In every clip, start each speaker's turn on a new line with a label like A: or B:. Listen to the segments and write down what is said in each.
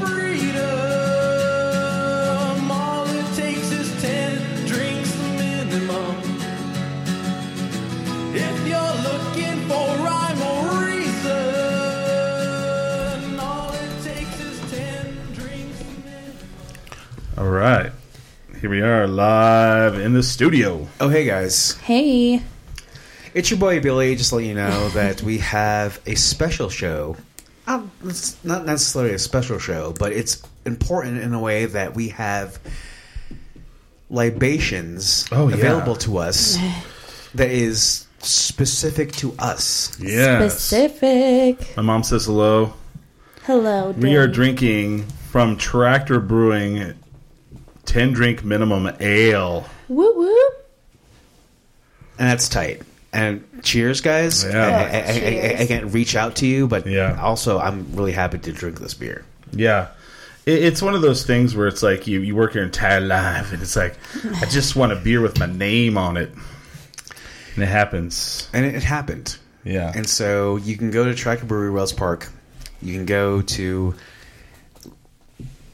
A: freedom, all it takes is 10 drinks minimum. If you're looking for rhyme or reason, all it takes is 10 drinks minimum.
B: All right. Here we are live in the studio.
C: Oh, hey guys.
D: Hey.
C: It's your boy Billy, just to let you know that we have a special show. Um, it's not necessarily a special show, but it's important in a way that we have libations
B: Oh, yeah.
C: available to us that is specific to us.
B: Yes.
D: Specific.
B: My mom says hello.
D: Hello.
B: We are
D: Daddy.
B: drinking from Tractor Brewing 10 drink minimum ale.
D: Whoop whoop.
C: And that's tight. And cheers, guys.
B: Yeah.
C: I, I, I, I, I can't reach out to you, but
B: Yeah.
C: also I'm really happy to drink this beer.
B: Yeah. It, it's one of those things where it's like you, you work your entire life and it's like, I just want a beer with my name on it. And it happens.
C: And it, it happened.
B: Yeah.
C: And so you can go to Tracker Brewery Wells Park. You can go to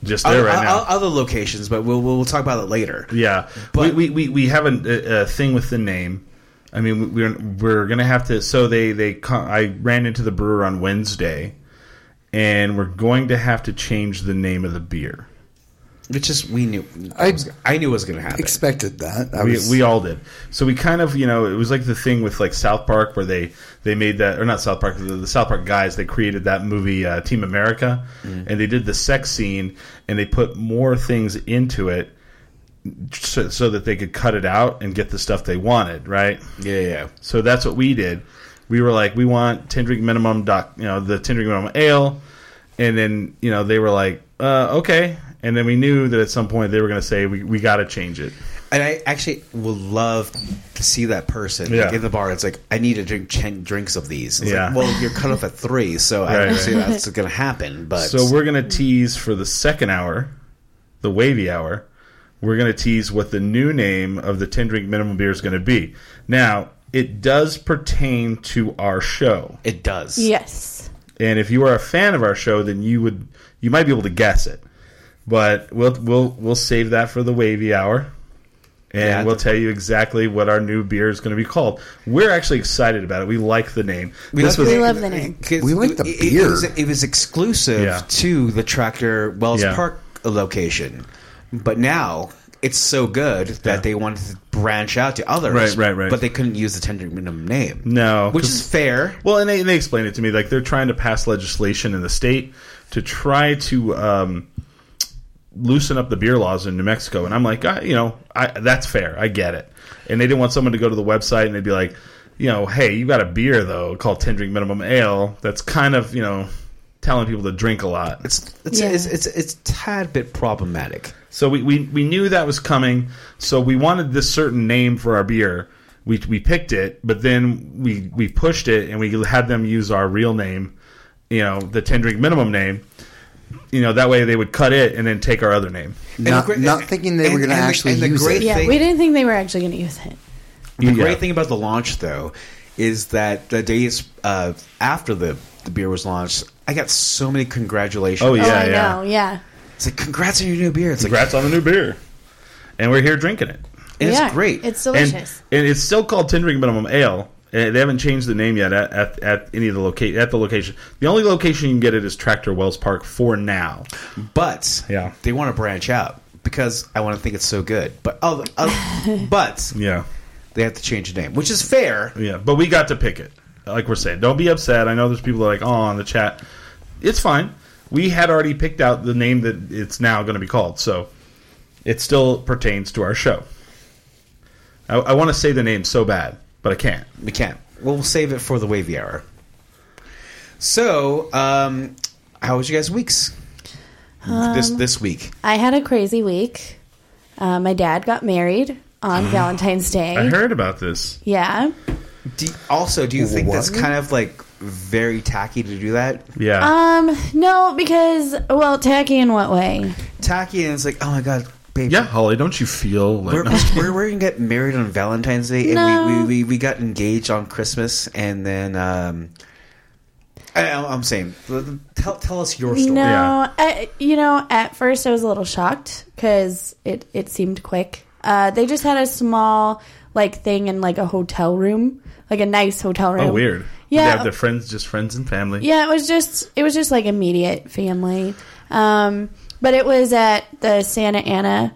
B: just there right
C: other,
B: now.
C: o- other locations, but we'll, we'll we'll talk about it later.
B: Yeah,
C: But-
B: we, we, we, we have a, a thing with the name. I mean, we- we're we're gonna have to. So they they con- I ran into the brewer on Wednesday, and we're going to have to change the name of the beer.
C: Which is we knew I
E: I-
C: was, I knew it was going to happen.
E: expected that. I
B: We,
E: was,
B: we all did. So we kind of you know it was like the thing with like South Park where they they made that or not South Park the, the South Park guys they created that movie uh, Team America,
E: Mm-hmm.
B: and they did the sex scene and they put more things into it. So, so that they could cut it out and get the stuff they wanted, right?
C: yeah, yeah.
B: So that's what we did. We were like, we want ten drink minimum doc, you know, the ten drink minimum ale, and then you know they were like, uh, okay, and then we knew that at some point they were going to say we, we got to change it.
C: And I actually would love to see that person
B: Yeah.
C: like, in the bar. It's like I need to drink ten drinks of these. It's
B: Yeah.
C: Like, well, you're cut off at three, so I
B: Right,
C: don't
B: right.
C: see that's going to happen. But
B: So we're going to tease for the second hour, the wavy hour. We're going to tease what the new name of the ten drink minimum beer is going to be. Now it does pertain to our show,
C: it does.
D: Yes.
B: and if you are a fan of our show, then you would you might be able to guess it. But we'll we'll we'll save that for the wavy hour, and
C: Yeah.
B: we'll tell you exactly what our new beer is going to be called. We're actually excited about it. We like the name. this
D: the
B: was
D: name. love name.
C: 'cause
E: We like the
C: it- It
E: beer.
C: was, it was exclusive
B: Yeah.
C: to the Tractor Wells
B: Yeah.
C: Park location, but now it's so good that
B: Yeah.
C: they wanted to branch out to others.
B: Right, right, right.
C: But they couldn't use the tender minimum name.
B: No,
C: which
B: 'cause-
C: is fair.
B: well, and they, and they explained it to me like they're trying to pass legislation in the state to try to um, loosen up the beer laws in New Mexico. And I'm like, I, you know, I, that's fair. I get it. And they didn't want someone to go to the website and they'd be like, you know, hey, you got a beer though called ten drink minimum ale. That's kind of you know telling people to drink a lot.
C: It's it's
D: Yeah.
C: it's, it's it's a tad bit problematic.
B: So we, we, we knew that was coming. So we wanted this certain name for our beer. We, we picked it, but then we, we pushed it and we had them use our real name, you know, the 10 drink minimum name. You know, that way they would cut it and then take our other name.
C: the
E: Not-
C: great-
E: not thinking they were gonna
C: and the-
E: actually
C: and the
E: use
C: great
E: it.
D: Yeah,
C: thing-
D: we didn't think they were actually going to use it.
C: The
B: Yeah.
C: great thing about the launch, though, is that the days uh, after the, the beer was launched, I got so many congratulations.
B: Oh, yeah,
D: oh, I
B: yeah.
D: know. Yeah.
C: It's like, congrats on your new beer. It's like,
B: Congrats on the new beer. And we're here drinking it.
C: and it's
D: Yeah.
C: great.
D: It's
B: And,
D: delicious.
B: and it's still called 10 drink minimum ale. Uh, They haven't changed the name yet at, at, at any of the loca- at the location. The only location you can get it is Tractor Wells Park for now.
C: but
B: Yeah.
C: they want to branch out because I want to think it's so good. But oh, oh, but
B: Yeah.
C: they have to change the name, which is fair.
B: Yeah, but we got to pick it. Like we're saying, don't be upset. I know there's people that are like, oh, in the chat. It's fine. We had already picked out the name that it's now going to be called, so it still pertains to our show. I, I want to say the name so bad, but I can't.
C: We can't. We'll save it for the wavy hour. So, um, how was your guys' weeks? this this week.
D: I had a crazy week. Uh, my dad got married on Valentine's Day.
B: Mm-hmm. I heard about this.
D: Yeah.
C: Do, also, do you think that's
B: What?
C: kind of like very tacky to do that?
B: Yeah.
D: Um, no, because well, tacky in what way?
C: Tacky and it's like, oh my god, babe,
B: yeah, Holly, don't you feel like
C: we're, we're, we're gonna get married on Valentine's Day, and we,
D: No.
C: we, we, we got engaged on Christmas, and then um, I, I'm saying, tell tell us your story.
D: No,
B: Yeah.
D: I, you know, at first I was a little shocked because it it seemed quick. Uh, they just had a small like thing in like a hotel room, like a nice hotel room.
B: oh weird?
D: Yeah.
B: They have their friends, just friends and family.
D: Yeah, it was just it was just like immediate family. Um, but it was at the Santa Ana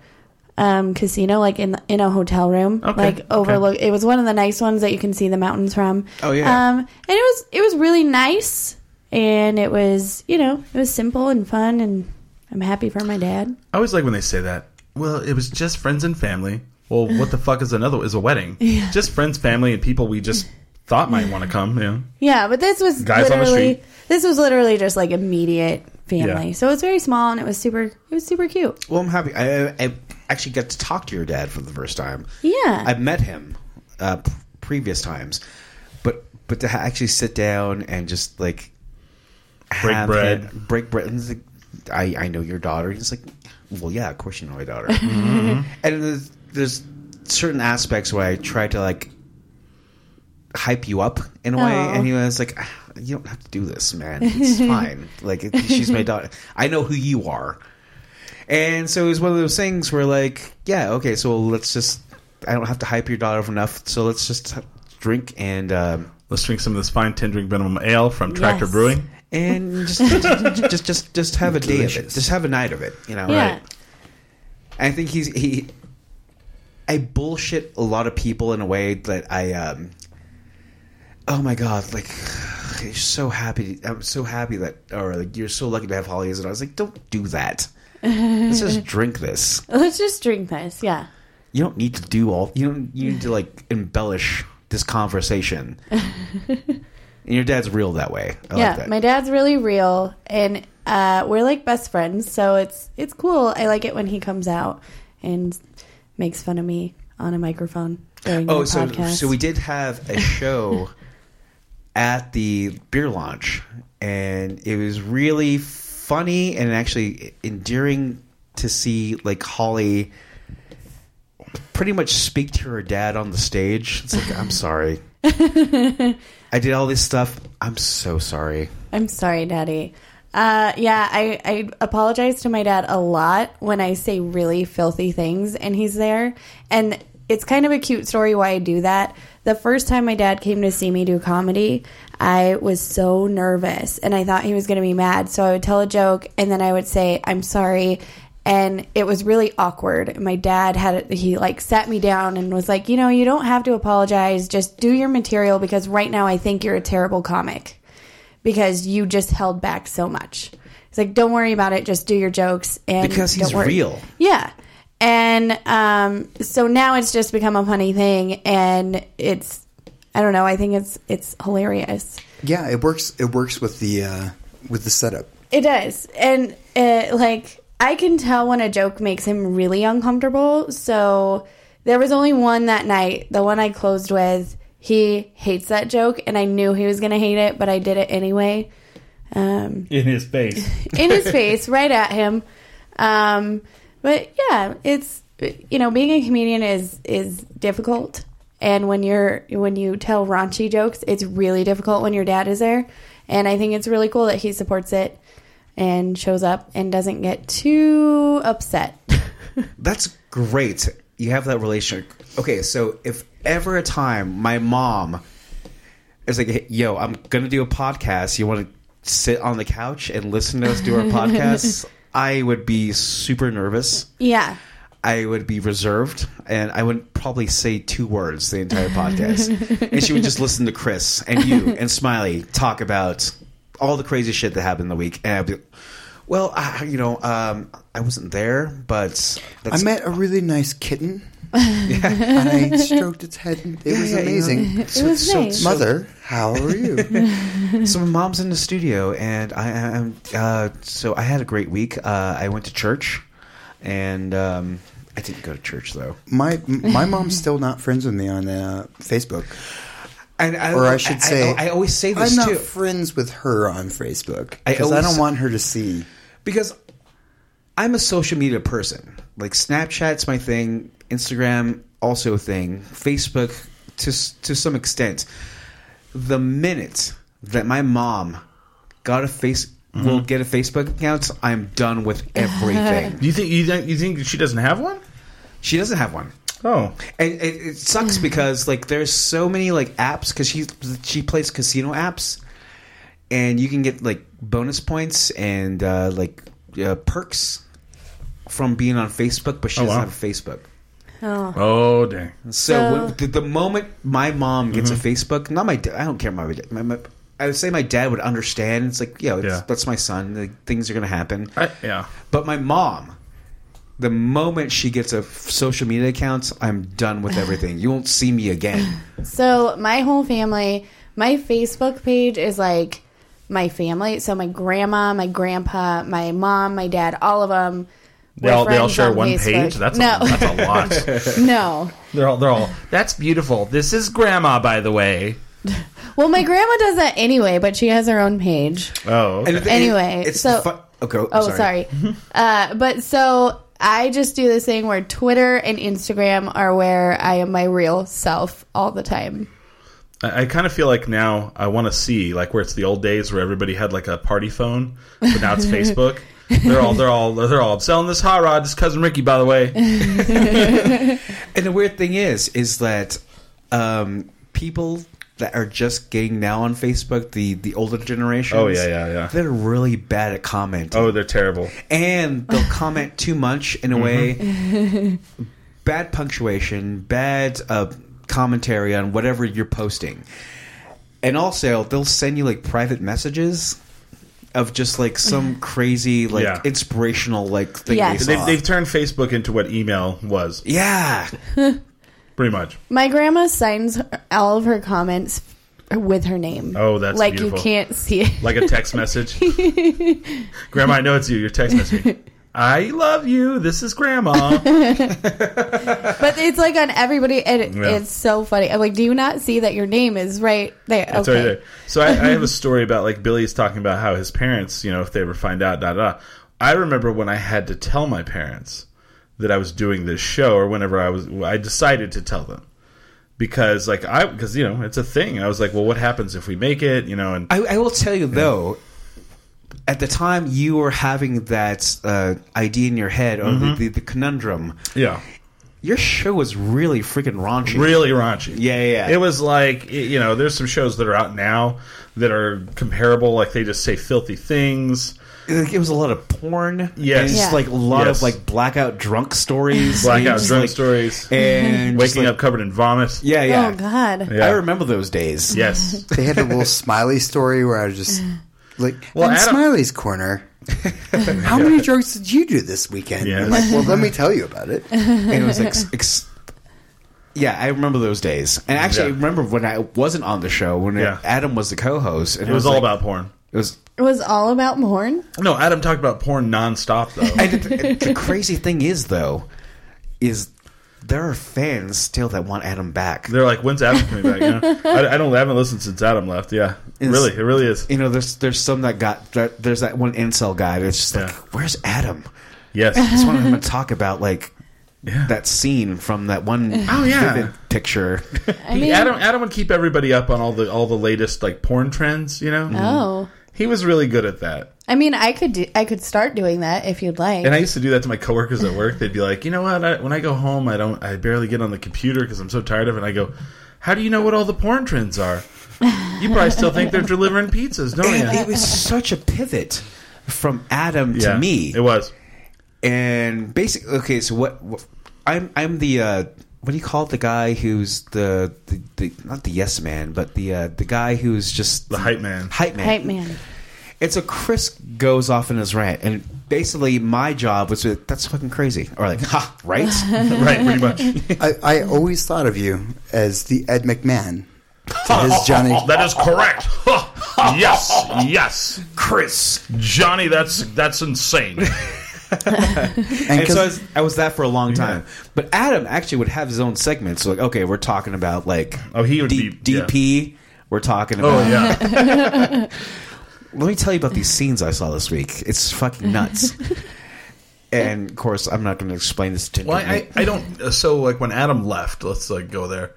D: um, casino, like in the, in a hotel room,
B: Okay,
D: like overlook. It was one of the nice ones that you can see the mountains from.
C: Oh, yeah.
D: Um, and it was it was really nice, and it was you know it was simple and fun, and I'm happy for my dad.
B: I always like when they say that. Well, it was just friends and family. Well, what the fuck is another? Is a wedding? Just friends, family, and people we just thought might want to come. Yeah.
D: Yeah, but this was
B: Guys on the
D: literally
B: street.
D: this was literally just like immediate family.
B: Yeah.
D: So it was very small, and it was super it was super cute.
C: Well, I'm happy. I, I- I actually got to talk to your dad for the first time.
D: Yeah.
C: I've met him uh, p- previous times, but but to ha- actually sit down and just like
B: Break
C: have
B: bread.
C: him- break bread. And he's like, I I know your daughter. He's like, well, yeah, of course you know my daughter.
B: Mm-hmm.
C: And there's, there's certain aspects where I try to like hype you up in a way,
D: Aw.
C: and he was like. "Ah, You don't have to do this, man. It's fine. Like it- she's my daughter. I know who you are. And so it was one of those things where, like, yeah, okay, so let's just. I don't have to hype your daughter up enough, so let's just drink and um,
B: Let's drink some of this fine ten drink minimum ale from Tractor
D: Yes.
B: Brewing.
C: and just just just just have a day of it,
B: Delicious.
C: just have a night of it, you know.
D: yeah.
C: I think he's he. I bullshit a lot of people in a way that I. um Oh my god! Like, you're so happy. I'm so happy that, or like, you're so lucky to have Holly. And I was like, don't do that. Let's just drink this.
D: Let's just drink this. Yeah.
C: you don't need to do all you don't you need to like embellish this conversation and your dad's real that way i
D: yeah,
C: like that
D: my dad's really real, and uh, we're like best friends, so it's it's cool. I like it when he comes out and makes fun of me on a microphone during
C: oh
D: the
C: so
D: podcast.
C: so we did have a show at the beer launch and it was really funny and actually endearing to see like holly pretty much speak to her dad on the stage it's like i'm sorry i did all this stuff i'm so sorry
D: I'm sorry, Daddy. Uh, yeah, I, I apologize to my dad a lot when I say really filthy things and he's there. And it's kind of a cute story why I do that. The first time my dad came to see me do comedy, I was so nervous and I thought he was going to be mad. So I would tell a joke and then I would say, I'm sorry. And it was really awkward. My dad had, he like sat me down and was like, you know, you don't have to apologize. Just do your material because right now I think you're a terrible comic because you just held back so much. It's like, don't worry about it. Just do your jokes and
C: Because he's
D: don't worry.
C: real.
D: Yeah. And um, so now it's just become a funny thing, and it's I don't know. I think it's it's hilarious.
E: Yeah, it works. It works with the uh, with the setup.
D: It does, and it, like I can tell when a joke makes him really uncomfortable. So there was only one that night. The one I closed with, he hates that joke, and I knew he was gonna hate it, but I did it anyway. Um,
B: In his face.
D: in his face, right at him. Um, but yeah, it's you know, being a comedian is is difficult, and when you're when you tell raunchy jokes, it's really difficult when your dad is there. And I think it's really cool that he supports it and shows up and doesn't get too upset.
C: That's great. You have that relationship. Okay, so if ever a time my mom is like, hey, "Yo, I'm gonna do a podcast. You want to sit on the couch and listen to us do our podcast?" I would be super nervous.
D: yeah.
C: I would be reserved, and I would probably say two words the entire podcast. and she would just listen to Chris and you and Smiley talk about all the crazy shit that happened the week, and I'd be. Well, I, you know, um, I wasn't there, but
E: I
C: that's
E: met a really nice kitten. and I stroked its head. and It was
C: yeah, yeah.
E: amazing.
D: It was nice.
E: Mother, how are you?
C: So my mom's in the studio, and I am. Uh, so I had a great week. Uh, I went to church, and um, I didn't go to church though.
E: My my mom's still not friends with me on uh, Facebook,
C: And I,
E: or I should say,
C: I, always say this
E: I'm not
C: too
E: friends with her on Facebook
C: I
E: because I,
C: always-
E: don't want her to see.
C: because I'm a social media person. Like Snapchat's my thing, Instagram also a thing, Facebook to s- to some extent. The minute that my mom got a face will get a Facebook account, I'm done with everything.
B: Do you think you think you think she doesn't have one?
C: she doesn't have one.
B: Oh,
C: And it, it sucks
B: Mm.
C: because like there's so many like apps because she she plays casino apps, and you can get like bonus points and uh, like uh, perks from being on Facebook, but she
B: Oh,
C: doesn't
B: wow.
C: have a Facebook.
D: Oh.
B: oh, dang.
C: So
D: So-
C: when, the, the moment my mom gets
B: Mm-hmm.
C: a Facebook, not my da- I don't care my, my, my I would say my dad would understand. It's like yo, it's,
B: Yeah.
C: that's my son. Like, things are gonna happen.
B: I, yeah,
C: But my mom, the moment she gets a f- social media account, I'm done with everything. You won't see me again.
D: So my whole family, my Facebook page is like my family. So my grandma, my grandpa, my mom, my dad, all of them.
B: they all they all share one page. That's
D: no,
B: a, that's a lot.
D: no.
B: they're all they're all. That's beautiful. This is grandma, by the way.
D: Well, my grandma does that anyway, but she has her own page.
B: Oh, okay.
C: And the-
D: Anyway, so-
C: fu- okay,
D: Oh, sorry. uh, but so I just do this thing where Twitter and Instagram are where I am my real self all the time.
B: I, I kind of feel like now I want to see like where it's the old days where everybody had like a party phone, but now it's Facebook. They're all they're all they're all I'm selling this hot rod. This cousin Ricky, by the way.
C: And the weird thing is, is that um, people that are just getting now on Facebook, the the older generation.
B: Oh, yeah, yeah, yeah.
C: They're really bad at commenting,
B: Oh, they're terrible.
C: and they'll comment too much in a way. bad punctuation, bad uh, commentary on whatever you're posting, and also they'll send you like private messages. Of just like some crazy, like
B: Yeah.
C: inspirational, like thing
D: Yeah.
C: they saw.
B: They've, they've turned Facebook into what email was,
C: yeah,
B: pretty much.
D: My grandma signs her- all of her comments with her name.
B: Oh, that's
D: like
B: beautiful.
D: you can't see it.
B: like a text message. Grandma, I know it's you. Your text message. I love you. This is Grandma.
D: But it's like on everybody, and it,
B: Yeah.
D: it's so funny. I'm like, do you not see that your name is right there?
B: It's
D: okay.
B: right there. So I, I have a story about like Billy's talking about how his parents, you know, if they ever find out, da da. da. I remember when I had to tell my parents that I was doing this show, or whenever I was, I decided to tell them because like I because you know it's a thing. I was like, well, what happens if we make it? You know, and
C: I, I will tell you though, at the time you were having that uh, idea in your head or
B: Mm-hmm.
C: the, the, the conundrum,
B: yeah.
C: your show was really freaking raunchy.
B: really raunchy.
C: Yeah, yeah, yeah.
B: It was like y- you know, there's some shows that are out now that are comparable. Like they just say filthy things.
C: Like, It was a lot of porn.
B: Yes.
C: and just
D: Yeah.
C: like a lot
B: Yes.
C: of like blackout drunk stories, and
B: Blackout
C: just,
B: drunk
C: like-
B: stories.
C: and just,
B: Waking
C: like-
B: up covered in vomit.
C: Yeah, yeah.
D: Oh God.
B: Yeah.
C: I remember those days.
B: Yes.
E: They had a little smiley story where I was just like,
B: Well,
E: "In
B: Adam-
E: Smiley's corner." How many drugs did you do this weekend?
B: Yes.
E: I'm like, well, let me tell you about it.
C: and it was ex- ex- yeah, I remember those days. And actually, I
B: Yeah.
C: remember when I wasn't on the show when
B: Yeah.
C: Adam was the co-host. And
B: It was all
C: like-
B: about porn.
C: it was
D: It was all about porn.
B: No, Adam talked about porn nonstop though.
C: And the, the crazy thing is, though, is there are fans still that want Adam back.
B: They're like, when's Adam coming back? You know? I, I don't I haven't listened since Adam left. Yeah,
C: It's-
B: really, it really is.
C: You know, there's there's some that got that, there's that one incel guy that's just like,
B: Yeah.
C: where's Adam? I
B: Yes.
C: just wanted him to talk about like
B: Yeah.
C: that scene from that one
B: Oh, yeah.
C: vivid picture.
D: I mean,
B: Adam Adam would keep everybody up on all the all the latest like porn trends. You know,
D: oh,
B: he was really good at that.
D: I mean, I could do, I could start doing that if you'd like.
B: And I used to do that to my coworkers at work. They'd be like, "You know what? I, when I go home, I don't. I barely get on the computer because I'm so tired of it." And I go, "How do you know what all the porn trends are? You probably still think they're delivering pizzas, don't
C: and
B: you?"
C: it was such a pivot from Adam
B: Yeah,
C: to me.
B: it was.
C: and basically okay so what, what i'm i'm the uh what do you call it? the guy who's the, the, the not the yes man but the uh, the guy who's just
B: The hype man.
C: hype man
D: Hype man.
C: and so chris goes off in his rant and basically my job was to, that's fucking crazy or like ha right
B: right, pretty much.
E: I, I always thought of you as the Ed McMahon to his Johnny.
B: Oh, That is correct. Huh. Yes, yes,
C: chris
B: Johnny. That's that's insane.
C: and so I
E: 'cause-
C: was, I was that for a long time. But Adam actually would have his own segments. So like, okay, we're talking about like
B: Oh, he would
C: D-
B: be- yeah.
C: DP. We're talking about.
B: Oh yeah,
C: Let me tell you about these scenes I saw this week. It's fucking nuts. and of course, I'm not going to explain this to
B: well,
C: you.
B: I, I I don't. So like when Adam left, let's like go there.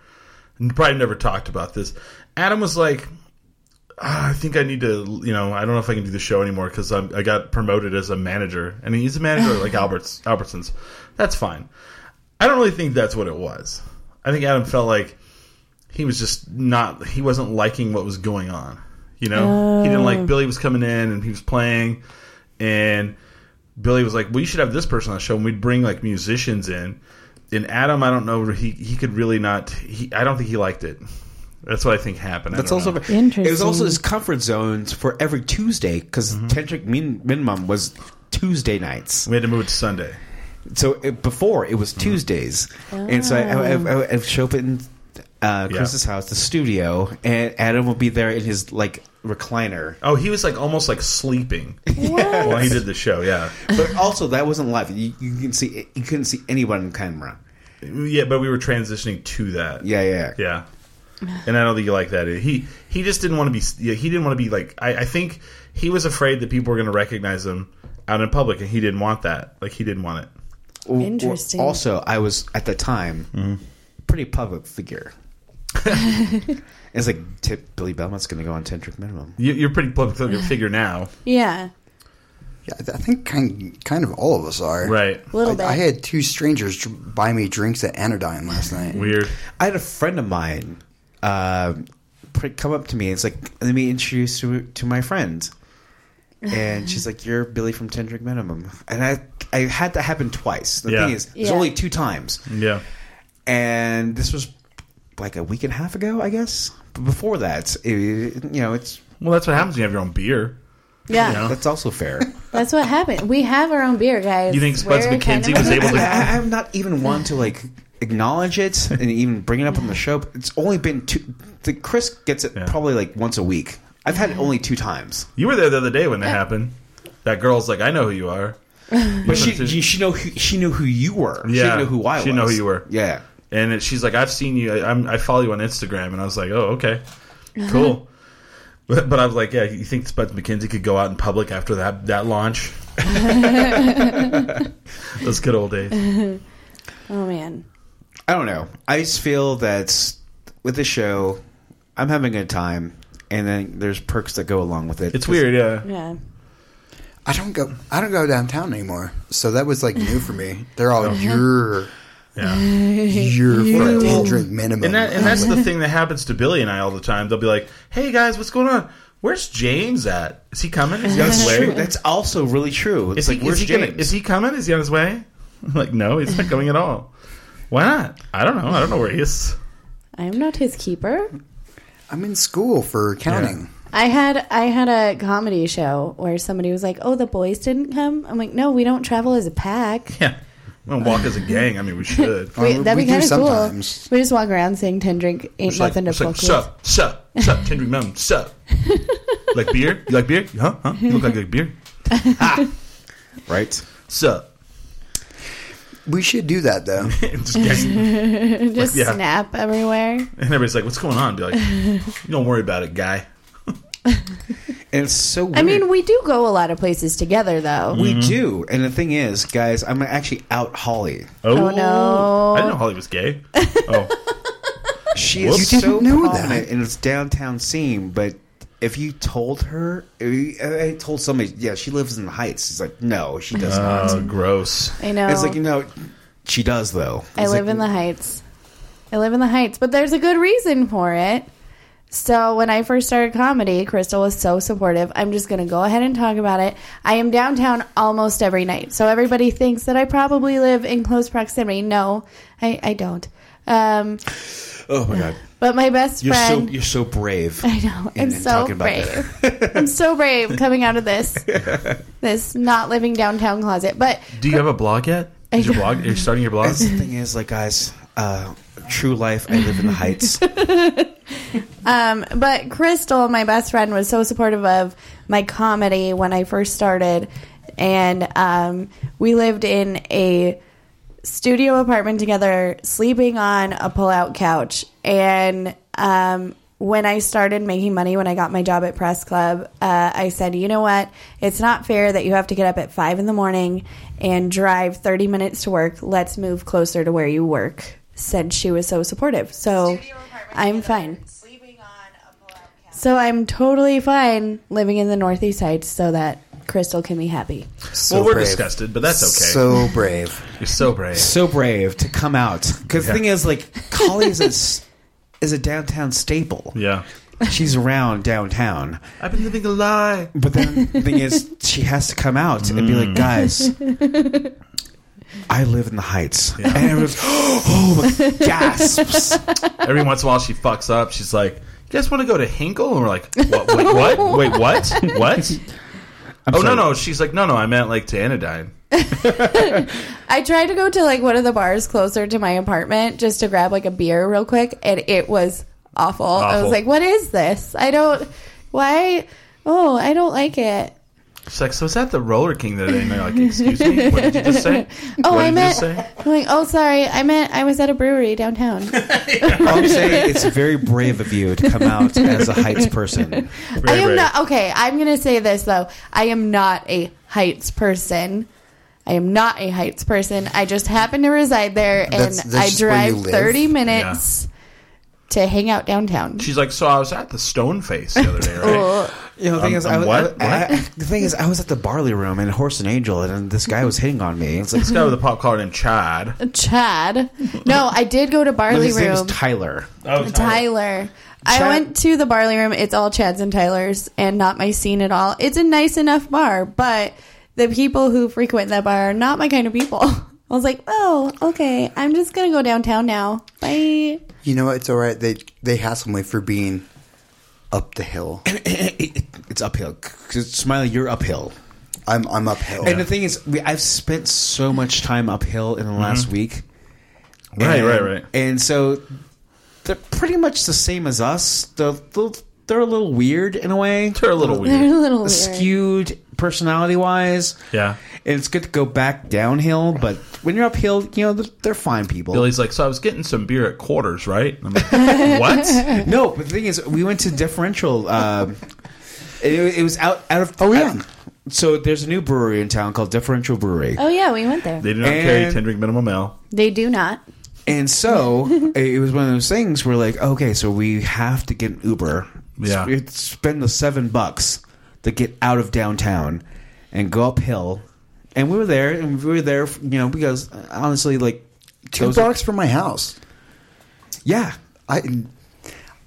B: And Probably never talked about this. Adam was like, "Ah, I think I need to. You know, I don't know if I can do the show anymore because I got promoted as a manager, and he's a manager at, like Alberts Albertsons. That's fine. I don't really think that's what it was. I think Adam felt like he was just not. He wasn't liking what was going on. You know, he didn't like Billy was coming in and he was playing, and Billy was like, "Well, you should have this person on the show," and we'd bring like musicians in. And Adam, I don't know, he he could really not. He, I don't think he liked it. That's what I think happened. I
C: That's
B: don't
C: also
B: know.
C: It was also
F: Interesting.
C: his comfort zones for every Tuesday because
B: Mm-hmm.
C: Tantric min- Minimum was Tuesday nights.
B: we had to move it to Sunday.
C: So it, before it was Tuesdays, and so I, I, I, I would show up in uh, Chris's house, the studio, and Adam would be there in his like recliner.
B: Oh, he was like almost like sleeping while he did the show. Yeah,
C: But also that wasn't live. You, you can see you couldn't see anyone on camera.
B: yeah, but we were transitioning to that.
C: Yeah, yeah,
B: Yeah. And I don't think he liked that. He he just didn't want to be. yeah, He didn't want to be like. I, I think he was afraid that people were going to recognize him out in public, and he didn't want that. Like he didn't want it.
C: W- w-
D: Interesting.
C: Also, I was at the time pretty public figure. it's like Ti- Billy Belmont's going to go on Tantric Minimum.
B: You, you're a pretty public figure- figure now,
D: Yeah.
E: Yeah, I think kind kind of all of us are.
B: right?
D: A little
E: I,
D: bit.
E: I had two strangers dr- buy me drinks at Anodyne last night.
B: Weird.
C: I had a friend of mine uh, pr- come up to me. and It's like, let me introduce you to my friend. And she's like, "You're Billy from Tendrick Minimum," and I I had that happen twice. The
B: Yeah.
C: thing is, there's
D: Yeah.
C: only two times,
B: Yeah.
C: and this was like a week and a half ago, I guess. But before that, it, you know, it's
B: Well, that's what happens when you have your own beer.
D: yeah.
B: you know.
C: that's also fair.
D: That's what happened. We have our own beer, guys.
B: You think Spuds
D: We're kind
B: McKenzie
D: of-
B: was able
C: I,
B: to?
C: I- I'm not even one to like acknowledge it and even bring it up on the show. But it's only been two. The Chris gets it
B: Yeah.
C: probably like once a week. I've had it only two times.
B: You were there the other day when that happened. That girl's like, I know who you are.
C: But she, she, she know who, she knew who you were. she
B: Yeah.
C: didn't know who I was.
B: She didn't know who you were.
C: Yeah.
B: and it, she's like, "I've seen you. I, I'm, I follow you on Instagram." And I was like, "Oh, okay, cool." but, but I was like, "Yeah, you think Spuds McKenzie could go out in public after that that launch?" Those good old days.
D: Oh man.
C: I don't know. I just feel that with the show, I'm having a good time, and then there's perks that go along with it.
B: It's weird, yeah.
D: Yeah.
E: I don't go. I don't go downtown anymore. So that was like new for me. They're all
B: Uh-huh.
E: your
B: Yeah,
E: your for a ten drink minimum.
B: and that and that's the thing that happens to Billy and I all the time. They'll be like, "Hey guys, what's going on? Where's James at? Is he coming? Is he on his
C: That's true.
B: way?
C: That's also really true. It's
B: Is
C: like
B: he,
C: where's
B: is he
C: James?
B: gonna, is he coming? Is he on his way?" I'm like, "No, he's not coming at all. Why not? I don't know. I don't know where he is."
D: I'm not his keeper.
E: I'm in school for accounting.
D: I had I had a comedy show where somebody was like, "Oh, the boys didn't come." I'm like, "No, we don't travel as a pack.
B: Yeah, we don't walk as a gang. I mean, we should.
D: We,
C: Uh,
E: Well,
D: that'd
E: we
D: be
E: do
D: kind of cool.
E: sometimes.
D: We just walk around saying 10 drink ain't
B: It's like,
D: nothing
B: it's
D: to
B: like,
D: fuck with."
B: sup, sup, sup, Kendrick Mountain, sup. like beer? You like beer? Huh? Huh? You look like you like beer?
C: right?
B: Sup.
E: We should do that though.
B: And just gang.
D: Just
B: Yeah.
D: snap everywhere.
B: And everybody's like, what's going on? Be like, you don't worry about it, guy.
C: And it's so. Weird.
D: I mean, we do go a lot of places together, though.
B: Mm-hmm.
C: we do. And the thing is, guys, I'm actually out Holly.
D: Oh, no.
B: I didn't know Holly was gay. Oh.
C: She
B: Whoops.
C: is
E: You
C: so
E: didn't know
C: prominent
E: that.
C: in this downtown scene, but if you told her, if you- I told somebody, yeah, she lives in the Heights. She's like, no, she does not.
B: Oh, gross.
D: I know.
C: It's like, you know, she does though.
D: I live in the Heights. I live in the Heights, but there's a good reason for it. So when I first started comedy, Crystal was so supportive. I'm just going to go ahead and talk about it. I am downtown almost every night. So everybody thinks that I probably live in close proximity. No, I, I don't. Um,
C: Oh my god,
D: but my best
C: you're
D: friend.
C: so you're so brave.
D: I know. I'm
C: and
D: so
C: talking about
D: brave. I'm so brave coming out of this this not living downtown closet. But
B: Do you have a blog yet? Is your blog? Are you starting your blog?
C: That's the thing is, like, guys, uh, true life. I live in the Heights.
D: but Crystal, my best friend, was so supportive of my comedy when I first started and um, we lived in a studio apartment together, sleeping on a pull-out couch. And um, when I started making money, when I got my job at Press Club, uh, I said, "You know what? It's not fair that you have to get up at five in the morning and drive thirty minutes to work. Let's move closer to where you work." Said she was so supportive, so I'm fine. So I'm totally fine living in the Northeast Heights so that Crystal can be happy.
E: So
B: Well, we're
E: brave.
B: disgusted, but that's okay.
E: So brave.
B: You're so brave.
C: so brave to come out. Because
B: Yeah.
C: the thing is, like, Collie is a, s- is a downtown staple.
B: Yeah.
C: She's around downtown.
B: I've been living a lie.
C: But then the thing is, she has to come out and be
E: Mm.
C: like, guys, I live in the heights. And everyone's, oh, my gasps.
B: Every once in a while, she fucks up. She's like, "You guys want to go to Hinkle?" And we're like, "What? Wait, what? Wait, what? What?" oh no,
C: sorry.
B: no. She's like, "No, no. I meant like to Anodyne."
D: I tried to go to like one of the bars closer to my apartment just to grab like a beer real quick, and it was awful. I
B: Awful.
D: was like, "What is this? I don't. Why? Oh, I don't like it.
B: She's like, "So is that the Roller King today?" And they're like, "Excuse me, what did you just say?"
D: Oh,
B: what
D: I
B: did
D: meant.
B: you say?
D: I'm like, oh, sorry. I meant I was at a brewery downtown.
C: All I'm saying, it's very brave of you to come out as a heights person.
D: I am
B: right.
D: not okay. I'm gonna say this though. I am not a heights person. I am not a heights person. I just happen to reside there, and
E: That's- that's
D: I
E: just where you
D: drive
E: live?
D: thirty minutes to hang out downtown.
B: She's like, "So I was at the Stone Face the other day, right?"
C: You know, the thing
B: Um,
C: is, I,
B: um,
C: was-
B: what?
C: I- I-
B: What?
C: the thing is, I was at the barley room and Horse and Angel, and this guy was hitting on me. It's like,
B: This guy with a pop collar named Chad.
D: Chad. No, I did go to Barley
C: his name is
D: Room.
C: Tyler.
B: Oh,
C: Chad-
D: Tyler. I went to the Barley Room. It's all Chad's and Tyler's and not my scene at all. It's a nice enough bar, but the people who frequent that bar are not my kind of people. I was like, oh, okay. I'm just going to go downtown now. Bye.
E: You know what? It's all right. They they hassle me for being up the hill.
C: it's uphill. 'Cause Smiley, you're uphill.
E: I'm I'm uphill.
C: And the thing is, we, I've spent so much time uphill in the last week.
B: Right,
C: And-
B: right, right.
C: And so they're pretty much the same as us. They're, they're a little weird in a way,
B: They're a little
D: They're
B: weird.
D: a little weird.
C: skewed personality wise.
B: Yeah.
C: And it's good to go back downhill, but when you're uphill, you know, they're, they're fine people.
B: Billy's like, "So I was getting some beer at quarters, right?" And I'm like, "What?"
C: No, but the thing is, we went to differential. Um, it, it was out out of. Oh
E: yeah.
C: So there's a new brewery in town called Differential Brewery,
D: Oh, yeah, we went there.
B: They do not carry
C: And-
B: ten drink minimum ale.
D: They do not.
C: and so it was one of those things where like, okay, so we have to get an Uber.
B: Yeah.
C: Sp- spend the seven bucks to get out of downtown and go uphill. And we were there, and we were there, you know, because uh, honestly, like,
E: two
C: those-
E: blocks from my house.
C: yeah.
E: I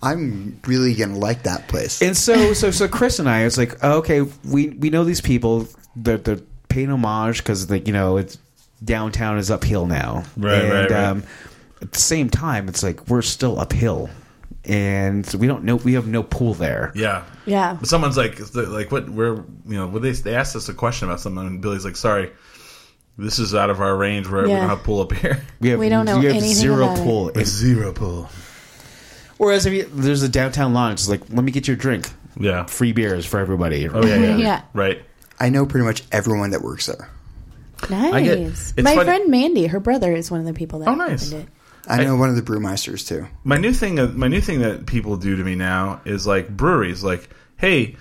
E: I'm really gonna like that place.
C: And so, so, so Chris and I, it's like, okay, we we know these people. They're they're paying homage because like you know it's downtown is uphill now,
B: Right,
C: And, um,
B: right, right.
C: at the same time, it's like we're still uphill, and we don't know we have no pool there.
B: Yeah.
D: Yeah.
B: But someone's like, is there- like, what? Where? You know, what they they asked us a question about something, and Billy's like, sorry, this is out of our range. We're, we're
D: Yeah.
B: gonna pull up here.
C: have,
D: We don't know
C: we have
D: anything
C: zero
D: about it.
C: pool. It's-
B: Zero pull.
C: whereas if you, there's a downtown lounge, it's like let me get your drink,
B: Yeah.
C: free beers for everybody.
B: Oh yeah. Yeah.
D: Yeah.
B: Right.
E: I know pretty much everyone that works there.
D: Nice.
B: get- it's
D: my
B: funny-
D: friend Mandy, her brother, is one of the people that
B: Oh, nice.
D: opened it.
E: I know one of the brewmeisters too.
B: My new thing. uh, My new thing that people do to me now is like breweries. Like, hey,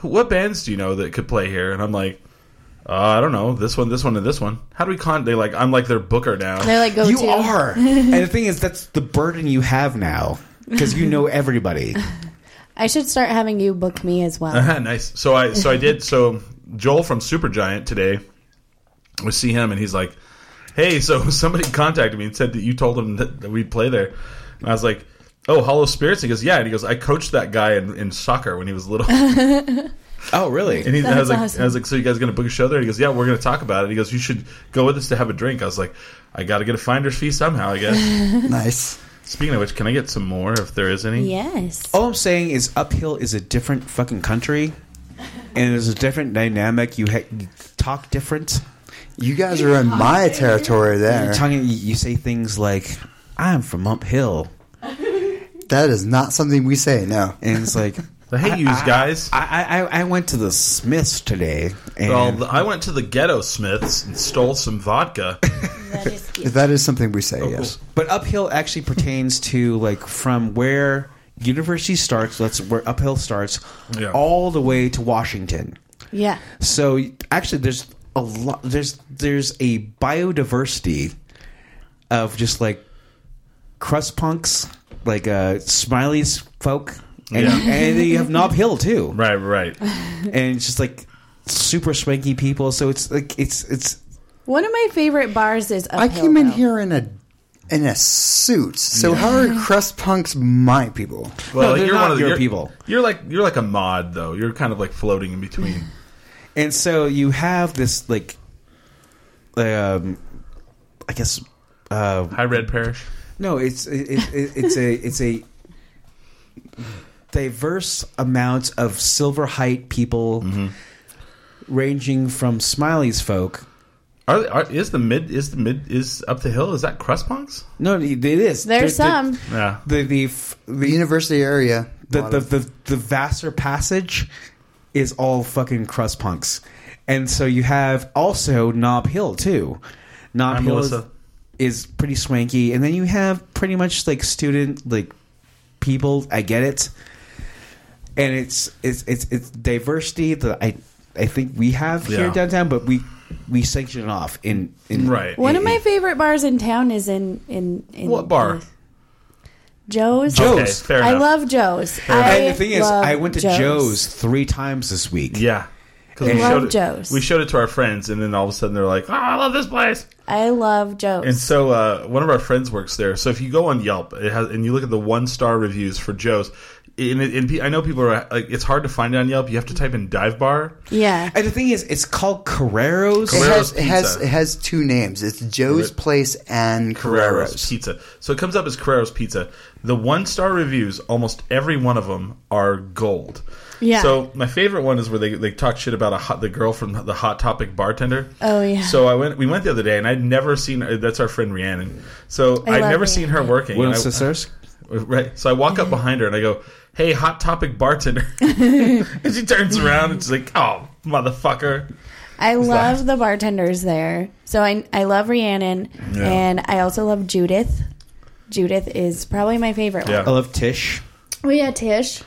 B: what bands do you know that could play here? And I'm like. Uh, I don't know this one, this one, and this one. How do we con? They like I'm like their booker now.
D: They're like, go
C: You
D: to.
C: are, and the thing is, that's the burden you have now because you know everybody.
D: I should start having you book me as well.
B: Ah, nice. So I so I did. So Joel from Supergiant today, we see him and he's like, "Hey, so somebody contacted me and said that you told him that, that we'd play there," and I was like, "Oh, Hollow Spirits." He goes, "Yeah," and he goes, "I coached that guy in, in soccer when he was little." And
C: Oh, really?
B: he, and I was
D: That's
B: like,
D: awesome.
B: "I was like, so you guys gonna book a show there?" And he goes, "Yeah, we're gonna talk about it." He goes, "You should go with us to have a drink." I was like, "I got to get a finder's fee somehow, I guess."
E: Nice.
B: Speaking of which, can I get some more if there is any?
D: Yes.
C: All I'm saying is uphill is a different fucking country, and there's a different dynamic. You, ha- you talk different.
E: You guys are in my
C: You're
E: territory there.
C: talking. You you say things like, "I'm from uphill,"
E: That is not something we say. No.
C: and it's like,
B: So, hey, you guys.
C: I, I I went to the Smiths today. And
B: well, th- I went to the Ghetto Smiths and stole some vodka.
D: That is cute.
E: That is something we say, yes.
C: But uphill actually pertains to like from where university starts. That's where uphill starts,
B: Yeah.
C: all the way to Washington.
D: Yeah.
C: So actually, there's a lot. There's there's a biodiversity of just like crust punks, like uh, Smiley's folk, and,
B: Yeah.
C: and then you have Knob Hill too,
B: right, right.
C: and it's just like super swanky people. So it's like it's it's
D: One of my favorite bars is uphill.
E: I came in
D: though.
E: here in a in a suit. So how are crust punks my people?
C: No, they're not your
B: you're-
C: people.
B: You're like you're like a mod though. You're kind of like floating in between.
C: and so you have this like um i guess uh
B: Hi, Red Parish.
C: no it's it, it, it's a it's a diverse amount of silver height people ranging from smiley's folk
B: Are, are is the mid is the mid is up the hill? Is that crust punks?
C: no it is
D: There's
C: There-
D: some.
B: Yeah.
C: the the f-
E: The
C: the
E: university area.
C: the, the, the, the vaster passage is all fucking crust punks and so you have also knob hill too knob
B: Hi,
C: hill is,
B: Melissa.
C: is pretty swanky and then you have pretty much like student like people i get it and it's it's it's, it's diversity that i i think we have here
B: Yeah.
C: downtown but we we sanction it off in in
B: Right.
D: One of my favorite bars in town is in in, in
B: What bar?
D: the- Joe's.
C: Joe's.
B: Okay, fair
D: I
B: enough.
D: love Joe's. I
C: and the thing is
D: love
C: i went to joe's, three times this week
B: Yeah. 'Cause
D: I
B: we
D: love
B: showed, it,
D: Joe's.
B: we showed it to our friends, and then all of a sudden they're like, "Oh, I love this place!"
D: I love Joe's.
B: And so uh, one of our friends works there. So if you go on Yelp it has, and you look at the one star reviews for Joe's, and, it, and pe- I know people are like, it's hard to find it on Yelp. You have to type in dive bar.
D: yeah.
C: and the thing is it's called carreros
E: it
B: Carrero's
E: has, it has
B: Pizza.
E: it has two names. It's Joe's
B: Carre-
E: Place and
B: Carrero's
E: Carrero's.
B: Pizza. So it comes up as Carrero's Pizza. The one star reviews, almost every one of them are gold.
D: Yeah.
B: So my favorite one is where they, they talk shit about a hot, the girl from the Hot Topic bartender.
D: Oh, yeah.
B: So I went we went the other day and I'd never seen that's our friend Rhiannon. So
D: I
B: I'd
D: love
B: never seen her working.
C: Little
B: and I-
C: sisters?
B: Right. So I walk up behind her and I go, "Hey, Hot Topic bartender," and she turns around and she's like, "Oh, motherfucker."
D: I love
B: last.
D: the bartenders there. So I I love Rhiannon and I also love Judith. Judith is probably my favorite
B: Yeah.
D: one.
C: I love Tish.
D: Oh yeah, Tish.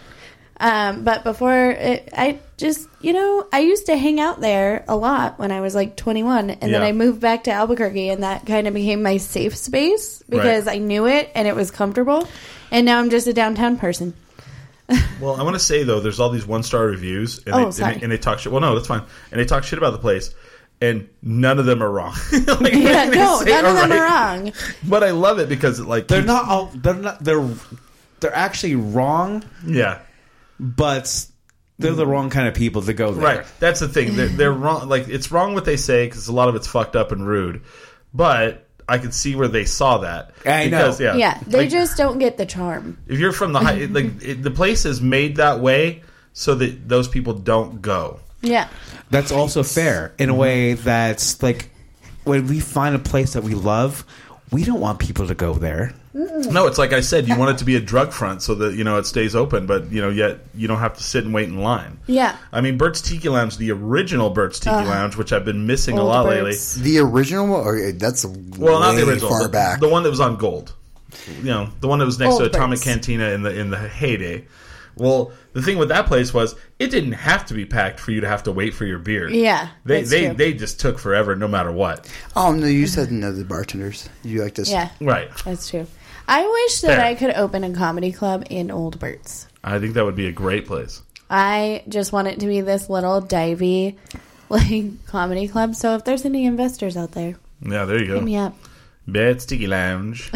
D: Um, but before it, I just you know I used to hang out there a lot when I was like 21, and then
B: Yeah.
D: I moved back to Albuquerque, and that kind of became my safe space because I knew it and it was comfortable. And now I'm just a downtown person.
B: Well, I want to say though, there's all these one star reviews, and,
D: Oh,
B: they,
D: sorry.
B: and, they, and they talk shit. Well, no, that's fine. And they talk shit about the place, and none of them are wrong. Like,
D: Yeah,
B: they
D: no,
B: say
D: none of them
B: right.
D: are wrong.
B: But I love it because it, like
C: They're
B: keeps-
C: not all. They're not. They're they're actually wrong,
B: Yeah,
C: but they're the wrong kind of people to go there.
B: right. That's the thing. They're, they're wrong. Like it's wrong what they say because a lot of it's fucked up and rude. But I can see where they saw that.
C: I know.
B: because, Yeah,
D: Yeah, they
B: like,
D: just don't get the charm.
B: if you're from the high, it- like it, the place is made that way so that those people don't go.
D: Yeah,
C: That's also fair in a way that's like when we find a place that we love, we don't want people to go there.
B: No, it's like I said, you want it to be a drug front so that you know it stays open, but you know yet you don't have to sit and wait in line.
D: Yeah.
B: I mean Burt's Tiki Lounge, the original Burt's Tiki Lounge, which I've been missing a
D: Old
B: lot
D: birds.
E: The original or that's
B: lately. Well,
E: way
B: not the original,
E: far
B: the,
E: back.
B: the one that was on Gold. You know, the one that was next
D: Old
B: to Atomic
D: Burt's.
B: Cantina in the in the heyday. Well, the thing with that place was it didn't have to be packed for you to have to wait for your beer.
D: Yeah,
B: they
D: that's
B: they
D: true.
B: they just took forever no matter what.
E: oh no, you said no to the bartenders. You like this?
D: yeah,
B: Right.
D: that's true. I wish that
B: Fair.
D: I could open a comedy club in Old Berts.
B: I think that would be a great place.
D: I just want it to be this little divey like comedy club. So if there's any investors out there,
B: Yeah, there you
D: hit me
B: go.
D: up.
B: Burt's Tiki Lounge.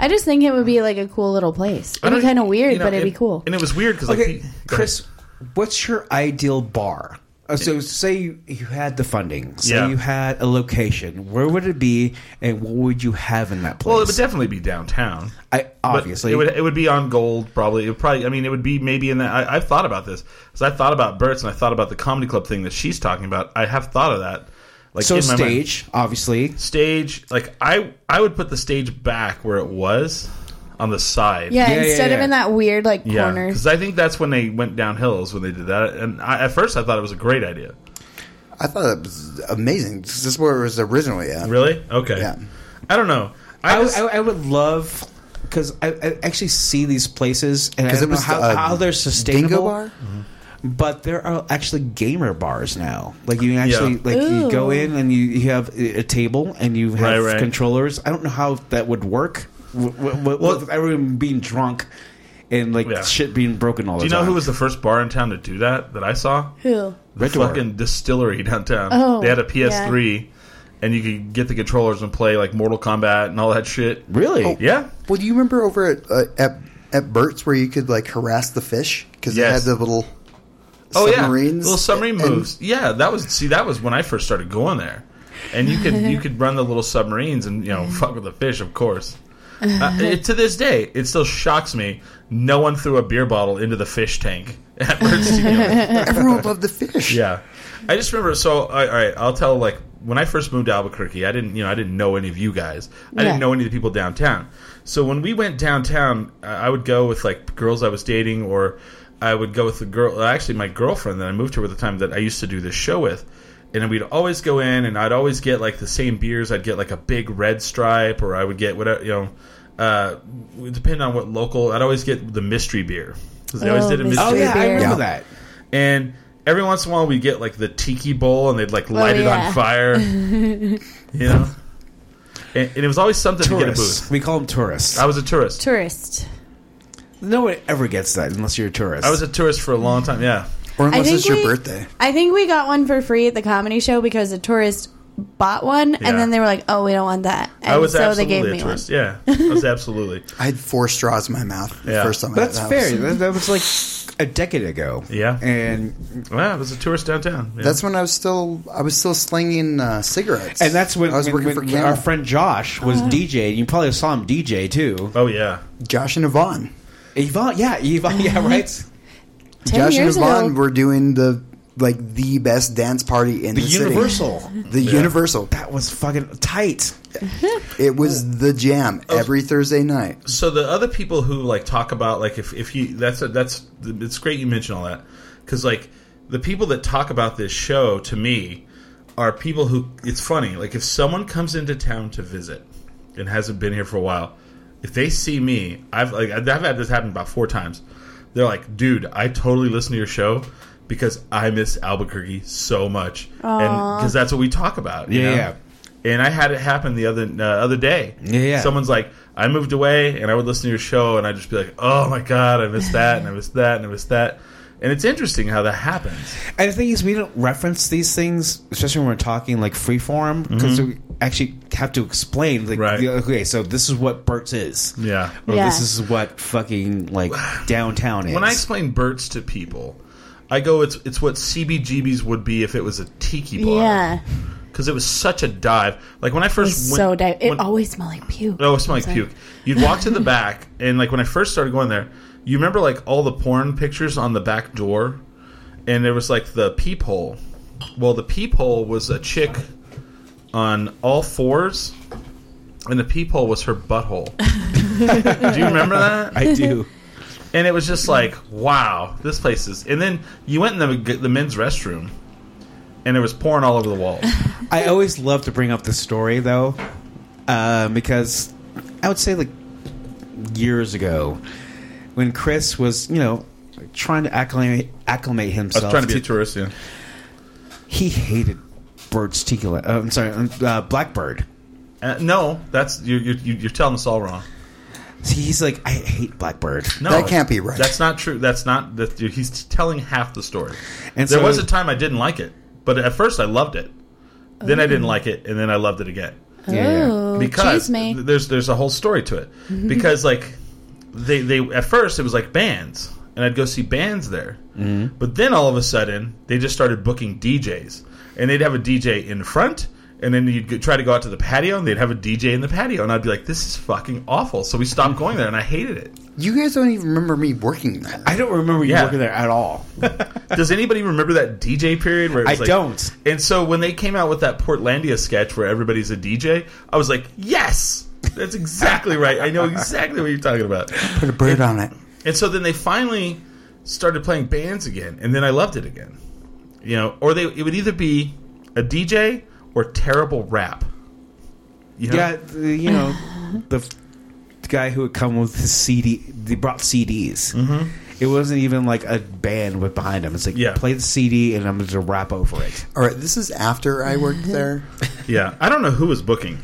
D: I just think it would be like a cool little place. It'd be
B: I don't- e-,
D: kind of weird,
B: you know,
D: but it'd
B: and-
D: be cool.
B: And it was weird because like
C: Okay,
B: he- go
C: Chris,
B: ahead.
C: what's your ideal bar? Uh, So say you, you had the funding, say
B: Yeah.
C: you had a location. Where would it be, and what would you have in that place?
B: Well, it would definitely be downtown.
C: I
B: But
C: obviously
B: it would it would be on Gold probably. It would probably I mean it would be maybe in that. I, I've thought about this because I thought about Burt's and I thought about the comedy club thing that she's talking about. I have thought of that. Like
C: so
B: in my mind.
C: stage obviously
B: stage. Like I I would put the stage back where it was. on the side.
D: Yeah,
C: Yeah, yeah,
D: instead of
C: yeah.
D: in that weird like
B: Yeah,
D: corner.
B: because I think that's when they went downhill is when they did that. And I, at first, I thought it was a great idea.
E: I thought it was amazing. This is where it was originally at.
B: Really? Okay.
E: Yeah.
B: I don't know. I,
C: I,
B: just-
C: I, I would love because I, I actually see these places and I
E: Because
C: don't
E: it was
C: know how,
E: uh,
C: how they're
E: Dingo
C: sustainable.
E: Bar.
C: But there are actually gamer bars now. Like you actually
B: Yeah.
C: like you go
D: Ooh.
C: in and you, you have a a table and you have
B: Right, right.
C: controllers. I don't know how that would work. W- w- w-
B: Well-
C: with everyone being drunk and like
B: Yeah.
C: shit being broken all
B: do
C: the
B: you
C: time.
B: know who was the first bar in town to do that that I saw?
D: Who?
B: The
C: Red Dwarf.
B: fucking distillery downtown.
D: Oh,
B: they had a PS3, and you could get the controllers and play like Mortal Kombat and all that shit.
C: really?
B: Oh, Yeah.
E: Well, do you remember over at uh, at at Bert's where you could like harass the fish because
B: Yes.
E: they had the little
B: Oh yeah,
E: submarines?
B: little submarine
E: And-
B: moves. yeah, that was see that was when I first started going there, and you could you could run the little submarines and you know fuck with the fish, of course. Uh, it, to this day, it still shocks me. No one threw a beer bottle into the fish tank at Bird's Stadium.
E: Everyone loved the fish.
B: Yeah, I just remember. So I, all right, I'll tell like when I first moved to Albuquerque, I didn't you know I didn't know any of you guys. I
D: Yeah.
B: didn't know any of the people downtown. So when we went downtown, I I would go with like girls I was dating, or I would go with the girl. Actually, my girlfriend that I moved to at the time that I used to do this show with. And then we'd always go in, and I'd always get like the same beers. I'd get like a big red stripe, or I would get whatever you know, uh, depending on what local. I'd always get the mystery beer because they always
D: Oh,
B: did a mystery
C: Oh yeah, I
D: Beer.
C: remember
E: Yeah.
C: that.
B: and every once in a while we get like the tiki bowl and they'd like light it
D: Oh, yeah.
B: on fire you know and, and it was always something to get a
C: Tourists.
B: booth
C: We call them tourists.
B: i was a tourist
D: Tourist.
C: no one ever gets that unless you're a tourist.
B: i was a tourist for a long time yeah
E: Or unless
D: I think
E: it's your
D: we-
E: birthday.
D: I think we got one for free at the comedy show because a tourist bought one
B: Yeah.
D: and then they were like, "Oh, we don't want that." And
B: i was
D: so they
B: absolutely
D: gave
B: a
D: me one.
B: tourist yeah i was absolutely
E: I had four straws in my mouth the
B: Yeah.
E: first time. I-
C: That's
E: that
C: fair.
E: was-
C: That, that was like a decade ago.
B: Yeah.
C: and
B: well i was a tourist downtown yeah.
E: that's when I was still I was still slinging uh, cigarettes,
C: and that's when
E: I was
C: when- when
E: working for Camel.
C: our friend Josh was DJ. And you probably saw him DJ too.
B: oh yeah
E: Josh and Yvonne.
C: Yvonne, yeah, Yvonne, yeah, right.
D: Ten
E: Josh and
D: years
E: Yvonne
D: ago,
E: were doing the like the best dance party in
C: The
E: the, city.
C: Universal.
E: the Universal.
C: That was fucking tight.
E: It
C: Oh.
E: was the jam every Thursday night.
B: so the other people who like talk about like if if you that's a, that's it's great you mention all that because like the people that talk about this show to me are people who it's funny like if someone comes into town to visit and hasn't been here for a while if they see me i've like i've had this happen about four times they're like dude i totally listen to your show because i miss albuquerque so much and because that's what we talk about you
C: Yeah,
B: know?
C: yeah.
B: and I had it happen the other uh, other day.
C: Yeah, yeah.
B: Someone's like, I moved away, and I would listen to your show, and I'd just be like, Oh my god, I missed that, and I missed that, and I missed that. And it's interesting how that happens.
C: And the thing is, we don't reference these things, especially when we're talking like freeform, because we actually have to explain. Like,
B: Mm-hmm. Right.
C: the- okay, so this is what Burt's is.
B: Yeah.
C: Or
D: Yeah.
C: this is what fucking like downtown is.
B: When I explain Burt's to people, I go, It's it's what CBGB's would be if it was a tiki bar.
D: yeah, it
B: Because it was such a dive. Like when I first
D: was
B: went,
D: so di- it
B: when-
D: always smelled like puke.
B: Oh, it smelled like puke. You'd walk to the back, and like when I first started going there, you remember like all the porn pictures on the back door, and there was like the peephole. Well, the peephole was a chick on all fours, and the peephole was her butthole. Do you remember that?
C: I do.
B: and it was just like, wow, this place is. And then you went in the the men's restroom, and there was porn all over the walls.
C: I always love to bring up the story though, um, because I would say like years ago, when Chris was you know trying to acclimate acclimate
B: I was
C: himself,
B: trying to be a
C: to-
B: tourist. Yeah.
C: he hated Bird's Tiki. Lo- Uh, I'm sorry, um, uh, Blackbird.
B: Uh, no, that's you're, you're you're telling us all wrong.
C: He's like, I hate Blackbird.
B: No,
E: That can't be right.
B: That's not true. That's not that. He's telling half the story.
C: And
B: there
C: so-
B: was a time I didn't like it, but at first I loved it. Then I didn't like it, and then I loved it again
D: Oh,
B: because
D: cheese me.
B: th- there's there's a whole story to it. because like they they at first it was like bands, and I'd go see bands there.
E: Mm-hmm.
B: But then all of a sudden they just started booking DJs, and they'd have a DJ in front. And then you'd go- try to go out to the patio, and they'd have a DJ in the patio, and I'd be like, "This is fucking awful." So we stopped going there, and I hated it.
E: You guys don't even remember me working that.
C: I don't remember you
B: Yeah.
C: working there at all.
B: Does anybody remember that DJ period where it was
C: I
B: like-
C: don't.
B: And so when they came out with that Portlandia sketch where everybody's a DJ, I was like, yes, That's exactly right. I know exactly what you're talking about.
E: Put a bird on it.
B: And so then they finally started playing bands again, and then I loved it again. You know, or they it would either be a DJ or terrible rap. You know?
C: Yeah, the- you know, the f- guy who would come with his CD, they brought CDs. Mm-hmm. It wasn't even like a band with behind him. It's like,
B: Yeah.
C: play the CD and I'm going to rap over it.
E: All right, this is after I worked there.
B: yeah. I don't know who was booking.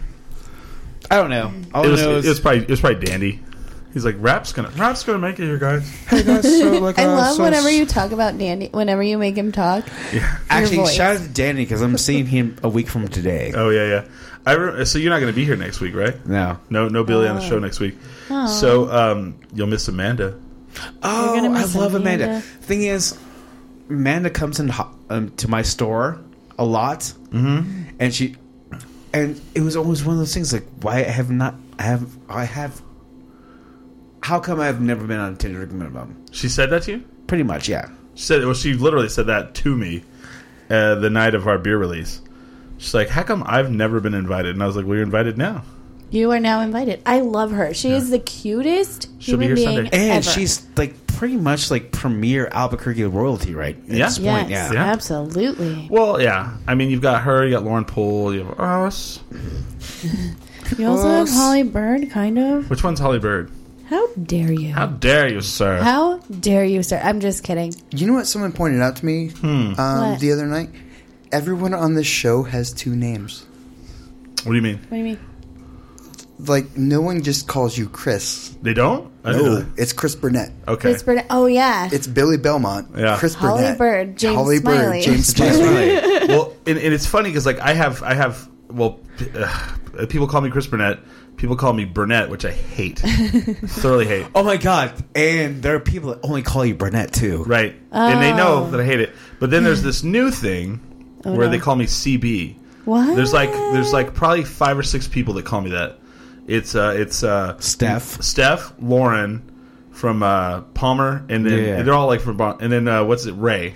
C: I don't know. All
B: It
C: I
B: was,
C: know
B: it
C: is
B: was probably it was probably Dandy. He's like rap's gonna rap's gonna make it here, guys.
C: Hey, guys, so, like,
D: I
C: uh,
D: love
C: so-
D: whenever you talk about Dandy. Whenever you make him talk,
C: Actually,
D: your voice.
C: shout out to Danny because I'm seeing him a week from today.
B: Oh yeah, yeah. I re- so you're not gonna be here next week, right?
C: No.
B: No, no Billy on the
D: Oh.
B: show next week. So um, you'll miss Amanda.
C: Oh,
D: gonna
C: I
D: miss
C: love Amanda.
D: Amanda.
C: Thing is, Amanda comes in ho- um, to my store a lot, mm-hmm. and she, and it was always one of those things like, why I have not I have I have, how come I have never been on Tinder minimum?
B: She said that to you.
C: Pretty much, yeah.
B: She said well, she literally said that to me uh, the night of our beer release. She's like, "How come I've never been invited?" And I was like, "Well, you're invited now."
D: you are now invited. I love her. She is the cutest
B: She'll be
D: human
B: here
D: being
B: Sunday.
C: And
D: ever.
C: she's like pretty much like premier Albuquerque royalty, right? At
B: Yeah.
C: this point, yeah.
D: yes,
B: Yeah.
D: absolutely.
B: Well, yeah. I mean, you've got her, you got Lauren Poole, you have us.
D: You
C: Oh,
D: also have Holly Bird, kind of.
B: Which one's Holly Bird?
D: How dare you?
B: How dare you, sir?
D: How dare you, sir? I'm just kidding.
E: You know what someone pointed out to me um,
D: What?
E: the other night? Everyone on this show has two names.
B: what do you mean?
D: What do you mean?
E: Like, no one just calls you Chris.
B: They don't? I didn't know
E: No,
B: that.
E: it's Chris Burnett.
B: Okay.
D: Chris Burnett. Oh yeah.
E: It's Billy Belmont.
B: Yeah.
E: Chris
D: Holly
E: Burnett.
D: Bird, James
E: Holly
D: Smiley.
E: Bird. James
C: That's
E: Smiley.
C: right.
B: well, and, and it's funny because like I have, I have. Well, p- uh, people call me Chris Burnett. People call me Burnett, which I hate, thoroughly hate.
C: Oh my god! And there are people that only call you Burnett too.
B: Right, and they know that I hate it. But then there's this new thing where
D: Oh. Hmm. no.
B: they call me CB.
D: what?
B: There's like there's like probably five or six people that call me that. It's uh it's uh
C: Steph.
B: Steph, Lauren from uh Palmer, and then
C: Yeah.
B: and they're all like from Bon- and then uh, what's it Ray?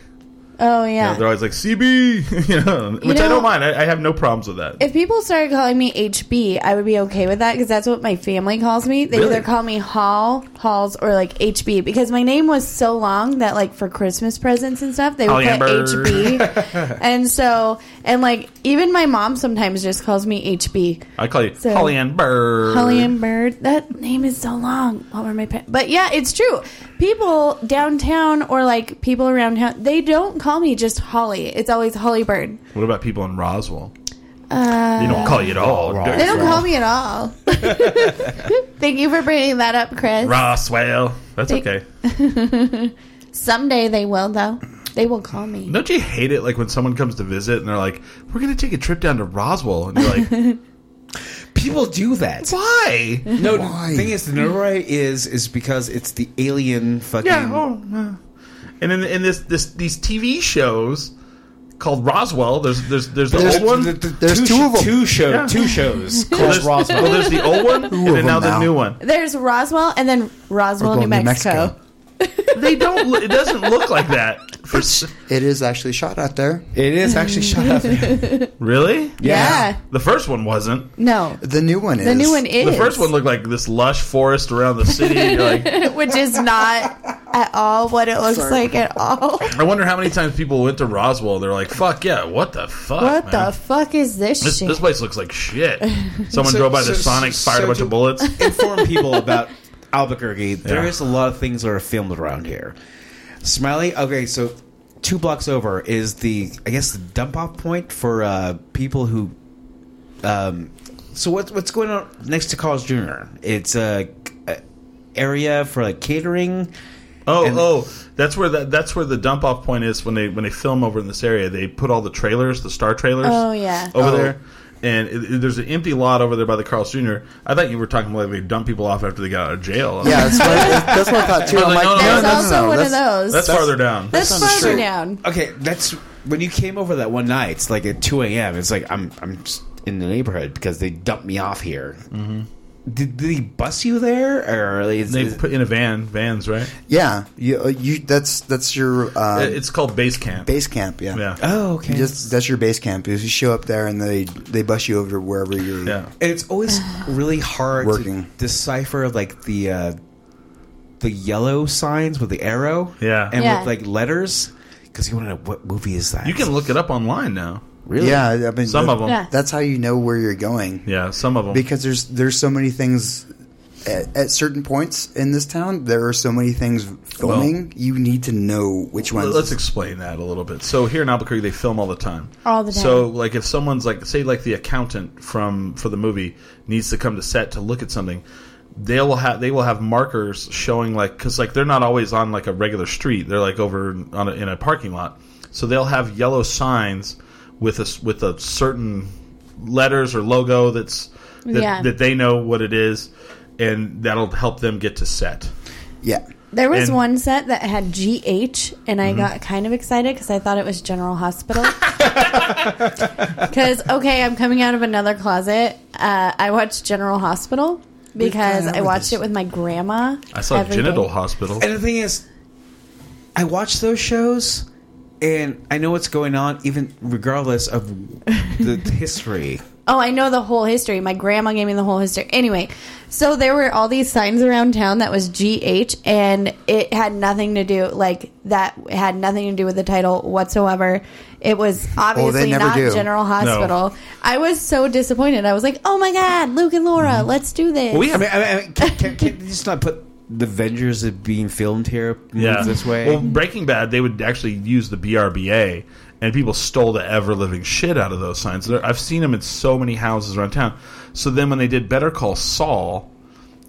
D: Oh
B: You know,
D: yeah.
B: they're always like CB, you know, which I
D: know-
B: don't mind. I, I have no problems with that.
D: if people started calling me HB, I would be okay with that because that's what my family calls me. They
B: Really?
D: either call me Hall, Halls, or like HB because my name was so long that like for Christmas presents and stuff they would
B: Holly
D: put
B: Amber.
D: HB. and so and like even my mom sometimes just calls me HB.
B: I call you
D: So-
B: Holly Ann Bird.
D: Holly and Bird. That name is so long. What were my pa- But yeah, it's true. People downtown or like people around town, they don't call me just Holly. It's always Holly Bird.
B: What about people in Roswell? Uh, they don't call you at all.
C: Roswell.
D: They don't call me at all. Thank you for bringing that up, Chris.
B: Roswell. That's
D: They-
B: okay.
D: Someday they will, though. They will call me.
B: Don't you hate it like when someone comes to visit and they're like, "We're gonna take a trip down to Roswell," and you're like,
C: People do that.
B: "Why?"
C: No,
E: Why?
C: the thing is, the notoriety is is because it's the alien fucking.
B: Yeah. Oh. uh. And in, in this this these TV shows called Roswell, there's there's there's the
E: There's
B: old one.
E: the- There's two
C: sh-
E: of 'em.
C: Two show,
B: Yeah.
C: two shows
B: well,
C: called
B: there's, well,
C: Roswell.
B: there's the old one, and
E: of
B: then now the
E: them now.
B: new one.
D: There's Roswell and then Roswell,
E: We're
D: New
E: going to
D: Mexico.
E: Mexico.
B: They don't. lo- It doesn't look like that. For s-
E: It is actually shot out there.
C: It is actually shot up. there.
B: really?
D: Yeah.
B: The first one wasn't.
D: No.
E: The new one is.
D: The new one is.
B: The first one looked like this lush forest around the city. You're like,
D: Which is not at all what it looks like at all.
B: I wonder how many times people went to Roswell. They're like, "Fuck yeah, what the fuck?
D: What
B: man?
D: the fuck is this,
B: This,
D: shit?
B: this place looks like shit. Someone
C: So-
B: drove by the
C: so-
B: Sonic,
C: so-
B: fired a
C: so
B: bunch
C: to-
B: of bullets.
C: Inform people about Albuquerque. There
B: Yeah.
C: is a lot of things that are filmed around here. Smiley. Okay, so two blocks over is the I guess the dump off point for uh, people who. Um, so what's what's going on next to Carl's Jr. It's a, a area for like catering.
B: Oh,
C: And-
B: oh, that's where that that's where the dump off point is when they when they film over in this area. They put all the trailers, the star trailers.
D: Oh, yeah.
B: over
E: Oh.
B: there. And it, it- there's an empty lot over there by the Carl's Jr. I thought you were talking about like they dump people off after they got out of jail.
E: Yeah, that's what, that's what I thought too.
B: I was
E: I'm
B: like, oh,
E: like,
B: no, no,
D: There's
E: no, no, no, no,
D: also
E: no,
D: one of
E: that's-
D: those.
B: that's, farther down.
D: That's,
E: on the
D: farther
E: street.
D: down.
C: Okay, that's when you came over that one night. It's like at two a.m. It's like I'm I'm just in the neighborhood because they dumped me off here. Did, did he bus you there, or is,
B: Mm-hmm. They
C: is-
B: put in a van, vans, right?
E: Yeah, you, uh, you that's that's your uh,
B: it's called base camp.
E: base camp. Yeah,
B: yeah.
C: oh okay?
E: Just that's your base camp. You show up there and they they bus you over to wherever you're.
B: yeah.
C: and it's always really hard
E: Working.
C: to decipher like the uh, the yellow signs with the arrow,
B: Yeah.
C: and
D: Yeah.
C: with like letters, because you want to know what movie is that.
B: You can look it up online now.
C: really,
E: Yeah, I mean,
B: Some
E: that-
B: of them.
D: Yeah.
B: Yeah.
E: That's how you know where you're going
B: some of them.
E: because there's there's so many things. At, at certain points in this town, there are so many things filming. you need to know which ones.
B: Let's explain that a little bit. So here in Albuquerque, they film all the time.
D: All the time.
B: So like, if someone's like, say, like the accountant from for the movie needs to come to set to look at something, they will have they will have markers showing like because like they're not always on like a regular street. They're like over on a, in a parking lot. So they'll have yellow signs with a s- with a certain letters or logo that's that,
D: Yeah.
B: that they know what it is, and that'll help them get to set.
E: yeah,
D: There
B: And-
D: was
B: Mm-hmm.
D: one set that had GH, and I got kind of excited because I thought it was General Hospital. Because, okay, I'm coming out of another closet. Uh, I watched General Hospital because
E: out
D: I
E: with
D: watched
E: this.
D: it with my grandma.
B: I saw
D: every
B: Genital
D: day.
B: Hospital.
C: And the thing is, I watch those shows, and I know what's going on, even regardless of the history.
D: Oh, I know the whole history. My grandma gave me the whole history. Anyway, so there were all these signs around town that was GH, and it had nothing to do like that had nothing to do with the title whatsoever. It was obviously
E: Oh, never
D: not
E: do.
D: General Hospital. I was so disappointed. I was like, "Oh my God, Luke and Laura,
B: Mm-hmm.
D: let's do this."
C: I mean, I mean can, can, can they just not put the Avengers of being filmed here yeah. this way?
B: Well, Breaking Bad, they would actually use the BRBA, and people stole the ever living shit out of those signs. There- I've seen them in so many houses around town. So then, when they did Better Call Saul,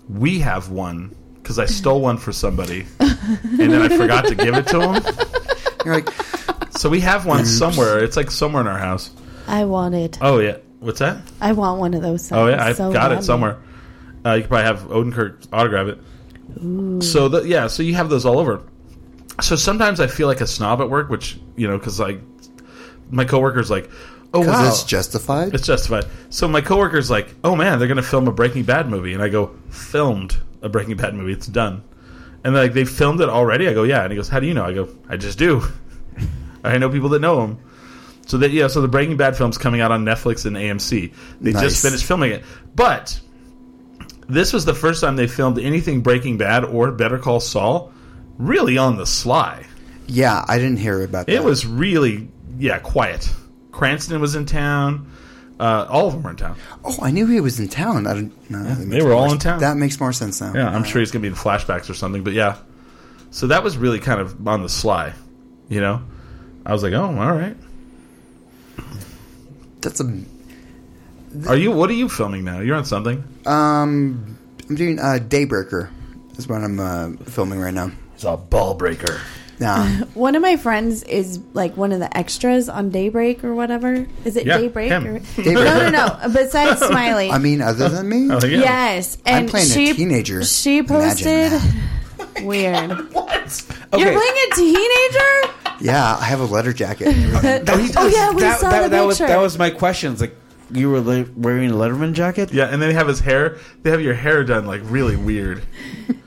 B: we have one because I stole one for somebody, and then I forgot to give it to him.
E: you're like
B: So we have one somewhere. It's like somewhere in our house.
D: I want it.
B: Oh yeah, what's that?
D: I want one of those. Signs
B: Oh yeah, I've
D: so
B: got it
D: badly.
B: somewhere. Uh, you could probably have Odenkirk autograph it. So the, yeah, so you have those all over. So sometimes I feel like a snob at work, which you know, because like my coworkers like, oh
E: because
B: wow,
E: it's justified.
B: it's justified. So my coworkers like, oh man, they're gonna film a Breaking Bad movie, and I go, filmed a Breaking Bad movie, it's done. And they're like, they filmed it already. I go, yeah. And he goes, how do you know? I go, I just do. I know people that know them. So that yeah, so the Breaking Bad film's coming out on Netflix and AMC. They
E: Nice.
B: just finished filming it, but this was the first time they filmed anything Breaking Bad or Better Call Saul, really on the sly.
E: yeah, I didn't hear about that.
B: It was really yeah quiet. Cranston was in town. Uh, all of them were in town.
E: Oh, I knew he was in town. I didn't, no, that makes
B: were all
E: more-
B: in town.
E: That makes more sense now.
B: Yeah, I'm sure he's going to be in flashbacks or something. But yeah, so that was really kind of on the sly, you know. I was like, oh, all right.
E: That's a
B: Are you? What are you filming now? You're on something.
E: Um, I'm doing uh, Daybreaker. Is what I'm uh, filming right now.
B: It's a ball breaker.
E: Nah,
D: One of my friends is like one of the extras on Daybreak or whatever. Is it
B: Yeah,
D: Daybreak?
B: him.
D: Or...
E: Daybreak.
D: No, no, no. Besides Smiley,
E: I mean, other than me,
B: Oh yeah.
D: Yes, and
E: I'm playing
D: she,
E: a teenager.
D: She
E: Imagine
D: posted
E: that.
D: weird.
C: Okay.
D: You're playing a teenager?
E: Yeah, I have a leather jacket. and everything.
C: No, he
D: Oh,
C: does-
D: yeah, we saw the
C: that was
D: picture.
C: that was my questions. Like you were le- wearing a Letterman jacket.
B: Yeah, and they have his hair. They have your hair done like really weird.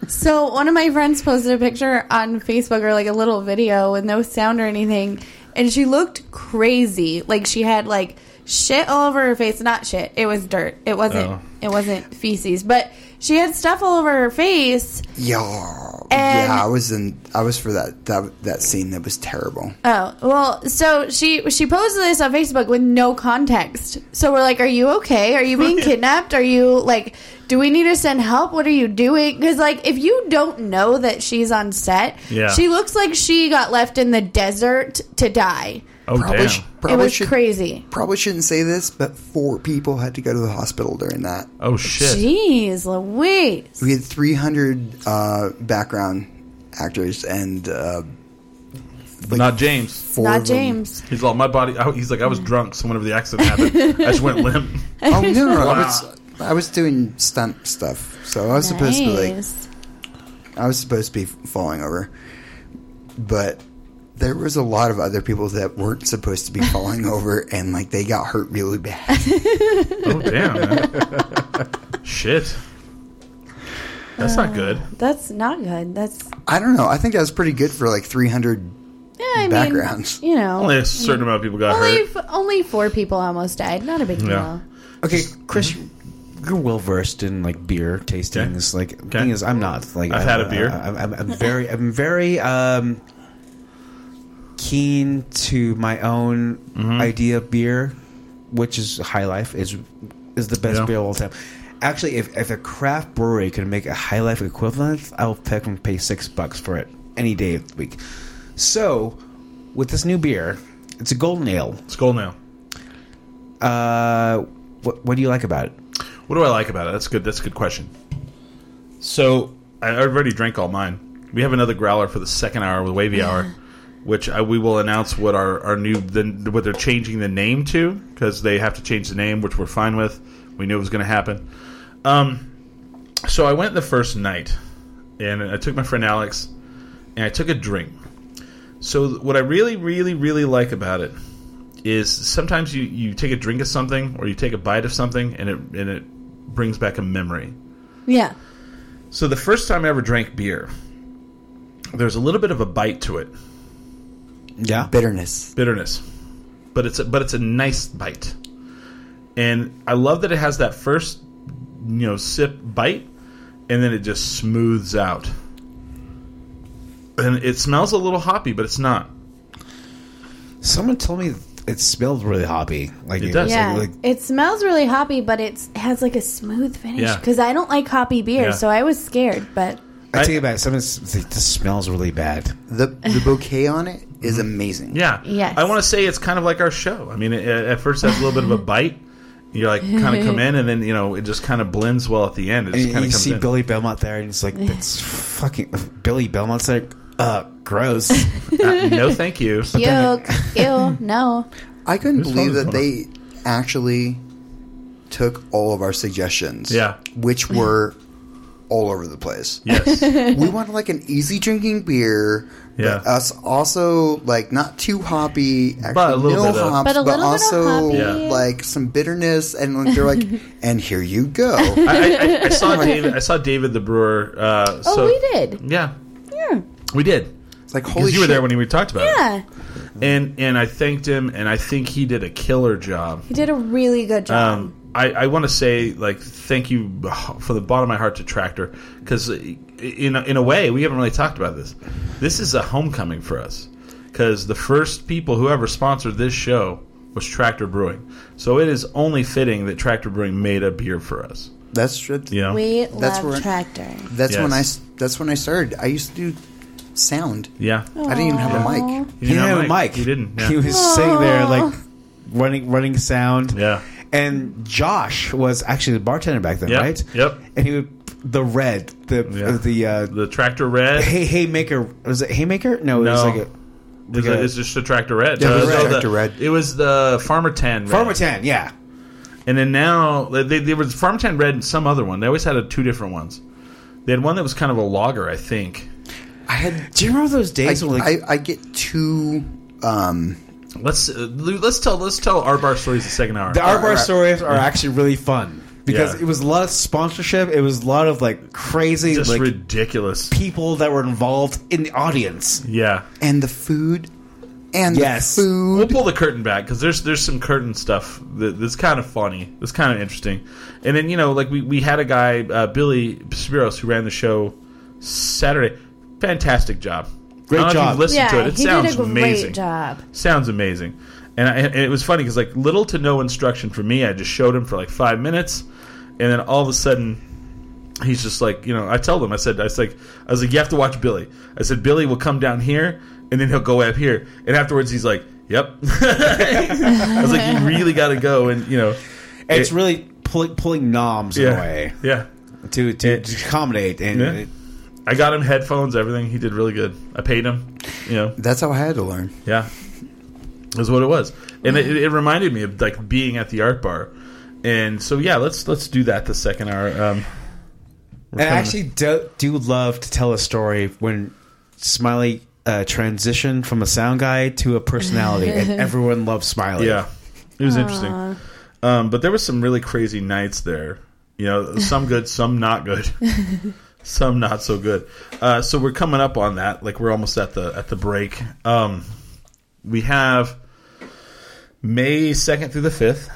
D: So one of my friends posted a picture on Facebook or like a little video with no sound or anything, and she looked crazy. Like she had like shit all over her face. Not shit. It was dirt. It wasn't.
B: Oh.
D: It wasn't feces, but she had stuff all over her face.
E: yeah,
D: And-
E: yeah, I was in. I was for that that that scene that was terrible.
D: Oh well, so she she posted this on Facebook with no context. So we're like, "Are you okay? Are you being kidnapped? Are you like, do we need to send help? What are you doing?" Because like, if you don't know that she's on set,
B: Yeah.
D: she looks like she got left in the desert to die.
B: Oh damn.
E: sh-
D: it was
E: should-
D: crazy.
E: Probably shouldn't say this, but four people had to go to the hospital during that.
B: oh shit.
D: Jeez, Louise.
E: We had 300 uh, background actors, and uh,
B: Not James.
E: four
D: Not
E: of them-
D: James.
B: He's all my body. I, he's like I was drunk. So whenever the accident happened, I just went limp.
E: Oh no, no, no, I
B: Wow.
E: was I was doing stunt stuff, so I was supposed to be like
D: Nice.
E: I was supposed to be falling over, but there was a lot of other people that weren't supposed to be falling over, and like they got hurt really bad.
B: Oh damn. Man. shit. That's not good.
D: That's not good. That's
E: I don't know. I think that was pretty good for like 300.
D: yeah, I mean,
E: Backgrounds.
D: you know,
B: Only a certain amount of people got
D: only,
B: hurt.
D: f- only four people almost died. Not a big deal.
B: Yeah.
C: Okay, Chris, mm-hmm. you're well versed in like beer tastings. Like thing is, I'm not. Like
B: I've
C: I-
B: had a beer.
C: I, am I'm very, I'm very um, keen to my own
B: Mm-hmm.
C: idea of beer, which is High Life is is the best
B: Yeah.
C: beer of all time. Actually, if, if a craft brewery could make a High Life equivalent, I'll pick and pay six bucks for it any day of the week. So, with this new beer, it's a golden ale.
B: It's gold now.
C: Uh, what, what do you like about it?
B: What do I like about it? That's good. That's a good question. So I I already drank all mine. We have another growler for the second hour with Wavy Hour, which I, we will announce what our, our new the, what they're changing the name to because they have to change the name, which we're fine with. We knew it was going to happen. Um, so I went the first night, and I took my friend Alex, and I took a drink. So th- what I really, really, really like about it is sometimes you, you take a drink of something or you take a bite of something and it and it brings back a memory.
D: Yeah.
B: So the first time I ever drank beer, there's a little bit of a bite to it,
C: Yeah.
E: Bitterness.
B: bitterness, but it's a, but it's a nice bite, and I love that it has that first you know sip bite, and then it just smooths out, and it smells a little hoppy, but it's not.
C: Someone told me it smelled really hoppy. Like
B: It does. It's
D: Yeah,
C: like-
D: it smells really hoppy, but it has like a smooth finish.
B: Yeah.
D: Because I don't like hoppy beer,
B: Yeah.
D: so I was scared. But
C: I tell you about it. Someone said, this smells really bad.
E: The the bouquet on it
D: Mm-hmm.
E: is amazing.
B: Yeah.
D: Yes.
B: I want to say it's kind of like our show. I mean, it, it- at first, that's a little bit of a bite. You're like kind of come in, and then you know it just kind of blends well at the end. It
C: And
B: just
C: you
B: kind of comes
C: see
B: in.
C: Billy Belmont there, and it's like that's fucking Billy Belmont's like, uh, gross.
B: Uh, no, thank you.
D: ew, ew, no.
E: I couldn't
B: Whose
E: believe that
B: phone
E: they actually took all of our suggestions.
B: Yeah.
E: Which were all over the place.
B: Yes.
E: we wanted like an easy drinking beer.
B: Yeah.
E: But us also like not too hoppy, actually
B: But a little
E: no
B: bit of-
E: hops,
D: But
E: but,
D: a little bit of
E: also
D: hoppy.
B: Yeah.
E: like some bitterness, and like, they're like, and here you go.
B: I, I, I saw David. I saw David the brewer. Uh,
D: Oh,
B: so,
D: we did.
B: Yeah,
D: Yeah.
B: we did.
E: It's like holy
B: Because you were
E: shit.
B: there when we talked about it.
D: Yeah.
B: And and I thanked him, and I think he did a killer job.
D: He did a really good job.
B: Um, I, I want to say like thank you for the bottom of my heart to Tractor because in a, in a way we haven't really talked about this. This is a homecoming for us because the first people who ever sponsored this show was Tractor Brewing, so it is only fitting that Tractor Brewing made a beer for us.
E: That's that's,
B: You know,
D: we
E: that's
D: love
E: where-
D: Tractor.
E: that's when I
B: Yes.
E: s- that's when I started. I used to do sound.
B: yeah.
E: I didn't even have a
D: Aw.
E: mic.
B: You
C: he didn't have a
B: Mike.
C: mic.
B: You didn't. Yeah.
C: He was sitting there like running, running sound.
B: Yeah.
C: And Josh was actually the bartender back then,
B: Yep,
C: right?
B: yep.
C: And he would the red, the
B: Yeah.
C: the uh,
B: the Tractor Red.
C: hey haymaker was it haymaker? No, it was
B: No.
C: like a
B: It's,
C: like
B: a-
C: a-
B: it's just a Tractor Red. Uh,
E: Yeah, it was
B: no,
E: Tractor
B: the-
E: Red.
B: It was the Farmer Ten. Red.
C: farmer ten. Yeah.
B: And then now they, there was Farm Town Red and some other one. They always had a, two different ones. They had one that was kind of a lager, I think.
E: I had
C: Do you remember those
E: I,
C: days when like
E: I, I get too um
B: Let's uh, Lou, let's tell let's tell our bar stories the second hour.
C: The art bar
E: right.
C: stories are actually really fun because
B: Mm-hmm. Yeah.
C: it was a lot of sponsorship. It was a lot of like crazy
B: just
C: like
B: ridiculous.
C: people that were involved in the audience.
B: Yeah,
E: and the food and
C: Yes.
E: the
B: we'll
E: food.
B: pull the curtain back because there's there's some curtain stuff that, that's kind of funny. That's kind of interesting. And then you know like we we had a guy uh, Billy Spiros who ran the show Saturday. Fantastic job.
C: Great
B: I don't know if
C: job.
B: you've listened
D: yeah,
B: to it. It
D: he
B: sounds
D: did a great
B: amazing.
D: job.
B: sounds amazing and, I, and it was funny because like little to no instruction for me i just showed him for like five minutes and then all of a sudden he's just like you know i tell him i said i was like i was like you have to watch billy i said billy will come down here and then he'll go up here and afterwards he's like yep i was like you really gotta go and you know
C: It's
B: it-
C: really pull, pulling noms in a way
B: yeah
C: to to, to accommodate and
B: Yeah. i got him headphones everything he did really good i paid him you know
E: That's how I had to learn.
B: Yeah, is what it was, and it, it reminded me of like being at the art bar, and so yeah, let's let's do that the second hour. Um, we're
C: I
B: coming-
C: actually do, do love to tell a story when Smiley uh, transitioned from a sound guy to a personality, and everyone loves Smiley.
B: yeah, it was interesting. Um, but there was some really crazy nights there. You know, some good, some not good. some not so good. Uh, so we're coming up on that. Like we're almost at the at the break. Um, we have May second through the fifth.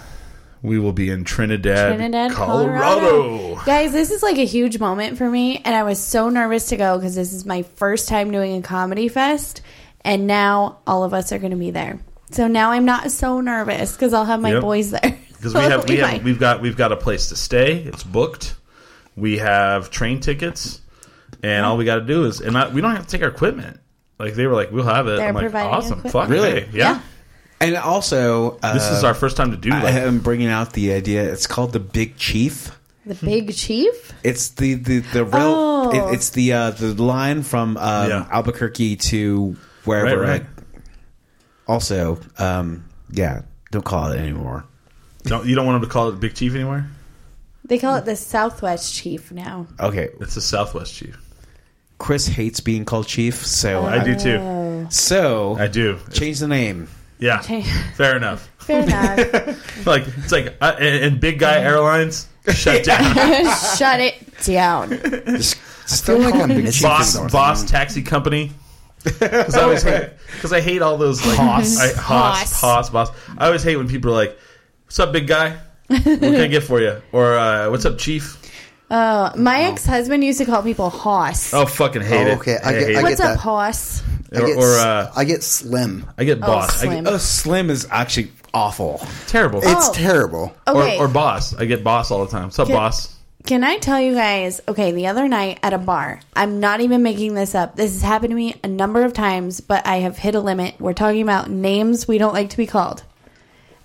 B: We will be in Trinidad,
D: Trinidad, Colorado. Guys, this is like a huge moment for me, and I was so nervous to go because this is my first time doing a comedy fest, and now all of us are going to be there. So now I'm not so nervous because I'll have my
B: Yep.
D: boys there.
B: because
D: So
B: we have
D: it'll be
B: we have
D: fine.
B: we've got we've got a place to stay. It's booked. We have train tickets, and all we got to do is and I, we don't have to take our equipment. Like they were like, we'll have it.
D: They're
B: I'm like,
D: providing
B: awesome,
D: equipment.
B: fuck,
C: Really?
B: hey, yeah.
C: And also, uh,
B: This is our first time to do
C: I
B: that.
C: am bringing out the idea. It's called the Big Chief.
D: the big chief.
C: It's the the the rail.
D: Oh.
C: It, it's the uh, the line from um,
B: Yeah.
C: Albuquerque to wherever.
B: Right, right.
C: I- also, um, yeah, don't call it anymore.
B: Don't you don't want them to call it Big Chief anywhere?
D: They call it the Southwest Chief now.
C: Okay,
B: It's the Southwest Chief.
C: Chris hates being called chief, so
B: I do too.
D: Oh,
C: So
B: I do.
C: change the name.
B: Yeah,
D: Okay.
B: fair enough.
D: fair enough.
B: Like it's like uh, and, and Big Guy Airlines shut down.
D: Shut it down.
C: Just,
E: I feel like I'm missing
B: Boss
E: something.
B: Boss Taxi Company. Because I always hate because I hate all those like
C: Hoss.
B: I, hoss,
D: Hoss.
B: hoss, boss. I always hate when people are like, "What's up, big guy? What can I get for you?" Or uh, "What's up, chief?"
D: Uh, my ex husband used to call people hoss.
B: Oh, fucking hate
E: Oh,
B: it.
E: okay, I get-
B: hate
E: I
B: it.
D: What's up,
E: that.
D: hoss?
E: I
B: or
E: get,
B: or uh,
E: I get slim.
B: I get boss. I
D: slim.
B: get
C: oh, slim is actually awful.
B: terrible.
E: It's
D: Oh.
E: terrible.
D: Okay.
B: Or, or boss. I get boss all the time. What's up,
D: Get-
B: boss?
D: Can I tell you guys? Okay, the other night at a bar, I'm not even making this up. This has happened to me a number of times, but I have hit a limit. We're talking about names we don't like to be called.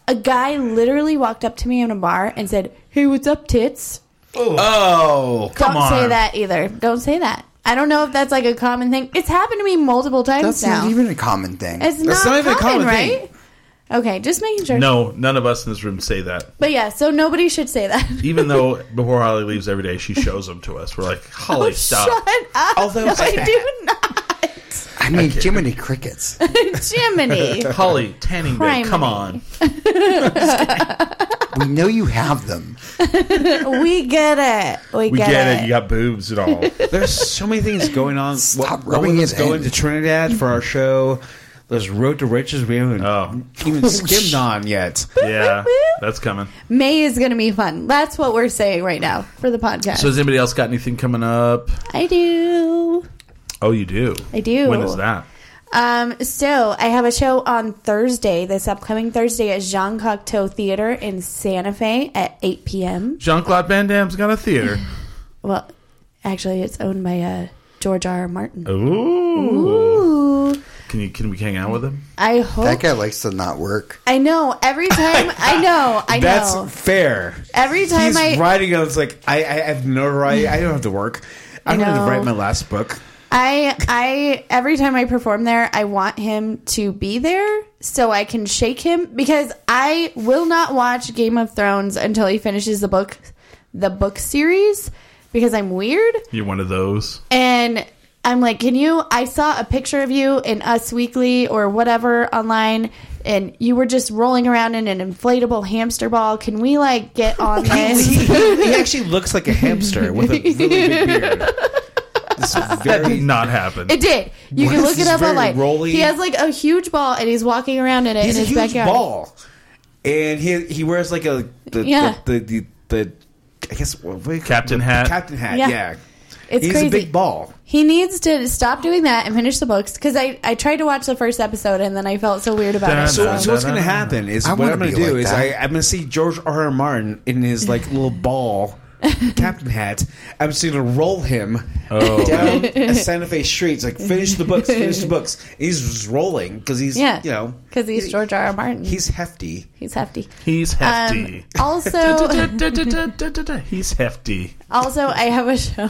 D: A guy literally walked up to me in a bar and said, Hey, what's up, tits?
C: Oh,
D: don't say
B: on.
D: that either. Don't say that. I don't know if that's like a common thing. It's happened to me multiple times
E: That's
D: now.
E: not even a common thing.
D: it's not,
C: That's not even a
D: common,
C: common thing.
D: right? Okay, just making sure.
B: No, none of us in this room say that.
D: But yeah, so nobody should say that.
B: Even though before Holly leaves every day, she shows them to us. We're like,
E: Oh,
B: Holly, stop.
D: Shut up.
C: Although-
D: no, I do not.
E: I mean, Jiminy Crickets.
D: Jiminy.
B: Holly Tanning Day,
D: Criminy.
B: come on.
E: we know you have them.
D: We get it. We,
B: We
D: get, it.
B: You got boobs and all.
C: There's so many things going on.
E: Stop
C: What- what
E: rubbing
C: with
E: it
C: us going to
E: in.
C: Trinidad for our show. There's Road to Riches we haven't
B: Oh.
C: even skimmed on yet.
B: yeah, that's coming.
D: May is going to be fun. That's what we're saying right now for the podcast.
B: So has anybody else got anything coming up?
D: I do.
B: Oh, you do.
D: I do.
B: When is that?
D: Um, so I have a show on Thursday, this upcoming Thursday at Jean Cocteau Theater in Santa Fe at 8 p.m.
B: Jean Claude Van Damme's got a theater.
D: Well, actually, it's owned by uh, George R. R. Martin.
B: Oh. Ooh.
D: Ooh,
B: Can you can we hang out with him?
D: I hope.
E: That guy likes to not work.
D: I know. Every time, I know. I
C: That's
D: know.
C: fair.
D: Every time
C: He's
D: I,
C: writing on it's like I, I have no right. I don't have to work. I'm going to
D: know.
C: write my last book.
D: I I every time I perform there, I want him to be there so I can shake him because I will not watch Game of Thrones until he finishes the book the book series because I'm weird
B: You're one of those.
D: and I'm like, "Can you I saw a picture of you in Us Weekly or whatever online and you were just rolling around in an inflatable hamster ball. Can we like get on this?"
C: he actually looks like a hamster with a really big beard. This is
B: That did
C: very.
B: not happen.
D: It did. You can
C: What?
D: look it
C: This is
D: up
C: very
D: online.
C: rolly.
D: He has like a huge ball, and he's walking around in it
C: He's a
D: in his
C: huge
D: backyard.
C: ball, and he he wears like a the
D: Yeah.
C: the, the, the, the I guess what, what do you call
B: Captain
C: it?
B: hat.
C: Captain hat.
D: Yeah.
C: Yeah,
D: It's
C: he's
D: crazy.
C: a big ball.
D: He needs to stop doing that and finish the books because I, I tried to watch the first episode and then I felt so weird about it.
B: That's-
D: So.
C: So, so what's going to
B: Da-da-da-da-da.
C: happen is
E: I
C: what
E: wanna
C: I'm going
E: be
C: to do
E: like
C: is
E: that.
C: I, I'm going to see George R. R. Martin in his like little ball captain hat. I'm just going to roll him
D: Oh.
C: down a Santa Fe streets. Like finish the books, finish the books. And he's just rolling because he's
D: Yeah,
C: you know
D: because he's
C: he-
D: George R. R. Martin. He's
C: He's hefty.
D: he's hefty.
B: He's hefty.
D: Um, also,
B: He's hefty.
D: also I have a show.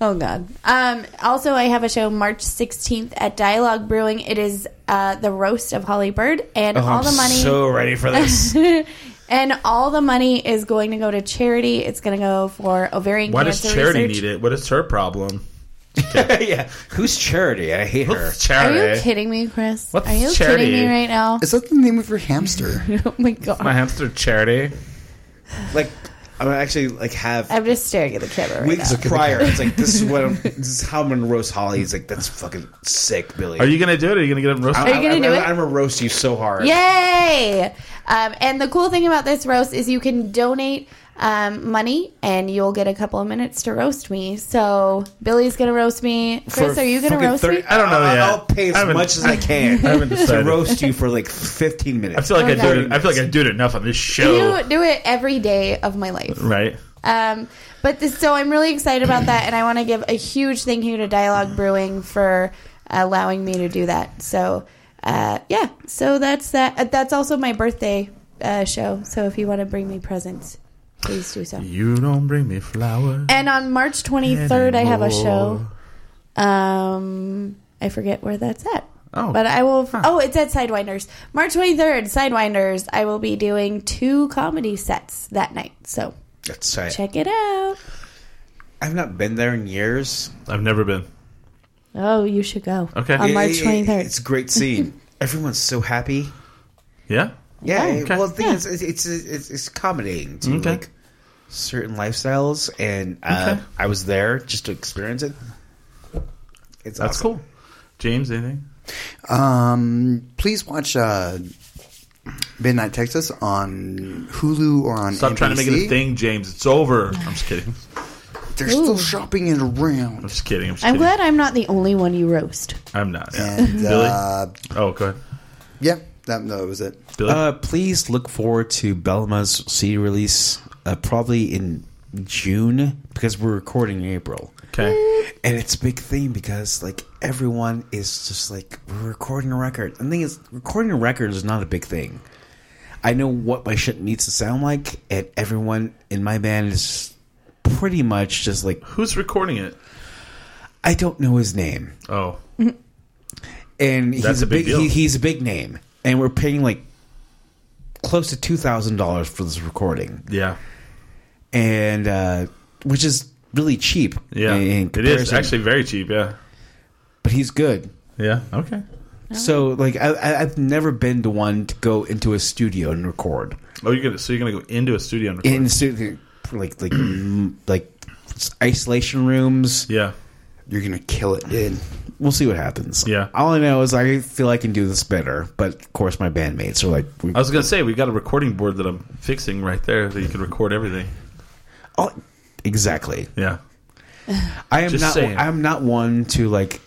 D: Oh God. Um. Also, I have a show March 16th at Dialogue Brewing. It is uh the roast of Holly Bird, and all the money.
C: Oh, so ready for this.
D: And all the money is going to go to charity. It's going to go for ovarian
B: Why does
D: cancer
B: charity
D: research.
B: need it? What is her problem?
C: yeah, who's Charity? I hate her.
D: Are
B: Charity.
D: you kidding me, Chris?
B: What's
D: Are you
B: charity?
D: kidding me right now?
E: Is that the name of your hamster?
D: Oh my god.
B: My hamster charity.
C: Like I would actually like have
D: I'm just staring at the camera right
C: weeks
D: now.
C: prior. It's like this is what I'm, this is how I'm gonna roast Holly. It's like that's fucking sick, Billy.
B: Are you gonna do it? Are you gonna get up and roast?
D: Are you gonna
C: I,
D: do
C: I,
D: it?
C: I'm gonna roast you so hard.
D: Yay! Um, and the cool thing about this roast is you can donate um, money, and you'll get a couple of minutes to roast me. So Billy's gonna roast me. Chris,
C: For
D: are you gonna
C: fucking
D: roast
C: 30
D: me?
B: I don't know
C: I'll,
B: yet.
C: I'll pay
B: I
C: as
B: haven't-
C: much as I can
B: I haven't
C: to
B: decided.
C: roast you for like 15 minutes.
B: I feel like I
D: Okay.
B: do it. I feel like I do it enough on this show,
D: Oh, You do it every day of my life.
B: right?
D: Um, but this, so I'm really excited about that, and I want to give a huge thank you to Dialogue Brewing for allowing me to do that. So, uh, yeah, so that's that. Uh, That's also my birthday uh, show. So if you want to bring me presents, please do so.
B: You don't bring me flowers.
D: And on March 23rd, I have a show. Um, I forget where that's at.
B: Oh.
D: But I will. Oh, it's at Sidewinders. March 23rd, Sidewinders. I will be doing two comedy sets that night. So
C: That's right.
D: check it out.
C: I've not been there in years.
B: I've never been.
D: Oh, you should go.
B: Okay.
D: On
B: Yeah,
D: March
C: It- it-
D: 23rd.
C: It's a great scene. Everyone's so happy.
B: Yeah.
C: Yeah.
D: Oh,
B: okay.
C: Well, the thing is, it's it's, it's, it's accommodating to
B: Okay.
C: like certain lifestyles, and uh,
B: Okay.
C: I was there just to experience it. It's
B: That's
C: awesome.
B: cool. James, anything?
E: Um, please watch uh, Midnight Texas on Hulu or on.
B: Stop trying to make it a
E: NBC.
B: thing, James. It's over. I'm just kidding.
E: They're still
D: Ooh.
E: shopping it
B: I'm
E: around.
B: just kidding. I'm, just
D: I'm
B: kidding.
D: glad I'm not the only one you roast.
B: I'm not. Yeah.
E: And
B: Billy.
E: uh,
B: oh, go ahead.
E: yeah, that, that was it.
B: Billy.
C: Uh, please look forward to Belma's CD release, uh, probably in June because we're recording in April.
B: okay.
C: And it's a big thing because like everyone is just like we're recording a record. And the thing is, recording a record is not a big thing. I know what my shit needs to sound like, and everyone in my band is pretty much just like
B: Who's recording it?
C: I don't know his name,
B: Oh,
C: and
B: That's
C: he's
B: a
C: a
B: big
C: big,
B: deal.
C: he, he's a big name, and we're paying like close to two thousand dollars for this recording.
B: yeah.
C: and uh, which is really cheap.
B: Yeah.
C: in- in
B: it is
C: comparison.
B: actually very cheap. Yeah.
C: but he's good.
B: Yeah. Okay. Oh.
C: So like I, I, I've never been to one to go into a studio and record
B: Oh, you're gonna so you're gonna go into a studio and record.
C: in studio like like mm, like isolation rooms.
B: yeah.
E: You're gonna kill it, dude.
C: We'll see what happens.
B: Yeah.
C: all I know is I feel I can do this better, but of course my bandmates are like, we-
B: I was gonna say we got a recording board that I'm fixing right there that you can record everything.
C: oh, exactly.
B: Yeah.
C: I am
B: Just
C: not.
B: saying.
C: I'm not one to like.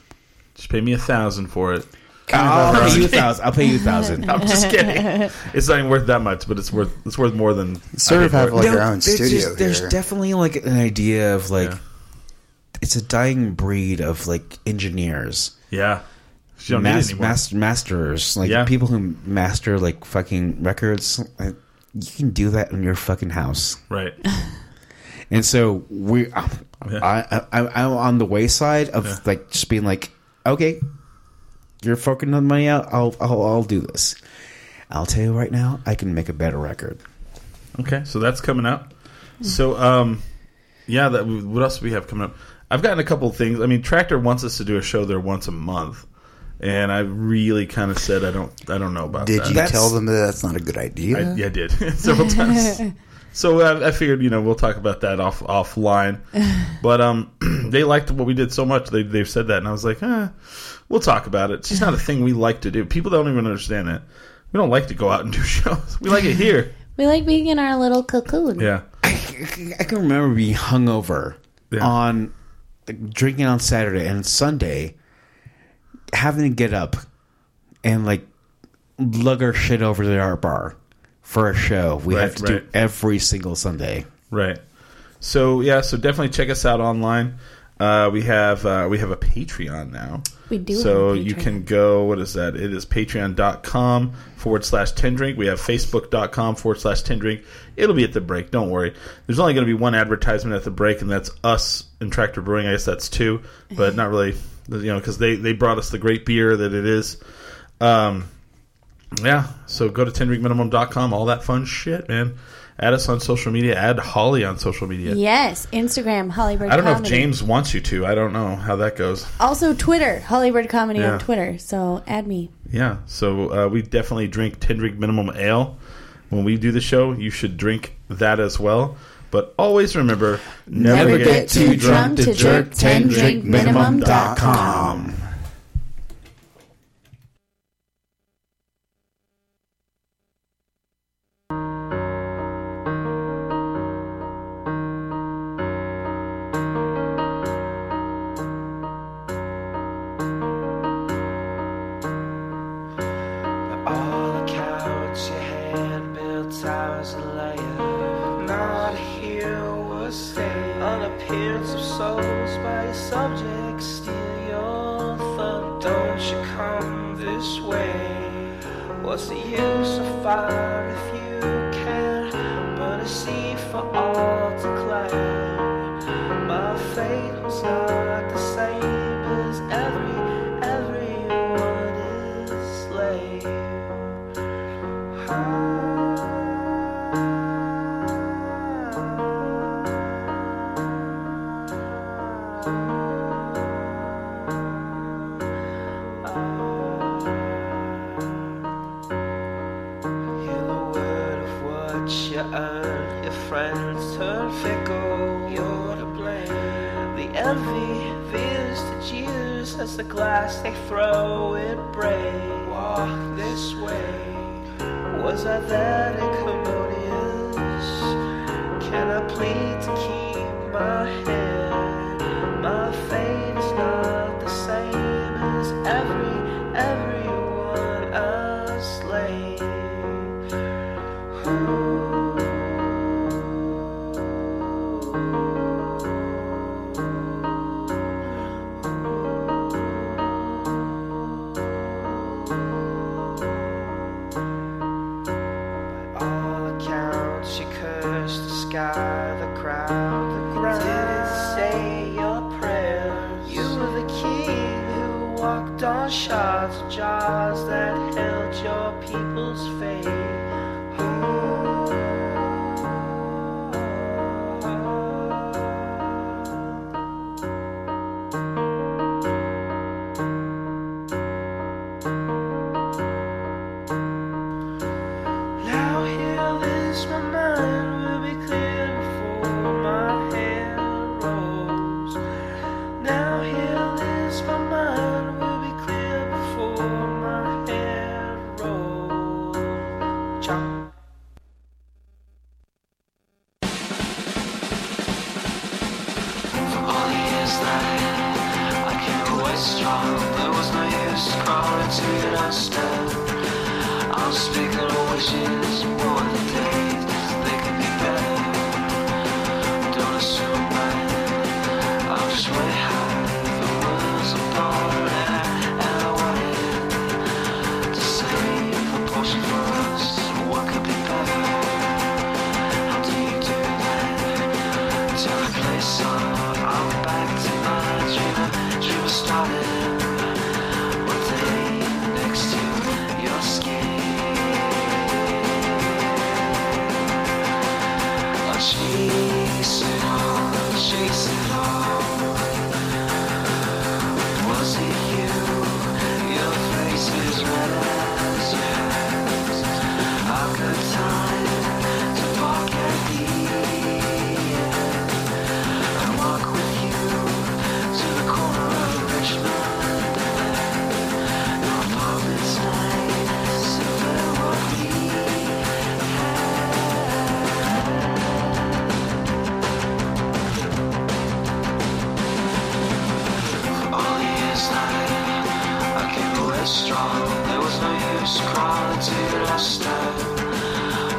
B: Just pay me a thousand for it.
C: I'll pay you a thousand. I'll pay you a thousand.
B: I'm just kidding. it's not even worth that much, but it's worth it's worth more than I
E: Sort
B: paid
E: of
B: for
E: have,
B: it.
E: like-
C: No,
E: their own
C: there's
E: studio
C: there's
E: here.
C: definitely like an idea of like
B: Yeah.
C: it's a dying breed of like engineers,
B: yeah. 'Cause You don't need it
C: mas-
B: anymore.
C: mas- masters, like
B: Yeah.
C: people who master like fucking records. Like, you can do that in your fucking house,
B: right.
C: and so we, I,
B: Yeah.
C: I, I, I'm on the wayside of
B: Yeah.
C: like just being like, okay, you're fucking the money out. I'll, I'll, I'll do this. I'll tell you right now, I can make a better record.
B: Okay, so that's coming up. So, um, yeah, that what else do we have coming up? I've gotten a couple of things. I mean, Tractor wants us to do a show there once a month, and I really kind of said I don't, I don't know about
E: Did
B: that.
E: you
C: That's-
E: tell them that that's not a good idea?
B: I, yeah, I did several times. So uh, I, I figured, you know, we'll talk about that off offline. But um, they liked what we did so much; they they've said that, and I was like, eh, we'll talk about it. It's just not a thing we like to do. People don't even understand it. We don't like to go out and do shows. We like it here.
D: We like being in our little cocoon.
B: Yeah,
C: I can remember being hungover
B: Yeah.
C: on like, drinking on Saturday and Sunday, having to get up and like lug our shit over to our bar for a show we
B: Right,
C: have to
B: right.
C: do every single Sunday.
B: Right. So yeah, so definitely check us out online. Uh, we have uh, we have a Patreon now.
D: We do have
B: So
D: a
B: you
D: Patreon.
B: can go. What is that? It is patreon.com forward slash ten drink. We have facebook.com forward slash ten drink. It'll be at the break. Don't worry. There's only going to be one advertisement at the break, and that's us and Tractor Brewing. I guess that's two, but not really. You know, because they they brought us the great beer that it is. Um, yeah. So go to tendrinkminimum.com, all that fun shit, man. Add us on social media. Add Holly on social media.
D: Yes, Instagram, Hollybird
B: I don't know if
D: Comedy.
B: James wants you to. I don't know how that goes.
D: Also, Twitter, Hollybird Comedy
B: Yeah.
D: on Twitter. So add me.
B: Yeah. So uh, we definitely drink Tendrick Minimum Ale. When we do the show, you should drink that as well. But always remember, never,
D: Never
B: get,
D: get
B: too drunk, to jerk
D: 10 drink minimum dot
E: com.
F: All the couch, your hand-built towers and layers. Not here was staying. An appearance of souls by your subjects. Steal your thought. Don't you come this way. What's the use of fire if you can't burn a seed for all to climb? My fate was not the same as every, everyone is slave. Hear the word of what you earn. Your friends turn fickle. You're to blame. The envy veers to jeers as the glass they throw it breaks. Walk this way. Was I that incommodious? Can I plead to keep my head? My fate is not the same as every everyone I slay. all accounts, you cursed the sky, the crowd, the ground. You didn't say your prayers. You were the king who walked on shards of jars that held your people's fate. Now hear this, my mind will be clear before my hand rolls. Now hear this, my mind will be clear before my hand rolls. Jump. all the years that I came away strong. There was no use crawling to an understand. I'm speaking of wishes more than days. They could be better. Don't assume that I'm just way high. The world's apart and I, and I wanted to save the portion for us. What could be better? How do you do that? to the place on I'm back to my dream Dream started One day next to your skin I chase it all, chase it all Was it you? Your face is red as yours I've got time to walk at the end and walk with you to the corner of Richmond. Your love is nice, so there will be. All the years that I came away strong, there was no use crawling to the last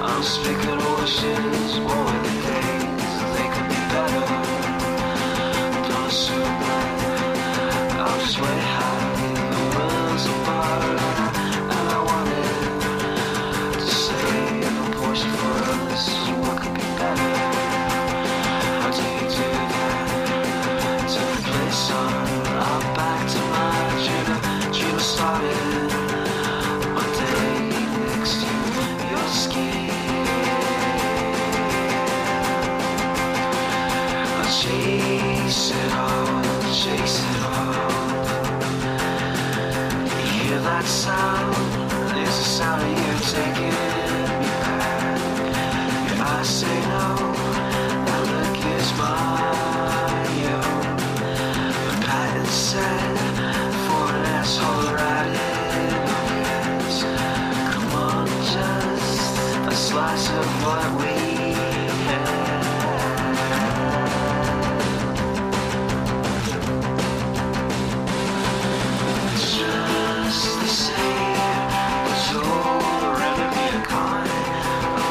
F: I'm speaking of wishes, more than days, they could be better. Don't assume that I'm just way high. The world's apart, and I wanted to save a portion for us. What could be better? How do you do that? To the place on, I'm back to my dream. Dream started. One day next to your skin. I chase it all, chase it all. You hear that sound? It's the sound of you taking me back. If I say no, is Mario. Patton said, for an asshole right in the ass. Come on, just a slice of what we had. Just the same, the solar enemy of kind, a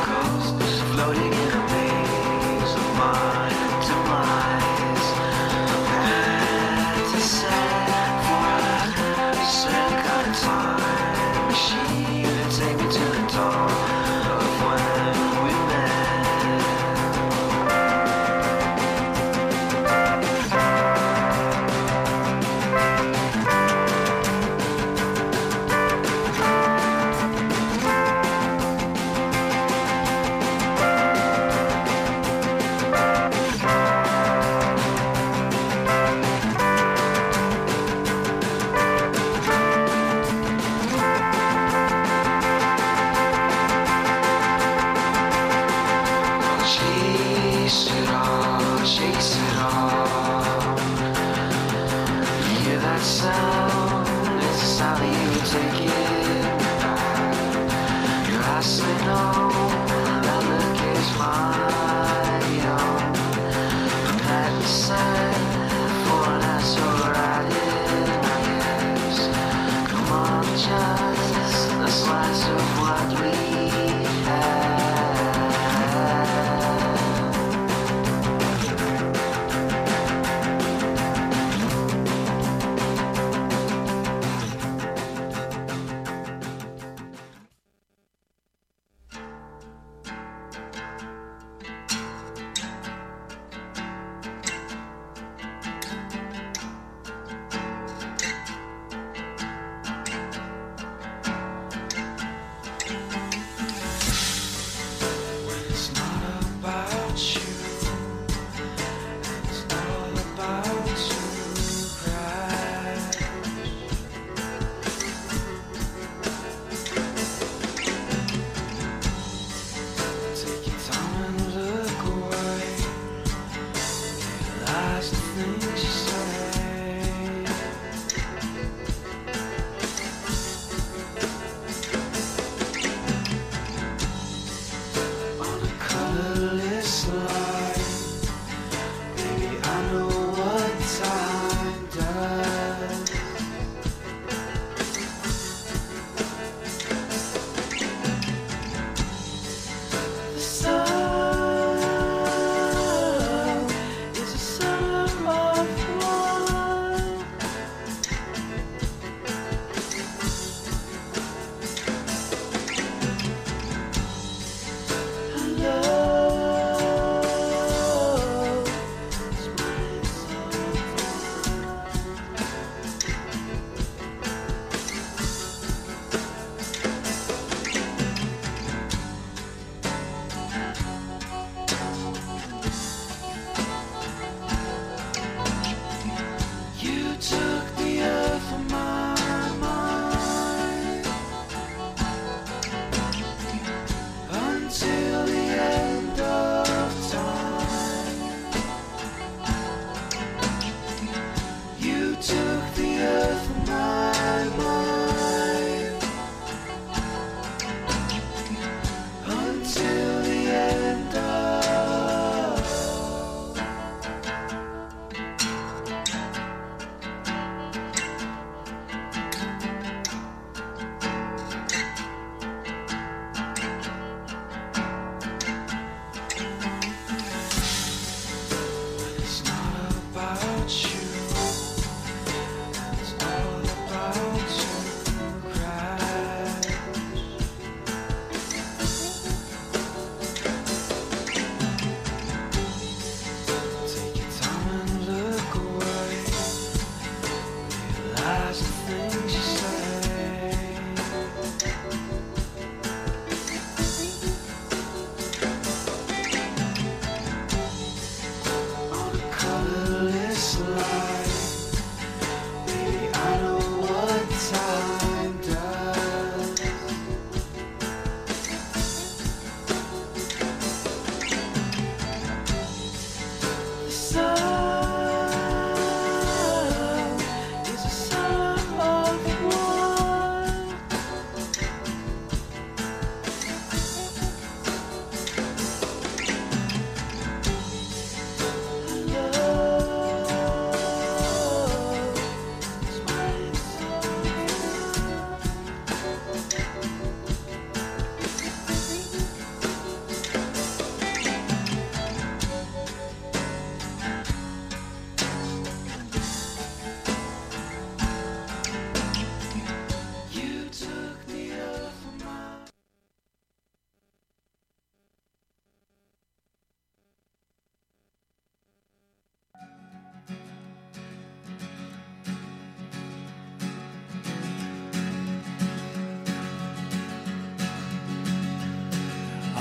F: ghost floating in a maze of mine demise. That's a sad for a sad kind of time machine to take me to the dawn of when we met. Chase it all, chase it all. Hear that sound? It's a sound that you take it back. Your eyes say no, that look is mine. I'm patent set for an asshole right in my hands. Come on, just a slice of what we had.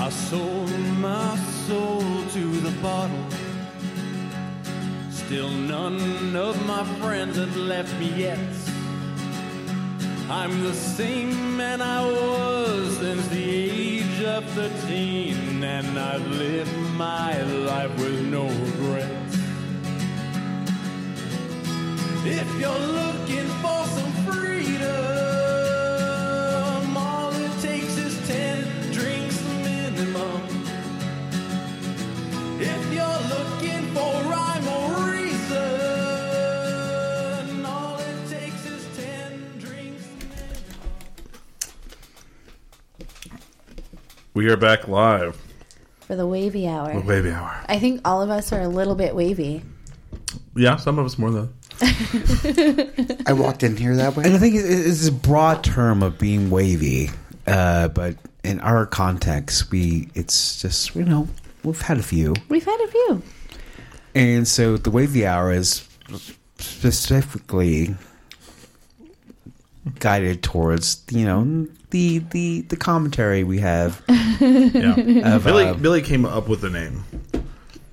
A: sold my soul to the bottle. Still none of my friends have left me yet. I'm the same man I was since the age of 13, and I've lived my life with no regrets. If you're looking for some freedom, all it takes is 10 drinks minimum. If you're looking for rhyme or reason, all it takes is 10 drinks.
B: We are back live
D: for the wavy Oh, hour.
B: with Baby Hour.
D: I think all of us are a little bit wavy.
B: Yeah, some of us more than.
E: I walked in here that
C: And
E: way.
C: I think it- it's a broad term of being wavy, uh, but in our context, we it's just you know we've had a few,
D: We've had a few.
C: and so the wavy hour is specifically guided towards you know the the the commentary we have.
B: Yeah.
C: Of,
B: Billy
C: uh,
B: Billy came up with the name.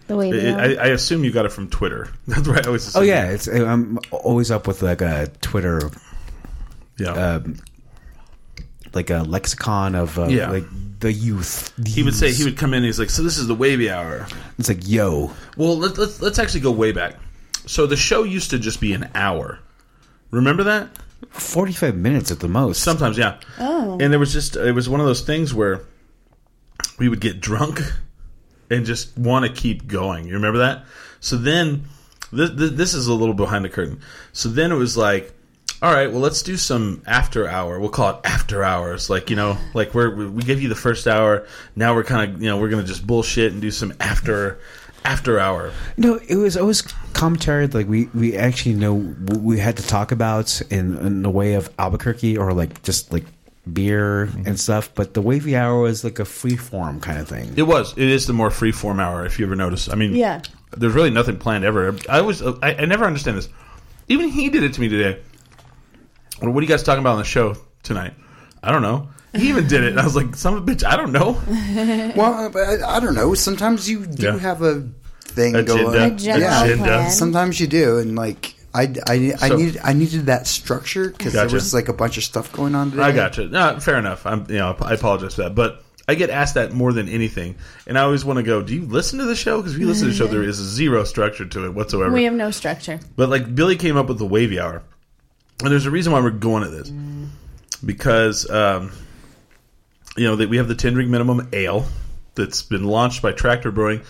D: The wavy
B: It-
D: hour.
B: I, I assume you got it from Twitter. That's why I always.
C: oh
B: assume.
C: yeah, it's I'm always up with like a Twitter
B: yeah.
C: um, like a lexicon of uh,
B: Yeah.
C: like the youth.
B: he would say he would come in. He's like, "So this is the wavy hour."
C: It's like yo,
B: Well, let, let's let's actually go way back. So the show used to just be an hour. Remember that?
C: forty five minutes at the most.
B: Sometimes, yeah.
D: Oh.
B: And there was just it was one of those things where we would get drunk and just want to keep going. You remember that? So then this, this is a little behind the curtain. So then it was like, all right, well let's do some after hour. We'll call it after hours. Like you know, like we're we we give you the first hour. Now we're kind of you know we're gonna just bullshit and do some after after hour.
C: No, it was always commentary. Like we, we actually know what we had to talk about in in the way of Albuquerque or like just like beer and stuff. But the wavy hour was like a free form kind of thing.
B: It was. It is the more free form hour. If you ever notice, I mean,
D: Yeah.
B: there's really nothing planned ever. I always, I, I never understand this. Even he did it to me today. Well, what are you guys talking about on the show tonight? I don't know. He even did it, and I was like, "Some of a bitch, I don't know."
E: Well, but I, I don't know. Sometimes you do
B: Yeah.
E: have a thing
B: Agenda.
E: going.
D: Agenda plan.
E: Sometimes you do, and like I, I, I
B: So-
E: needed I needed that structure because
B: Gotcha.
E: there was like a bunch of stuff going on today.
B: I gotcha. No, fair enough. I'm, you know, I apologize for that, but I get asked that more than anything, and I always want to go, "Do you listen to the show?" Because if you listen to the show, there is zero structure to it whatsoever.
D: we have no structure.
B: But like Billy came up with the wavy hour, and there's a reason why we're going at this because um, you know that we have the ten drink minimum ale that's been launched by Tractor Brewing.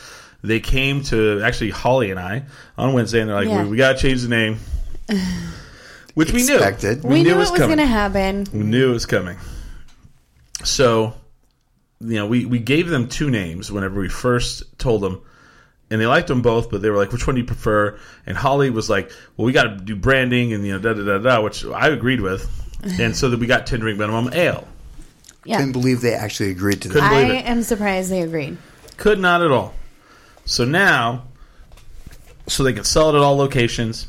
B: They came to actually Holly and I on Wednesday, and they're like,
D: Yeah.
B: "We, we got to change the name," which we knew.
E: Expected.
D: We, knew, it was going to happen.
B: We knew it was coming. So, you know, we, we gave them two names whenever we first told them, and they liked them both, but they were like, which one do you prefer? And Holly was like, well, we got to do branding and, you know, da da da da, which I agreed with. And so that we got 10 drink minimum ale.
D: Yeah.
E: Couldn't believe they actually agreed to
B: Couldn't
E: that.
D: I
B: believe it.
D: am surprised they agreed.
B: Could not at all. So now, so they can sell it at all locations,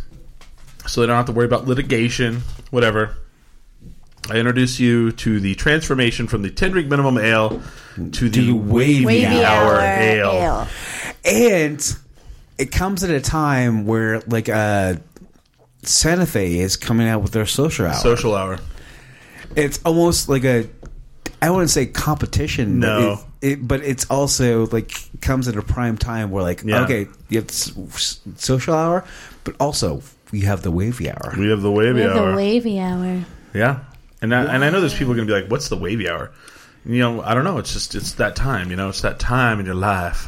B: so they don't have to worry about litigation, whatever. I introduce you to the transformation from the 10 drink minimum ale to the
C: the
B: wavy,
C: wavy
D: Wavy
B: hour,
D: hour,
B: ale.
D: ale.
C: And it comes at a time where like uh, Santa Fe is coming out with their social hour.
B: Social hour.
C: it's almost like a I wouldn't say competition.
B: No.
C: but, it, it, but it's also like comes at a prime time where like
B: Yeah.
C: okay, you have s- s- social hour, but also we have the wavy hour.
B: We have the wavy
D: We have
B: hour.
D: the wavy hour.
B: yeah. And I, and I know there's people going to be like, what's the wavy hour? You know, I don't know. It's just, it's that time, you know, it's that time in your life.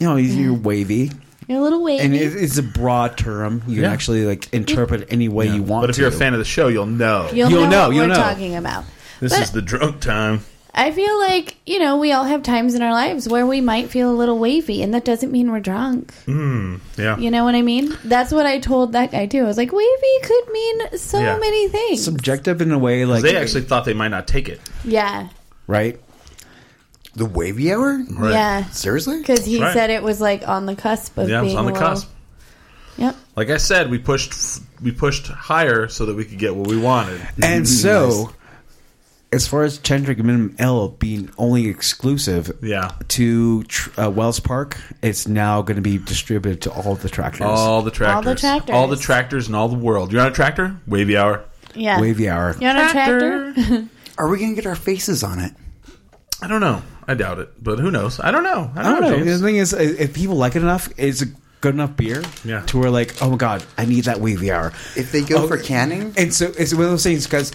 C: You know, you're wavy,
D: You're a little wavy.
C: and it, it's a broad term. You
B: Yeah.
C: can actually like interpret any way you want.
B: But if
C: to.
B: you're a fan of the show, you'll know.
D: you'll,
C: you'll
D: know,
C: know,
D: what
C: you'll
D: we're
C: know.
D: talking about.
B: this
D: but-
B: is the drunk time.
D: I feel like, you know, we all have times in our lives where we might feel a little wavy, and that doesn't mean we're drunk.
B: Yeah.
D: You know what I mean? That's what I told that guy, too. I was like, wavy could mean so
B: Yeah.
D: many things.
C: subjective in a way, like
B: They actually thought they might not take it.
D: yeah.
C: right.
E: The wavy hour?
B: Right.
D: Yeah.
E: Seriously?
D: Because he
B: That's right.
D: said it was like on the cusp of
B: Yeah, it
D: being
B: was on
D: a
B: the
D: little-
B: cusp.
D: Yep.
B: Like I said, we Mm-hmm. pushed we pushed higher so that we could get what we wanted.
C: And so as far as Chandrick Minimum L being only exclusive
B: Yeah.
C: to tr- uh, Wells Park, it's now going to be distributed to all the tractors.
B: All the tractors.
D: All the tractors.
B: All the tractors in all the world. You're on a tractor? Wavy hour.
D: Yeah.
C: Wavy hour.
D: You on a tractor?
E: Are we going to get our faces on it?
B: I don't know. I doubt it. But who knows? I don't know. I
C: I
B: don't,
C: don't know.
B: know.
C: The
B: James.
C: thing is, i- if people like it enough, it's a good enough beer
B: Yeah.
C: to where like, oh my god, I need that wavy hour.
E: If they go
C: Oh,
E: for canning,
C: and so it's one of those things because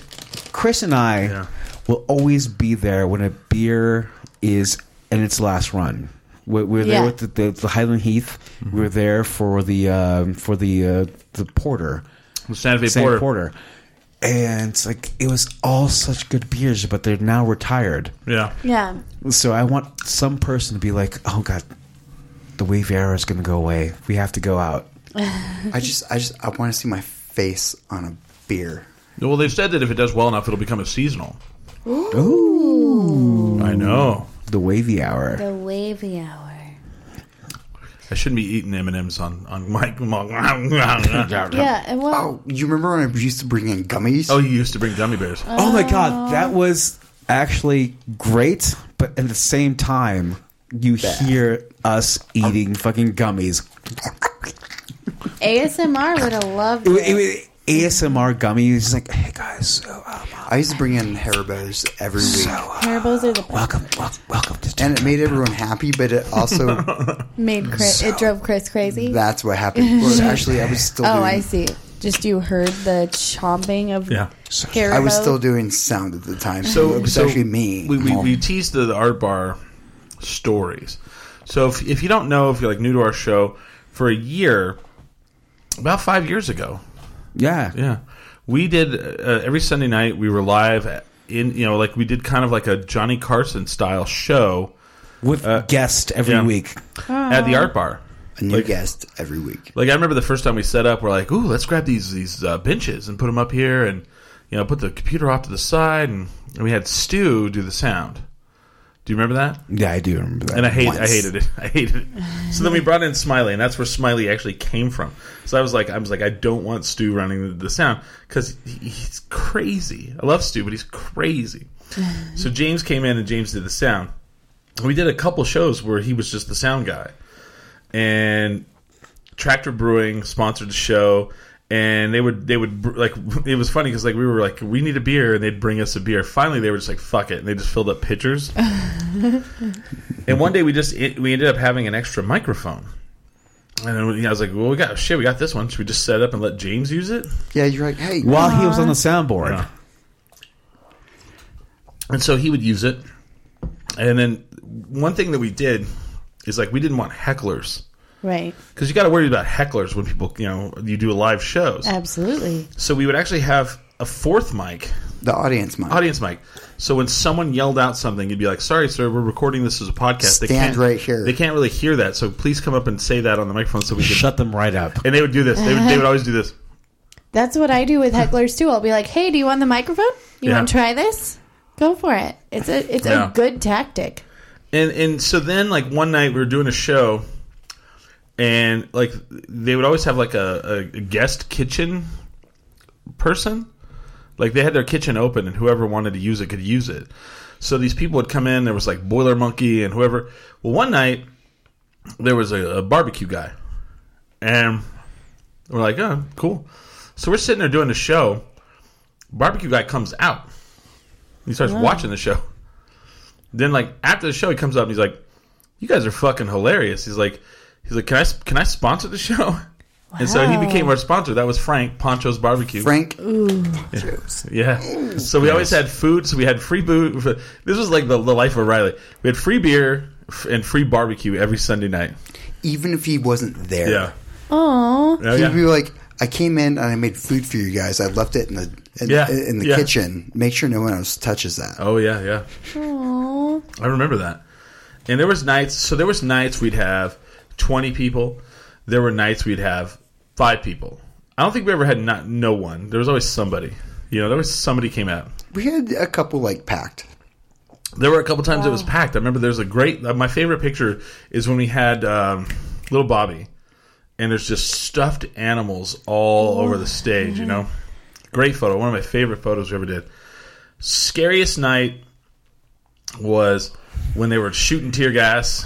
C: Chris and I
B: Yeah.
C: will always be there when a beer is in its last run. We're, we're there
D: Yeah.
C: with the, the, the Highland Heath.
B: Mm-hmm.
C: We were there for the um, for the uh, the porter,
B: The Santa Fe
C: Sam
B: Porter.
C: porter. and it's like it was all such good beers, but they're now retired.
B: Yeah.
D: yeah.
C: So I want some person to be like, "Oh God, the wave era is going to go away. We have to go out."
E: I just, I just, I want to see my face on a beer.
B: Well, they've said that if it does well enough, it'll become a seasonal. Ooh. I know.
C: The wavy hour.
D: The wavy hour.
B: I shouldn't be eating M and M's on on my.
D: Yeah. And well,
E: Oh, you remember when I used to bring in gummies?
B: Oh, you used to bring gummy bears.
C: Oh my God, that was actually great, but at the same time, you hear us
B: Um,
C: eating fucking gummies.
D: ASMR would have loved
C: It,
D: it.
C: wa- it was ASMR gummies. It's like, hey guys, so um,
E: I used to bring in Haribo's every week,
D: Marbles are the
C: welcome, wel- welcome to.
E: and it made everyone happy. But it also,
D: made Chris. it drove Chris crazy.
E: that's what happened. Well, actually, I was still.
D: oh,
E: doing,
D: I see. Just you heard the chomping of
B: Yeah.
D: Haribo.
E: I was still doing sound at the time, so, it was actually me. Um,
B: We, we,
E: Mom.
B: we teased the, the art bar stories. So if, if you don't know, if you're like new to our show, for a year, about five years ago,
C: Yeah,
B: yeah, we did uh, every Sunday night. We were live at- in you know like we did kind of like a Johnny Carson style show
C: with guest every
B: Uh, yeah.
C: week.
B: at the art bar.
E: a new guest every week.
B: Like I remember the first time we set up, we're like, "Ooh, let's grab these these uh, benches and put them up here, and you know, put the computer off to the side." And, and we had Stu do the sound. Do you remember that?
C: Yeah, I do remember that.
B: And I hate, I
E: Once.
B: hated it. I hated it. So then we brought in Smiley, and that's where Smiley actually came from. So I was like, I was like, I don't want Stu running the, the sound because he, he's crazy. I love Stu, but he's crazy. so James came in, and James did the sound. And we did a couple shows where he was just the sound guy, and Tractor Brewing sponsored the show. And they would, they would br- like. It was funny because like we were like, we need a beer, and they'd bring us a beer. Finally, they were just like, fuck it, and they just filled up pitchers. And one day we just it, we ended up having an extra microphone, and then, you know, I was like, "Well, we got shit. We got this one. Should we just set it up and let James use it?"
E: Yeah, you're like, hey,
C: While he was on the soundboard,
B: Yeah. And so he would use it. And then one thing that we did is like we didn't want hecklers
D: right.
B: because you got to worry about hecklers when people you know you do live shows.
D: Absolutely.
B: So we would actually have a fourth mic,
E: the audience mic.
B: audience mic. So when someone yelled out something, you'd be like, "Sorry, sir, we're recording this as a podcast. they
E: Stand
B: can't
E: right here."
B: They can't really hear that. So please come up and say that on the microphone so we can."
C: shut them right up.
B: and they would do this. They would, they would always do this.
D: That's what I do with hecklers too. I'll be like, "Hey, do you want the microphone? You
B: Yeah.
D: want to try this? Go for it. It's a it's
B: Yeah.
D: a good tactic."
B: and and so then like one night we were doing a show and like they would always have like a, a guest kitchen person like they had their kitchen open and whoever wanted to use it could use it so these people would come in there was like boiler monkey and whoever well one night there was a, a barbecue guy and we're like oh cool so we're sitting there doing the show barbecue guy comes out he starts watching the show then like after the show, he comes up and he's like, "You guys are fucking hilarious." He's like, "He's like, can I can I sponsor the show?" And so he
D: Wow.
B: became our sponsor. That was Frank Poncho's Barbecue.
E: Frank,
B: Yeah. So we always had food. So we had free booze. This was like the, the life of Riley. We had free beer f- and free barbecue every Sunday night.
E: even if he wasn't there,
B: Yeah.
D: Oh,
B: Oh,
E: he'd be
B: yeah.
E: like, I came in and I made food for you guys. I left it in the in,
B: Yeah,
E: in the
B: yeah.
E: kitchen. Make sure no one else touches that.
B: Oh yeah, yeah.
D: oh,
B: I remember that. And there was nights. So there was nights we'd have twenty people. There were nights we'd have five people. I don't think we ever had not no one. There was always somebody. You know, there was somebody came out.
E: We had a couple like packed.
B: There were a couple times it was packed. I remember there's a great. uh, My favorite picture is when we had um, little Bobby, and there's just stuffed
E: Oh,
B: animals all over the stage. You know, great photo. One of my favorite photos we ever did. Scariest night was when they were shooting tear gas,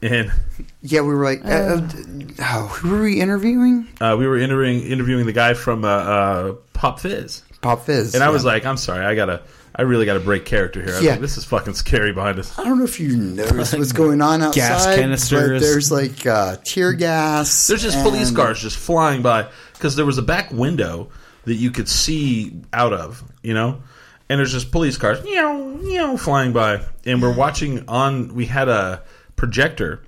B: and
E: Yeah, we were like, uh, uh, d- oh, who were we interviewing?
B: uh, we were interviewing interviewing the guy from uh, uh, Pop Fizz,
E: Pop Fizz.
B: and I was
E: Yeah.
B: like, I'm sorry, I gotta, I really gotta break character here. I was
E: Yeah.
B: like, this is fucking scary behind us.
E: I don't know if you noticed what's going on outside.
C: Gas
E: but
C: canisters.
E: there's like uh, tear gas.
B: There's just police
E: and-
B: cars just flying by because there was a back window that you could see out of, you know. And there's just police cars, you know, you know, flying by, and we're watching on. We had a projector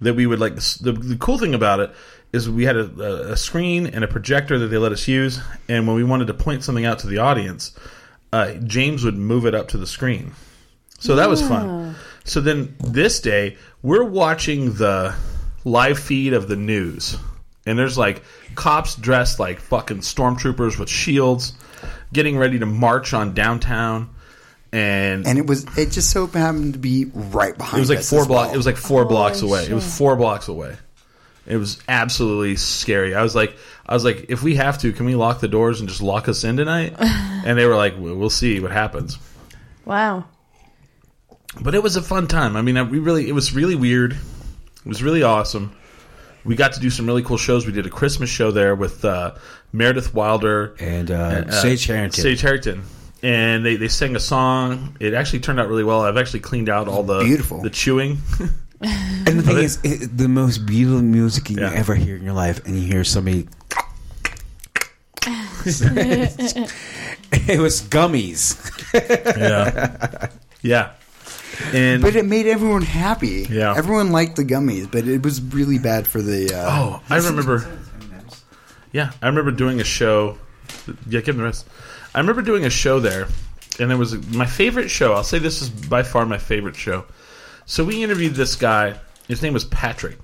B: that we would like. The, the cool thing about it is we had a, a screen and a projector that they let us use, and when we wanted to point something out to the audience, uh, James would move it up to the screen. So that was fun. So then this day, we're watching the live feed of the news. And there's like cops dressed like fucking stormtroopers with shields getting ready to march on downtown. And,
E: And it was it just so happened to be right behind.
B: it was like
E: us
B: four
E: as
B: block.
E: well.
B: It was like four blocks
D: Holy
B: away. It was
D: shit.
B: four blocks away. It was absolutely scary. I was like, I was like, if we have to, can we lock the doors and just lock us in tonight? and they were like, "We- we'll see what happens.
D: Wow.
B: but it was a fun time. I mean, I- we really it was really weird. It was really awesome. We got to do some really cool shows. We did a Christmas show there with uh, Meredith Wilder
C: And, uh, Sage Harrington.
B: Sage Harrington. And they, they sang a song. It actually turned out really well. I've actually cleaned out all the
E: Beautiful.
B: the chewing.
C: And the thing is, it, the most beautiful music you
B: Yeah.
C: can ever hear in your life, and you hear somebody. it was gummies.
B: yeah, yeah. And
E: But it made everyone happy.
B: Yeah.
E: everyone liked the gummies, but it was really bad for the. Uh,
B: Oh, I remember. Yeah, I remember doing a show. Yeah, give him the rest. I remember doing a show there, and it was my favorite show. I'll say this is by far my favorite show. So we interviewed this guy. His name was Patrick,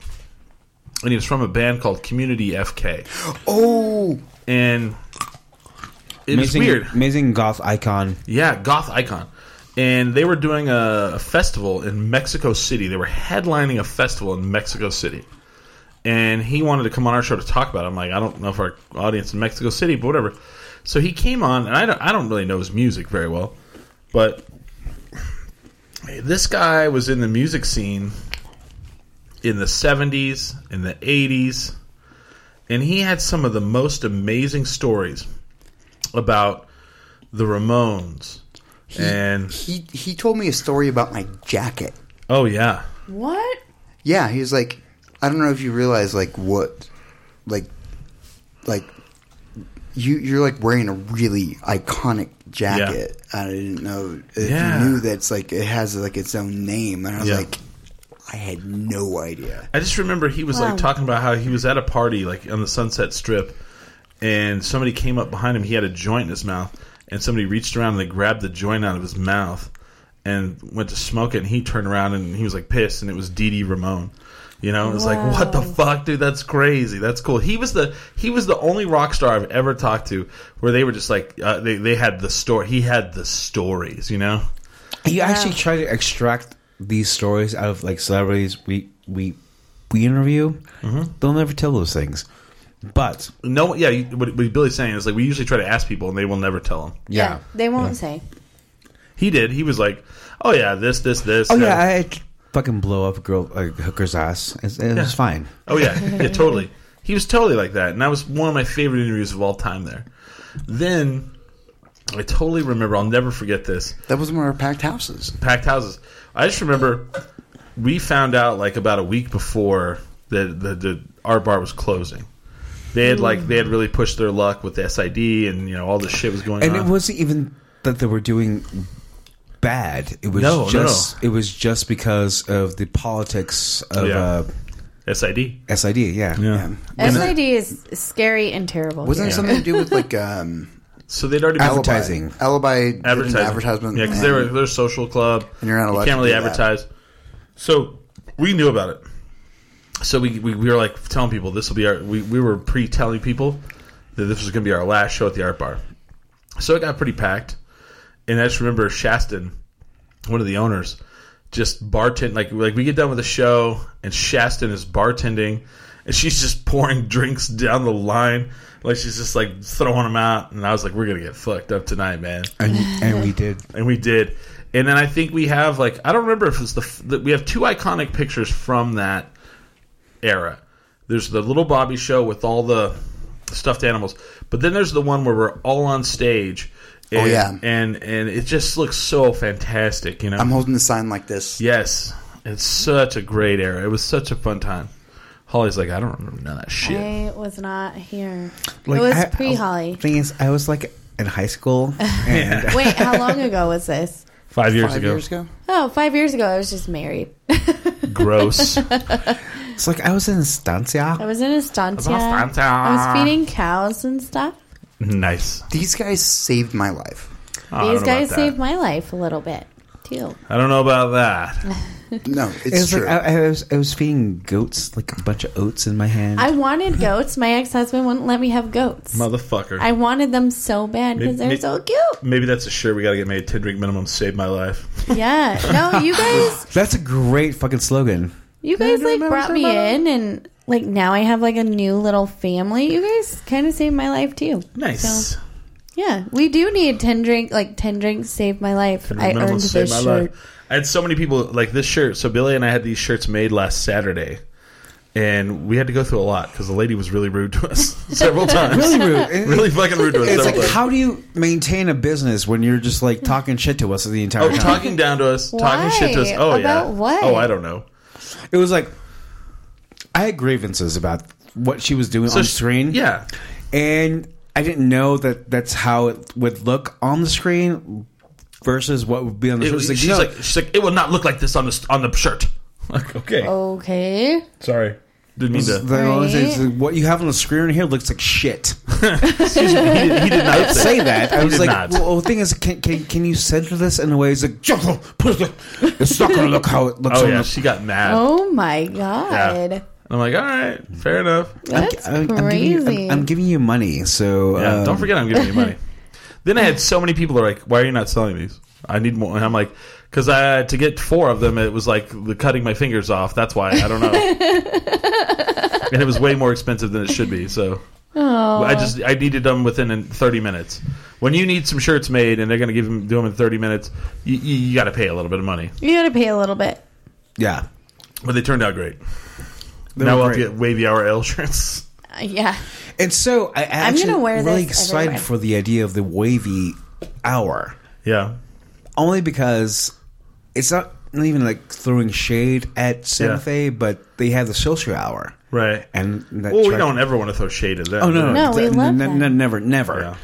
B: and he was from a band called Community FK.
E: oh,
B: And it was
C: Amazing,
B: weird.
C: amazing goth icon.
B: Yeah, goth icon. And they were doing a, a festival in Mexico City. They were headlining a festival in Mexico City. And he wanted to come on our show to talk about it. I'm like, I don't know if our audience in Mexico City, but whatever. So he came on, and I don't, I don't really know his music very well, but this guy was in the music scene in the 70s, in the 80s, and he had some of the most amazing stories about the Ramones. and
E: he he told me a story about my jacket.
B: oh yeah,
D: What?
E: Yeah, he was like, I don't know if you realize like what, like, like you you're like wearing a really iconic jacket. I didn't know if
B: Yeah.
E: you knew that's like it has like its own name, and I was
B: Yeah.
E: like, I had no idea.
B: I just remember he was
D: Wow.
B: like talking about how he was at a party like on the Sunset Strip, and somebody came up behind him. He had a joint in his mouth, and somebody reached around and they grabbed the joint out of his mouth and went to smoke it. And he turned around and he was like pissed, and it was Dee Dee Ramone. You know, it's like what the fuck, dude? That's crazy. That's cool. He was the he was the only rock star I've ever talked to where they were just like uh, they they had the story. He had the stories. You know.
C: You actually try to extract these stories out of like celebrities we we we interview.
B: Mm-hmm.
C: They'll never tell those things, but
B: No, yeah. you- What, what Billy's saying is like we usually try to ask people, and they will never tell them.
C: yeah.
D: They won't say.
B: He did. He was like, "Oh yeah, this, this, this."
C: Oh
B: uh,
C: yeah, I I fucking blow up a girl a hooker's ass. It's, it's
B: Yeah.
C: fine.
B: oh yeah, yeah, totally. He was totally like that, and that was one of my favorite interviews of all time. There. Then I totally remember. I'll never forget this.
E: That was one of our packed houses.
B: Packed houses. I just remember we found out like about a week before that the, the our bar was closing. They had like they had really pushed their luck with SID and you know all this shit was going
C: And
B: on.
C: it wasn't even that they were doing bad. It was
B: No, no,
C: just
B: no.
C: it was just because of the politics of
B: Yeah. SID.
C: uh, SID. Yeah.
E: Yeah.
D: SID is scary and terrible.
E: Wasn't it
D: here.
E: something to do with like um
B: So they'd already been
C: Advertising.
E: alibi did an
B: advertising.
E: advertisement?
B: Yeah, because
E: and-
B: they were they're a social club.
E: And you're not allowed
B: You can't
E: to
B: really
E: do that.
B: advertise. So we knew about it. So we, we, we were like telling people this will be our we, we were pre telling people that this was going to be our last show at the art bar. So it got pretty packed, and I just remember Shaston, one of the owners, just bartend like like we get done with the show and Shaston is bartending. and she's just pouring drinks down the line. Like she's just like throwing them out, and I was like, "We're gonna get fucked up tonight, man."
C: and, and we did.
B: and we did. And then I think we have like I don't remember if it's the, f- the we have two iconic pictures from that era. There's the little Bobby show with all the stuffed animals, but then there's the one where we're all on stage. And,
E: Oh, yeah.
B: and and it just looks so fantastic, you know.
E: I'm holding the sign like this.
B: yes, it's such a great era. It was such a fun time. Holly's like, I don't remember none of that shit.
D: I was not here.
C: Like,
D: it was
C: I-
D: pre Holly.
C: Thing is, I was like in high school, and
D: Wait, how long ago was this?
B: Five years
E: Five
B: ago,
E: years ago.
D: Oh, five years ago. I was just married.
B: gross.
C: it's like I was in
D: I
C: Estancia.
D: was in Estancia.
B: Estancia.
D: I
B: Ah.
D: was feeding cows and stuff.
B: nice.
E: These guys saved my life.
B: Oh, I don't
D: These
B: know about
D: guys
B: that.
D: saved my life a little bit too.
B: I don't know about that.
E: No,
C: It
E: it's
C: was
E: true.
C: like I, I was I was feeding goats like a bunch of oats in my hand.
D: I wanted goats. My ex husband wouldn't let me have goats.
B: Motherfucker.
D: I wanted them so bad because
B: Maybe-
D: they're
B: maybe-
D: so cute.
B: Maybe that's a shirt we got to get made. 10 drink minimum saved my life.
D: Yeah. No, you guys,
C: That's a great fucking slogan.
D: you guys like brought me in, and like now I have like a new little family. You guys kind of saved my life too.
B: Nice.
D: So, yeah, we do need ten drink. Like ten drinks saved my life.
B: 10 drink
D: I
B: minimum
D: earned
B: saved
D: this shirt.
B: I had so many people like this shirt. So Billy and I had these shirts made last Saturday. And we had to go through a lot because the lady was really rude to us several times.
C: Really rude. It-
B: Really fucking rude to us.
C: It's
B: several
C: like
B: times.
C: how do you maintain a business when you're just like talking shit to us the entire
B: Oh,
C: time?
B: talking down to us, talking shit to us.
D: Why?
B: Oh yeah.
D: About what?
B: Oh, I don't know.
C: It was like I had grievances about what she was doing on
B: she-
C: screen.
B: Yeah.
C: and I didn't know that that's how it would look on the screen versus what would be on the.
B: It
C: show.
B: was,
C: It's
B: she's
C: no.
B: like, she's like, it will not look like this on the on the shirt. Like, okay,
D: Okay.
B: sorry, didn't mean to.
C: The only thing is
D: Right.
C: what you have on the screen here looks like shit.
B: He, did- he did not
C: Say that. I was
B: did
C: like,
B: not.
C: well, the thing is, can, can can you center this in a way? It's like, "Just look, put it- it's not going to look how it looks.
B: Oh
C: on
B: yeah,
C: the-
B: she got mad.
D: Oh my god.
B: And I'm like, all right, fair enough.
D: That's
C: giving
D: crazy.
C: you, I'm, I'm giving you money, so
B: Yeah,
C: um,
B: don't forget I'm giving you money. then I had so many people are like, why are you not selling these? I need more. And I'm like, because I to get four of them, it was like the cutting my fingers off. That's why I don't know. and it was way more expensive than it should be. So. I just I needed them within 30 minutes. When you need some shirts made and they're going to give them do them in 30 minutes, you, you, you got to pay a little bit of money.
D: You gotta pay a little bit.
C: Yeah,
B: But they turned out great.
C: They
B: now
C: were
B: we'll have to
C: great.
B: get wavy hour L shirts.
D: Uh, yeah.
C: And so I, I
D: I'm
C: actually
D: gonna wear
C: really
D: this
C: excited
D: everywhere.
C: for the idea of the wavy hour,
B: Yeah,
C: only because it's not not even like throwing shade at Santa
B: Yeah.
C: Fe, but they have the social hour,
B: right.
C: and that
B: Well, we
C: track-
B: don't ever want to throw shade at them.
C: Oh no,
D: No,
C: no,
D: we
C: n-
D: love
C: n-
D: that.
C: n- never, never.
B: Yeah.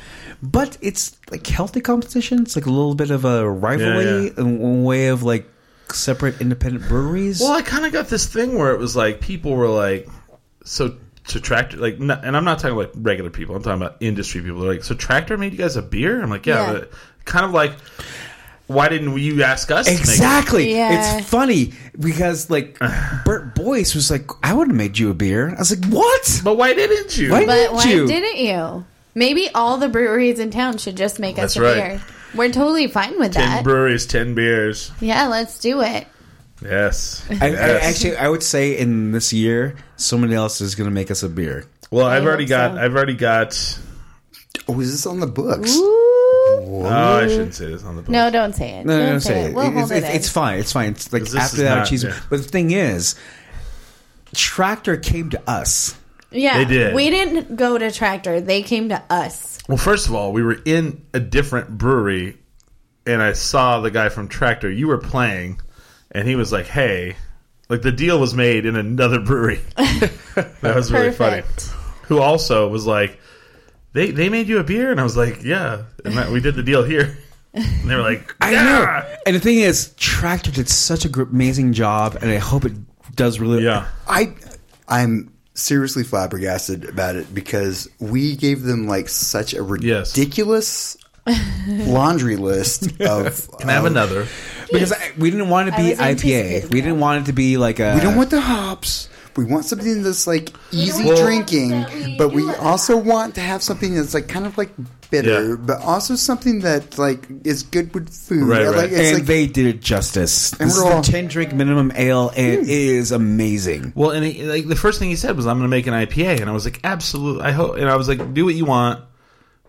C: But it's like healthy competition. It's like a little bit of a rivalry,
B: yeah.
C: a w- way of like separate independent breweries.
B: Well, I kind of got this thing where it was like people were like, so so tractor like, n and I'm not talking like regular people. I'm talking about industry people. They're like, so tractor made you guys a beer? I'm like, yeah,
D: Yeah.
B: but kind of like, why didn't you ask us? to make it?
C: Exactly.
D: Yeah.
C: It's funny because like Bert Boyce was like, I would have made you a beer. I was like, What?
B: But why didn't you?
C: Why
D: But
C: didn't
D: why
C: you?
D: didn't you? Maybe all the breweries in town should just make us
B: That's
D: a
B: right.
D: beer. We're totally fine with
B: Ten
D: that.
B: breweries, ten beers.
D: yeah, let's do it.
B: Yes.
C: I, I
B: Yes.
C: actually, I would say in this year, somebody else is going to make us a beer.
B: well, I've
D: I
B: already
D: hope
B: got.
D: so.
B: I've already got.
E: oh, is this on the books?
D: Ooh.
B: Oh, I shouldn't say this on the.
D: No, don't say it.
C: No,
D: don't
C: no, no, say it.
D: We'll
C: It-
D: hold
C: it's,
D: it.
C: it's-
D: in.
C: it's fine. It's fine. It's like
B: This
C: after
B: is
C: that,
B: not-
C: cheese.
B: yeah.
C: But the thing is, Tractor came to us.
D: Yeah,
B: They did.
D: we didn't go to Tractor. They came to us.
B: Well, first of all, we were in a different brewery, and I saw the guy from Tractor. You were playing, and he was like, "Hey." Like the deal was made in another brewery. that was really funny.
D: Perfect.
B: Who also was like, "They they made you a beer," and I was like, "Yeah," and that, we did the deal here. And they were like,
C: I
B: "Yeah."
C: know. And the thing is, Tractor did such a gr- amazing job, and I hope it does really.
B: Yeah,
E: I I'm seriously flabbergasted about it because we gave them like such a
B: Yes.
E: ridiculous laundry list of
B: can I have
E: of-
B: another?
C: because I, we didn't want it to
D: I
C: be
D: was anticipating
C: IPA. We
D: that.
C: didn't want it to be like a.
E: We don't want the hops. we want something that's like easy
G: want
E: drinking,
G: that we
E: but
G: do
E: we
G: like
E: also want to have something that's like kind of like bitter,
B: Yeah.
E: but also something that like is good with food.
B: Right,
E: Like,
B: right.
E: it's
C: and
E: like-
C: they did it justice.
E: And
C: This is
E: we're
C: the
E: all-
C: ten drink minimum ale, and it is amazing.
B: Well, and he, like the first thing he said was, "I'm going to make an IPA," and I was like, "Absolutely." I hope, and I was like, "Do what you want,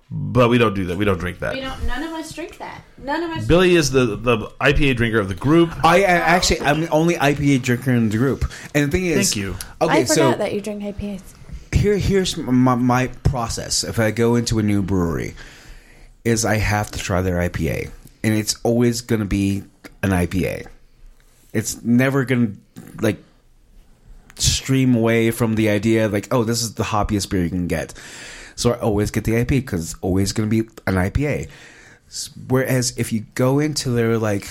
B: but we don't do that. We don't drink that."
G: We don't. None of us drink that. None of us.
B: Billy is the the IPA drinker of the group.
C: I, I actually, I'm the only IPA drinker in the group, and the thing is,
B: Thank you.
C: Okay,
D: I forgot
C: so
D: that you drink IPAs.
C: here here's my, my process if i go into a new brewery is i have to try their ipa and it's always going to be an ipa it's never going to like stream away from the idea like oh this is the hoppiest beer you can get so i always get the ipa because it's always going to be an ipa S- whereas if you go into their like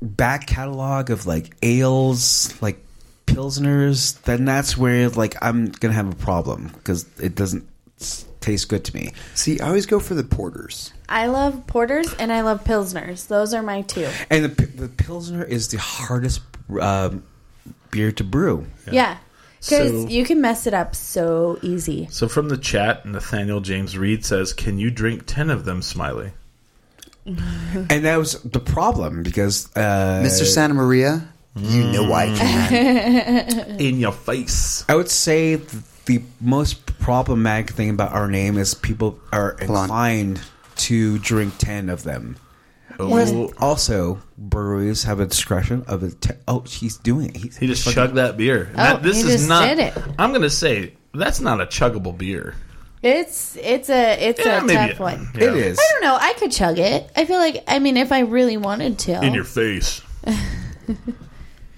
C: back catalog of like ales, like pilsners, then that's where like I'm gonna have a problem because it doesn't s- taste good to me.
E: see, I always go for the porters.
D: I love porters and I love pilsners. Those are my two.
C: And the, p- the pilsner is the hardest um, beer to brew.
D: Yeah. Because
B: So-
D: you can mess it up so easy.
B: So from the chat, Nathaniel James Reed says, "Can you drink ten of them, Smiley?"
C: And that was the problem because uh,
E: Mr. Santa Maria, you know I can.
B: In your face.
C: I would say th- the most problematic thing about our name is people are
E: on.
C: inclined to drink 10 of them.
B: Oh,
C: Also, breweries have a discretion of a. Te- oh, he's doing it. He's,
B: he just chugged that beer. And
D: Oh,
B: that- this
D: he
B: is
D: just
B: not.
D: did it.
B: I'm going to say that's not a chuggable beer.
D: It's it's a it's
B: Yeah,
D: a
B: maybe-
D: tough one.
B: yeah.
C: It is.
D: I don't know. I could chug it. I feel like I mean, if I really wanted to.
B: in your face.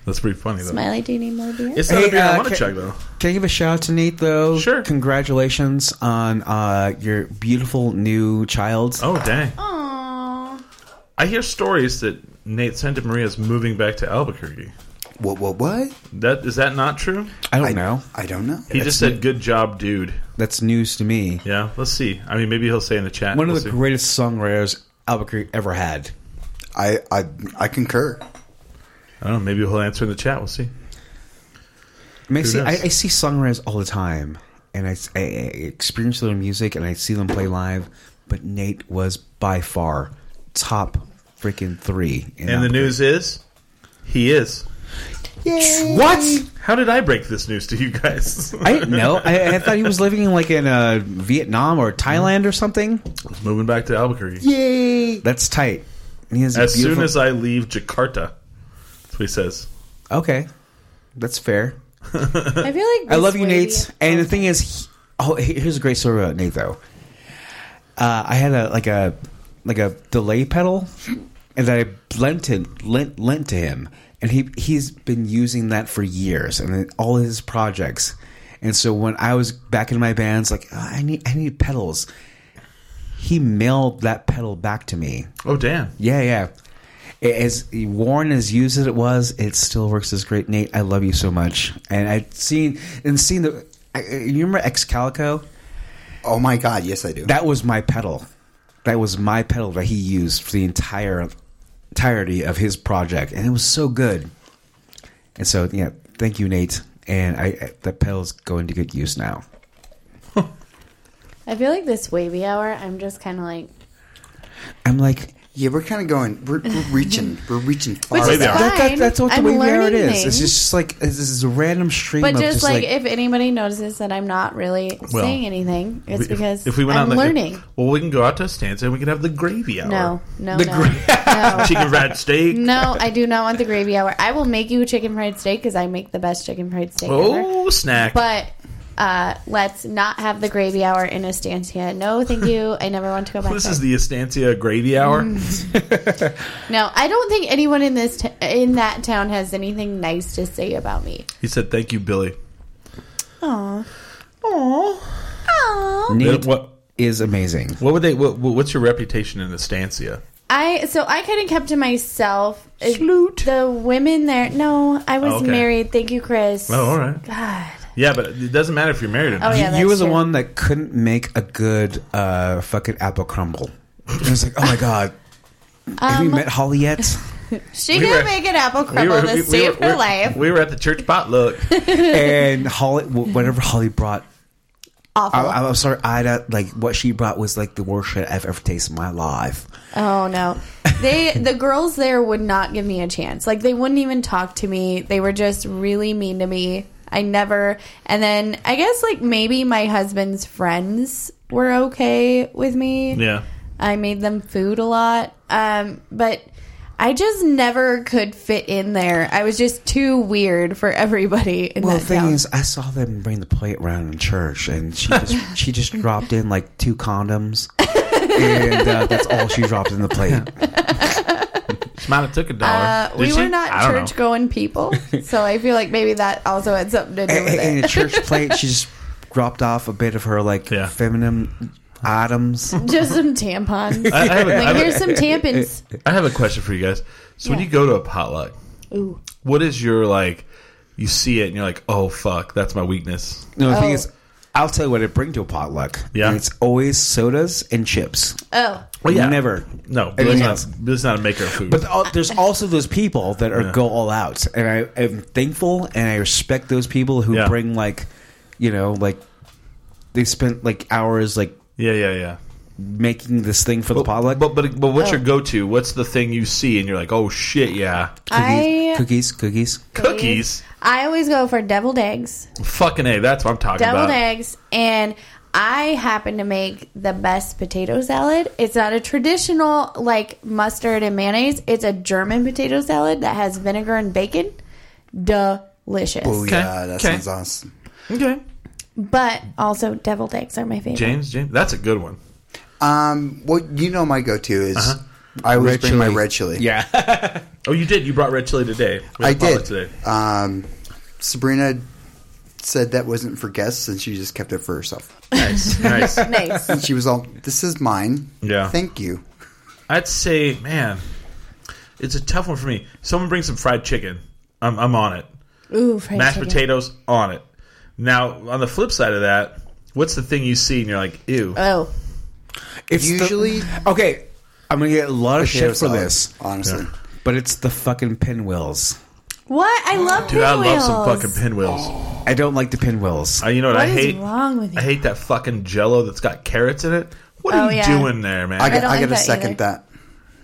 B: That's pretty funny though.
D: Smiley, do you need more beer?
B: It's not
C: Hey,
B: a beer
C: uh,
B: I want to
C: can-
B: chug though.
C: Can I give a shout out to Nate though?
B: Sure.
C: Congratulations on uh, your beautiful new child.
B: Oh dang!
G: Aw.
B: I hear stories that Nate Santa Maria is moving back to Albuquerque.
E: what? What? What?
B: That is that not true?
C: I don't know.
E: I don't know.
B: He just said, "Good job, dude."
C: That's news to me.
B: Yeah, let's see. I mean, maybe he'll say in the chat.
C: One
B: we'll
C: of the
B: see.
C: greatest songwriters Albuquerque ever had.
E: I I I concur.
B: I don't know. Maybe he'll answer in the chat. We'll see.
C: I, mean, I
B: Who
C: see, I,
B: knows?
C: I see songwriters all the time, and I, I- I experience their music and I see them play live. But Nate was by far top freaking three.
B: And
C: In
B: the
C: Albuquerque.
B: news is, he is.
C: What?
B: How did I break this news to you guys?
C: I didn't know. I, I thought he was living in like in uh, Vietnam or Thailand or something.
B: He's moving back to Albuquerque
C: That's tight. He has a
B: as soon
C: beautiful-
B: as I leave Jakarta. That's what he says.
C: Okay, that's fair.
D: I feel like
C: I love you,
D: lady-
C: Nate. And the thing is, he- oh, he- here's a great story about Nate though. Uh, I had a like a like a delay pedal, and I lent it lent lent to him, and he he's been using that for years and in all his projects. And so when I was back in my bands, like "Oh, I need I need pedals, he mailed that pedal back to me.
B: Oh damn!
C: Yeah, yeah. A- As worn as used as it was, it still works as great. Nate, I love you so much. And I've seen and seen the. I, I- you remember Excalico?
E: Oh my god, yes I do.
C: That was my pedal. That was my pedal that he used for the entire entirety of his project, and it was so good. And so, yeah, thank you, Nate. And I, I that pedal's going to good use now.
D: I feel like this wavy hour. I'm just kind of like
C: I'm like,
E: yeah, we're kind of going. We're, we're reaching. We're reaching far.
B: fine.
D: is
E: back.
C: that, that, that's what the
D: I'm
C: wavy hour it
D: learning
C: is. It's
D: things.
C: just like this is a random stream.
D: But
C: of
D: just, like,
C: like
D: if anybody notices that I'm not really
B: Well,
D: saying anything, it's
B: If-
D: because
B: if we went out
D: I'm
B: in the-
D: learning.
B: well, we can go out to a stanza and we can have the gravy hour.
D: no, no,
C: The
D: no, no.
B: chicken fried steak.
D: No, I do not want the gravy hour. I will make you chicken fried steak because I make the best chicken fried steak ever.
B: Oh, snack.
D: But uh, let's not have the gravy hour in Estancia. No, thank you. I never want to go back.
B: this
D: there.
B: is the Estancia gravy hour.
D: Mm. no. I don't think anyone in this t- in that town has anything nice to say about me.
B: He said, "Thank you, Billy."
D: Aww.
B: Oh,
D: Aww.
C: Nate
B: what?
C: is amazing.
B: What would they? What, what- what's your reputation in Estancia?
D: I so I kind of kept to myself. Salute. The women there. No, I was
B: Oh, okay.
D: married. Thank you, Chris.
B: Oh, all right.
D: God.
B: Yeah, but it doesn't matter if you're married or
D: Oh
B: not.
C: you
D: yeah. that's
C: were the
D: true.
C: one that couldn't make a good
D: Um,
C: uh, fucking apple crumble. It was like, oh my god, have you met Holly yet?
D: She
B: We
D: gonna
B: were-
D: make an apple
B: We
D: crumble
B: were,
D: to
B: we- we
D: save
B: were-
D: her life.
B: we were at the church potluck.
C: and Holly, wh- whatever Holly brought,
D: Awful.
C: I, I'm sorry, Ida, like what she brought was like the worst shit I've ever tasted in my life.
D: Oh no. They the girls there would not give me a chance. Like they wouldn't even talk to me. They were just really mean to me. I never and then I guess like maybe my husband's friends were okay with me.
B: Yeah.
D: I made them food a lot. Um but I just never could fit in there. I was just too weird for everybody in
C: Well,
D: that
C: the thing
D: town.
C: is, I saw them bring the plate around in church, and she just she just dropped in like two condoms, and uh, that's all she dropped in the plate.
B: She might have took a dollar.
D: uh,
B: Did
D: we
B: she?
D: were not
B: I don't know.
D: church going people, so I feel like maybe that also had something to do
C: and,
D: with
C: and- and
D: it.
C: a church plate, she just dropped off a bit of her like
B: Yeah.
C: feminine items.
D: Just some tampons.
B: I, I have a, I
D: Like,
B: have a-
D: here's some tampons.
B: I have a question for you guys. So when
D: Yeah.
B: you go to a potluck,
D: Ooh.
B: what is your like? You see it and you're like, "Oh fuck, that's my weakness."
C: No, the thing
D: Oh.
C: is, I'll tell you what I bring to a potluck.
B: Yeah.
C: and it's always sodas and chips.
D: Oh,
B: Well, yeah.
C: never.
B: No,
C: Anything
B: that's not,
C: else.
B: that's not a maker of food.
C: But the- uh, there's also those people that are
B: Yeah.
C: go all out, and I am thankful and I respect those people who
B: Yeah.
C: bring like, you know, like they spent like hours like
B: yeah, yeah, yeah.
C: making this thing for the potluck.
B: But but but what's
D: Oh.
B: your go-to? What's the thing you see and you're like, "Oh shit, yeah,
D: I
C: cookies, cookies.
B: cookies,
D: I always go for deviled eggs,
B: fucking a." That's what I'm talking
D: deviled
B: about.
D: eggs, and I happen to make the best potato salad. It's not a traditional like mustard and mayonnaise. It's a German potato salad that has vinegar and bacon. Delicious,
E: Oh yeah,
B: Okay,
E: that
B: okay.
E: sounds awesome.
B: Okay,
D: but also deviled eggs are my favorite.
B: James, James, that's a good one.
E: Um, well, you know my go-to is I always bring my red chili.
C: Yeah,
B: Oh, you did. You brought red chili today. We
E: I
B: had a potluck
E: did. Um, Sabrina said that wasn't for guests, and she just kept it for herself.
B: Nice, nice.
D: Nice.
E: And she was all, "This is mine.
B: Yeah.
E: thank you."
B: I'd say, man, it's a tough one for me. Someone bring some fried chicken. I'm, I'm on it.
D: Ooh, fried
B: Mashed
D: chicken.
B: potatoes, on it. Now, on the flip side of that, what's the thing you see and you're like, ew?
D: Oh,
C: it's the-
E: Usually-
C: okay. I'm gonna get a lot of
E: Potato
C: shit for
E: salad,
C: this,
E: honestly.
C: but it's the fucking pinwheels.
D: what? I love
B: Dude, I love some
D: pinwheels.
B: fucking pinwheels.
C: I don't like the pinwheels.
B: Uh, you know what,
D: What
B: I
D: is
B: hate?
D: wrong with you?
B: I hate that fucking jello that's got carrots in it. What are
D: Oh,
B: you
D: yeah.
B: doing there, man?
E: I, got
D: don't
E: I
D: like
E: got to
D: that
E: second
D: either.
E: that.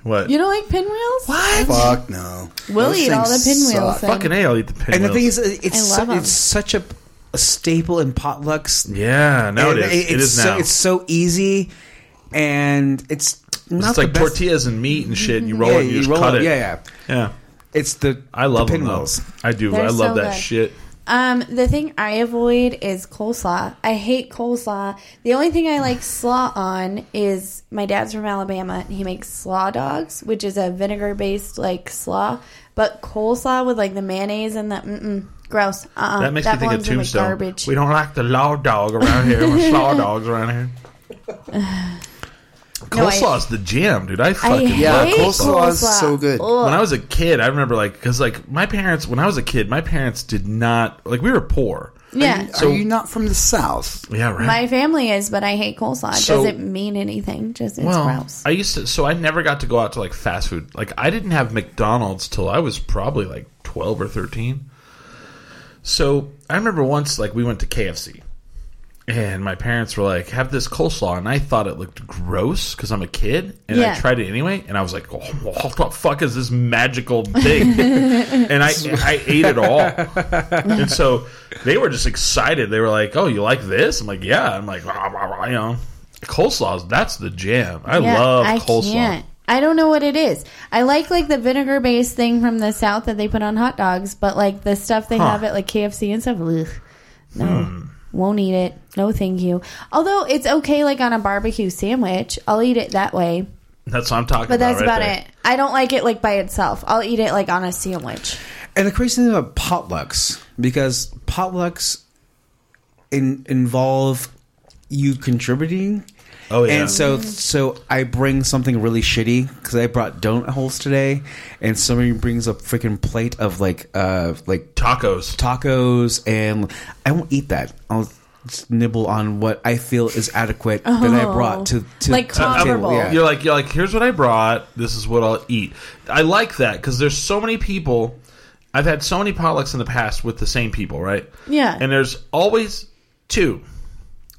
B: what?
D: You don't like pinwheels? What?
E: Fuck no.
D: We'll
E: Those
D: eat all the
E: things
D: pinwheels.
E: suck.
D: then.
B: fucking A, I'll eat the pinwheels.
C: and the thing is, uh, it's
D: I love
C: su-
D: 'em.
C: it's such a, a staple in potlucks.
B: yeah, now it
C: And
B: is. it is
C: so,
B: now.
C: It's so easy, and it's not
B: it's
C: the
B: like
C: best-
B: tortillas and meat and shit, and you roll
C: Yeah,
B: it, and you,
C: you
B: just
C: roll
B: cut
C: it.
B: it.
C: Yeah, yeah.
B: yeah.
C: It's the
B: I love
C: the
B: them, though.
C: pinwheels.
B: I do.
D: They're
B: I love
D: so
B: that
D: good.
B: shit.
D: Um, the thing I avoid is coleslaw. I hate coleslaw. The only thing I like slaw on is my dad's from Alabama and he makes slaw dogs, which is a vinegar based like slaw. But coleslaw with like the mayonnaise and the mm-mm, gross. Uh-uh.
B: That makes me think of
D: belongs in the
B: Tombstone.
D: Garbage.
B: We don't like the law dog around here. We're slaw dogs around here.
D: No, I-
B: Coleslaw's the jam, dude. I
D: I
B: fucking
D: hate
E: Yeah,
B: love coleslaw.
E: coleslaw. is so good.
D: Ugh.
B: When I was a kid, I remember like because like my parents. When I was a kid, my parents did not like we were poor.
D: yeah.
B: uh,
E: Are you not from the south?
B: Yeah, right.
D: My family is, but I hate coleslaw. It
B: So-
D: doesn't mean anything. Just it's
B: well,
D: gross.
B: I used to. So I never got to go out to like fast food. Like I didn't have McDonald's till I was probably like twelve or thirteen. So I remember once like we went to KFC, and my parents were like, "Have this coleslaw," and I thought it looked gross because I'm a kid, and I
D: Yeah.
B: tried it anyway, and I was like, oh, "What the fuck is this magical thing?" and I I ate it all. And so they were just excited. They were like, "Oh, you like this?" I'm like, "Yeah." I'm like, "Rah, rah, rah," you know, coleslaws. That's the jam. I
D: Yeah,
B: love coleslaw.
D: I don't know what it is. I like like the vinegar based thing from the south that they put on hot dogs, but like the stuff they
B: Huh. Hmm.
D: have at like KFC and stuff. Ugh, no, won't eat it. No, thank you. Although it's okay, like on a barbecue sandwich, I'll eat it that way.
B: That's what I'm talking
D: But
B: about.
D: that's
B: right
D: about
B: there.
D: it. I don't like it like by itself. I'll eat it like on a sandwich.
C: And the crazy thing about potlucks because potlucks in, involve you contributing.
B: Oh, yeah.
C: And so
D: Mm-hmm.
C: so I bring something really shitty because I brought donut holes today, and somebody brings a freaking plate of like uh like
B: Tacos.
C: tacos and I won't eat that. I'll nibble on what I feel is adequate that I brought to, to
D: Like
C: to the table.
D: comparable.
C: Yeah.
B: You're like you're like here's what I brought. This is what I'll eat. I like that because there's so many people. I've had so many potlucks in the past with the same people, right?
D: Yeah.
B: And there's always two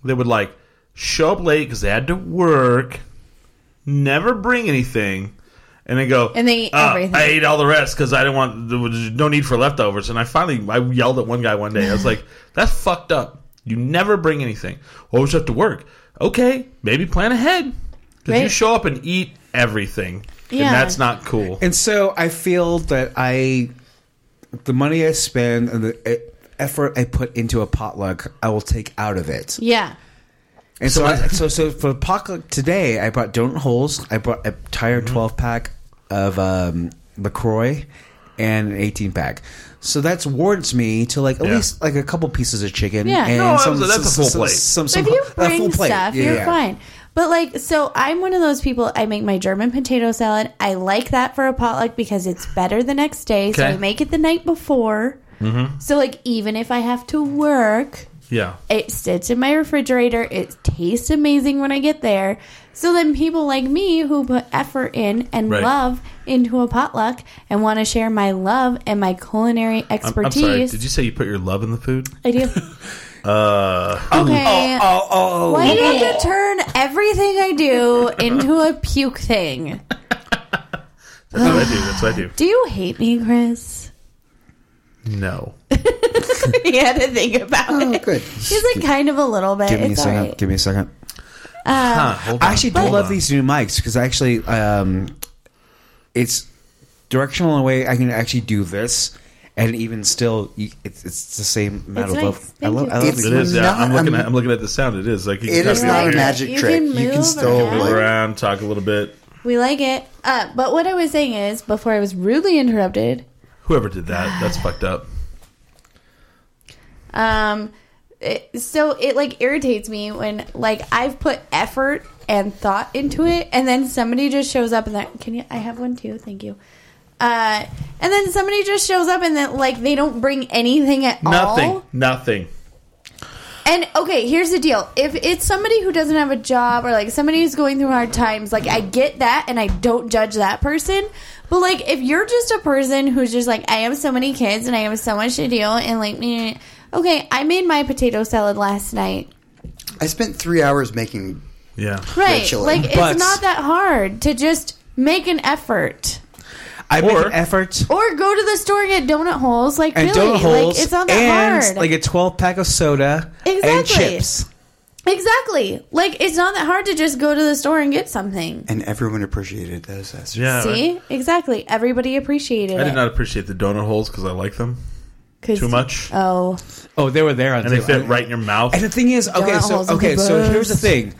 B: that would like show up late because they had to work, never bring anything, and they go
D: And they eat
B: "Uh,
D: everything."
B: I ate all the rest because I didn't want there was no need for leftovers. And I finally I yelled at one guy one day. I was like, "That's fucked up. You never bring anything. Always have to work. Okay, maybe plan ahead because you
D: Right.
B: show up and eat everything,
D: Yeah.
B: and that's not cool.
C: And so I feel that I, the money I spend and the e- effort I put into a potluck, I will take out of it.
D: Yeah.
C: And so, I, so, so for potluck today, I brought donut holes. I brought a entire twelve pack of um, Lacroix and an eighteen pack. So that's warrants me to like at
B: Yeah.
C: least like a couple pieces of chicken.
D: Yeah.
C: and
D: No,
B: that's- that's a full plate.
C: Some,
D: So
C: some,
D: if you
C: a
D: bring
C: full plate.
D: stuff,
C: Yeah,
D: you're
C: yeah.
D: fine. But like, so I'm one of those people. I make my German potato salad. I like that for a potluck because it's better the next day. So
B: Okay. Mm-hmm.
D: I make it the night before. So like, even if I have to work,
B: yeah,
D: it sits in my refrigerator. It tastes amazing when I get there. So then people like me who put effort in and
B: Right.
D: love into a potluck and want to share my love and my culinary
B: I'm, I'm sorry.
D: expertise.
B: Did you say you put your love in the food?
D: I do. Uh, okay.
C: Oh, oh,
D: Why do you have to turn everything I do into a puke thing?
B: That's what I do. That's what I do.
D: Do you hate me, Chris?
B: No.
D: he had to think about
E: Oh,
D: it.
E: good.
D: He's like kind of a little bit.
C: give me a
D: it's all
C: second.
D: right.
C: Give me a second. Um,
D: Uh,
B: Huh, hold
C: I
B: on,
C: actually do
B: hold
C: love
B: on.
C: these new mics because actually, um, it's directional in a way I can actually do this, and even still, you- it's, it's the same amount of
D: It's nice.
C: love. I
D: Thank
C: love.
D: you.
C: I love
E: It's
C: these
B: It is. Yeah,
E: not
B: I'm looking
E: a-
B: at. I'm looking at the sound. It is like you
E: It
B: can
E: is
B: kinda
E: not
D: like it.
E: a magic
D: You
E: trick.
D: can
E: you can
D: move
E: still
D: around.
B: move
E: like
B: around, talk a little bit.
D: We like it. Uh, but what I was saying is, before I was rudely interrupted,
B: Whoever did that, that's fucked up.
D: Um, it, so it like irritates me when like I've put effort and thought into it, and then somebody just shows up and that can you? I have one too. Thank you. Uh, and then somebody just shows up and then like they don't bring anything at
B: Nothing.
D: all.
B: Nothing.
D: And okay, here's the deal: if it's somebody who doesn't have a job or like somebody who's going through hard times, like I get that, and I don't judge that person. But like, if you're just a person who's just like, I have so many kids and I have so much to deal, and like, meh. okay, I made my potato salad last night.
E: I spent three hours making.
B: Yeah.
D: Right?
E: chili.
D: Like,
C: But-
D: it's not that hard to just make an effort
C: I make
B: Or-
C: an effort.
D: or go to the store and get donut holes. Like,
C: And
D: really,
C: donut holes,
D: like it's not that
C: and
D: hard.
C: like a twelve pack of soda and
D: Exactly.
C: chips.
D: exactly. Like, it's not that hard to just go to the store and get something.
E: And everyone appreciated those. That's
B: Yeah.
D: See, exactly. Everybody appreciated
B: I, I did
D: it.
B: not appreciate the donut holes because I like them
D: 'Cause-
B: too much,
D: Oh,
C: Oh, they were there on
B: and they
C: tape.
B: fit right in your mouth.
C: And the thing is, okay,
D: Donut
C: so
D: holes in
C: okay,
D: the
C: so
D: bus.
C: here's the thing.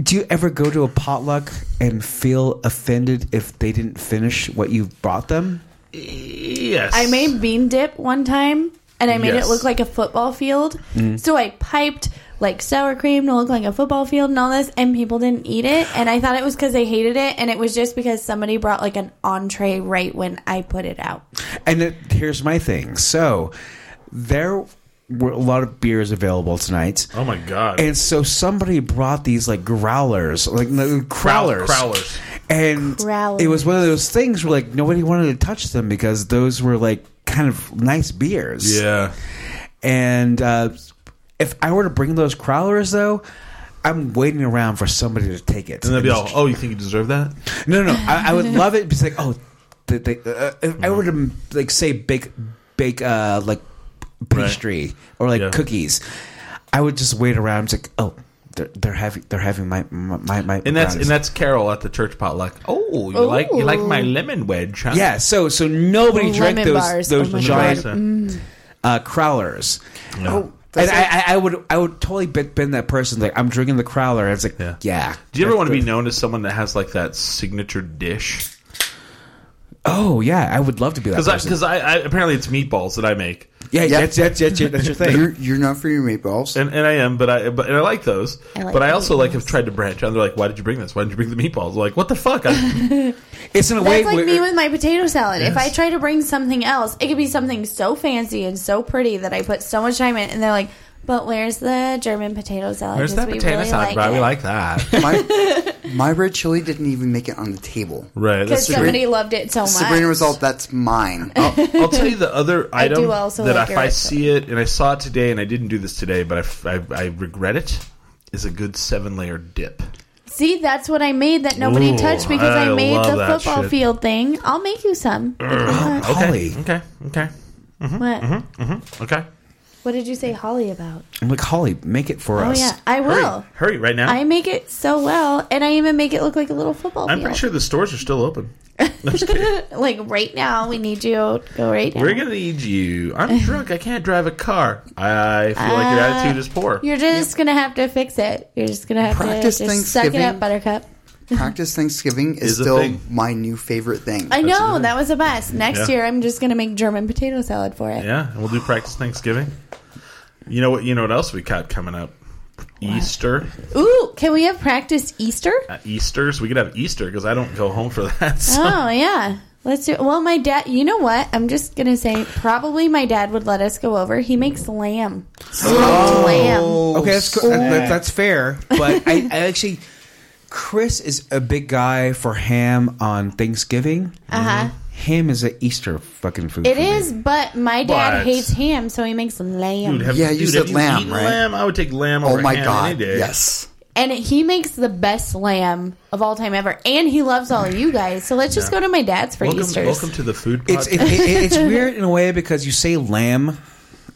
C: Do you ever go to a potluck and feel offended if they didn't finish what you brought them?
B: Yes.
D: I made bean dip one time, and I made
B: Yes. Mm.
D: it look like a football field. So I piped like sour cream to look like a football field and all this, and people didn't eat it. And I thought it was because they hated it, and it was just because somebody brought like an entree right when I put it out.
C: And it, here's my thing. So there were a lot of beers available tonight.
B: Oh my god.
C: And so somebody brought these like growlers, like no, crowlers.
B: crowlers.
C: And
D: Crowlers.
C: it was one of those things where like nobody wanted to touch them because those were like kind of nice beers.
B: yeah.
C: And uh, if I were to bring those crowlers, though, I'm waiting around for somebody to take it.
B: And they'd be all,
C: just-
B: "Oh, you think you deserve that?"
C: No, no, no. I, I would love it. It's like, oh, they, they, uh, if I were to
B: Mm-hmm.
C: like say bake, bake uh, like pastry or like
B: Yeah.
C: cookies, I would just wait around. It's like, oh, they're they're having they're having my my my.
B: And that's and that's Carol at the church potluck. Oh, you like you like my lemon wedge? Huh?
C: yeah. So so nobody
D: Oh,
C: drank
D: lemon
C: those
D: bars.
C: those
D: Oh my
C: giant
B: God.
C: uh, crowlers.
B: Yeah.
D: Oh,
C: And I, I, I would I would totally be- been that person like I'm drinking the crowler. And it's like
B: Yeah.
C: yeah.
B: Do you ever want to be known as someone that has like that signature dish?
C: Oh yeah, I would love to be that
B: Because I,
C: person.
B: because I, I apparently it's meatballs that I make,
C: yeah,
E: Yeah.
C: that's that's that's your, that's your thing.
E: You're, you're known for your meatballs.
B: and and I am, but I but and I like those,
D: I like
B: but I
D: the
B: also like
D: meatballs.
B: have tried to branch out. They're like, why did you bring this? Why did you bring the meatballs? I'm like, what the fuck? I,
C: It's in a way
D: That's like
C: where-
D: me with my potato salad. If I
B: uh, Yes.
D: try to bring something else, it could be something so fancy and so pretty that I put so much time in, and they're like, But where's the German potato salad?
B: Where's
D: 'Cause
B: that
D: we
B: potato
D: really
B: salad, bro? We
D: it.
B: like that.
E: My, my red chili didn't even make it on the table.
B: right.
D: Because
B: That's
E: Sabrina-
D: somebody loved it so much.
E: Sabrina was all, that's mine. Oh,
B: I'll, I'll tell you the other item
D: do also
B: that
D: like
B: if I
D: Eric's.
B: see it and I saw it today and I didn't do this today, but I f- I, I regret it, is a good seven layer dip.
D: See, that's what I made that nobody
B: Ooh,
D: touched because I,
B: I
D: made
B: love
D: the
B: that
D: football
B: shit. Uh-huh,
D: field thing. I'll make you some. What?
C: Holly.
B: Okay. Okay. Mm-hmm.
D: what?
B: uh-huh. Okay.
D: What did you say, Holly? About?
C: I'm like, Holly, make it for
D: Oh
C: us.
D: yeah, I
B: Hurry.
D: will.
B: Hurry right now.
D: I make it so well, and I even make it look like a little football
B: I'm
D: field.
B: pretty sure the stores are still open. I'm just kidding.
D: Like right now, we need you. Go right now.
B: We're gonna need you. I'm drunk. I can't drive a car. I feel like your
D: Uh,
B: attitude is poor.
D: You're just gonna have to fix it. You're just gonna have
E: Practice
D: to just suck it
E: Thanksgiving.
D: up, Buttercup.
E: Practice Thanksgiving is,
B: Is a
E: still
B: thing.
E: my new favorite thing.
D: I know
B: Absolutely.
D: that was the best. Next
B: Yeah.
D: year, I'm just gonna make German potato salad for it.
B: Yeah, and we'll do practice Thanksgiving. You know what? You know what else we got coming up? Easter.
D: Ooh, can we have practice Easter?
B: Uh, Easter's. We could have Easter because I don't go home for that. So.
D: Oh yeah. Let's do Well, my dad, you know what? I'm just going to say probably my dad would let us go over. He makes lamb. Smoked
B: Oh.
D: lamb.
C: Okay, that's, cool. that, that- that's fair. But I, I actually, Chris is a big guy for ham on Thanksgiving.
D: Uh-huh.
C: Ham is an Easter fucking food.
D: It
C: for me.
D: is, but my dad
B: But-
D: hates ham, so he makes lamb.
B: Dude, have,
E: Yeah, you
B: dude,
E: said
B: have
E: lamb,
B: eaten
E: right?
B: Lamb. I would take lamb over
E: Oh my
B: ham
E: god.
B: any day.
E: Yes.
D: and he makes the best lamb of all time ever. And he loves all you guys. So let's just go to my dad's for
B: Welcome,
D: Easter's.
B: welcome to the food podcast.
C: It's it, it, it's weird in a way because you say lamb,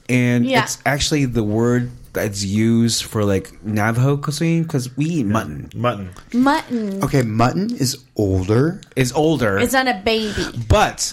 C: and
D: Yeah.
C: it's actually the word that's used for like Navajo cuisine because we eat mutton.
B: mutton.
D: Mutton.
E: Okay, mutton is older.
C: It's older,
D: It's not a baby.
C: but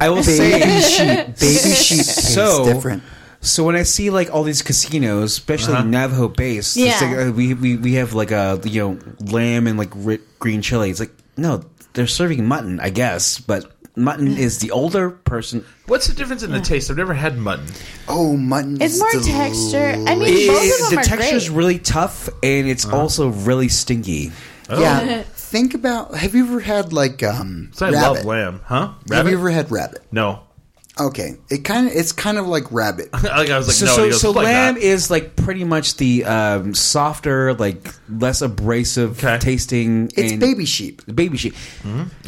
C: I will
E: Baby
C: say
E: sheep. Baby sheep tastes
C: So-
E: different.
C: So when I see like all these casinos, especially Navajo based, it's
D: Yeah.
C: like, uh, we, we we have like a you know lamb and like ri green chili. It's like no, they're serving mutton, I guess, but mutton is the older person.
B: What's the difference
E: Mm.
B: in the taste? I've never had mutton.
E: Oh, mutton.
D: It's
E: is
D: more texture. I mean,
E: delicious.
D: both
C: It-
D: of
C: the
D: them are
C: texture is
D: great.
C: really tough, and it's also really stinky.
B: Oh.
E: Yeah. Think about. Have you ever had like um?
B: So I love
E: rabbit?
B: lamb, huh?
E: Have
B: Rabbit?
E: you ever had rabbit?
B: no.
E: Okay, it kind of it's kind of like rabbit.
B: like I was like,
C: So
B: no.
C: so,
B: it goes
C: so
B: like
C: lamb
B: that.
C: is like pretty much the um, softer, like less abrasive
B: Okay.
C: tasting.
E: It's
C: and-
E: baby sheep.
C: baby sheep.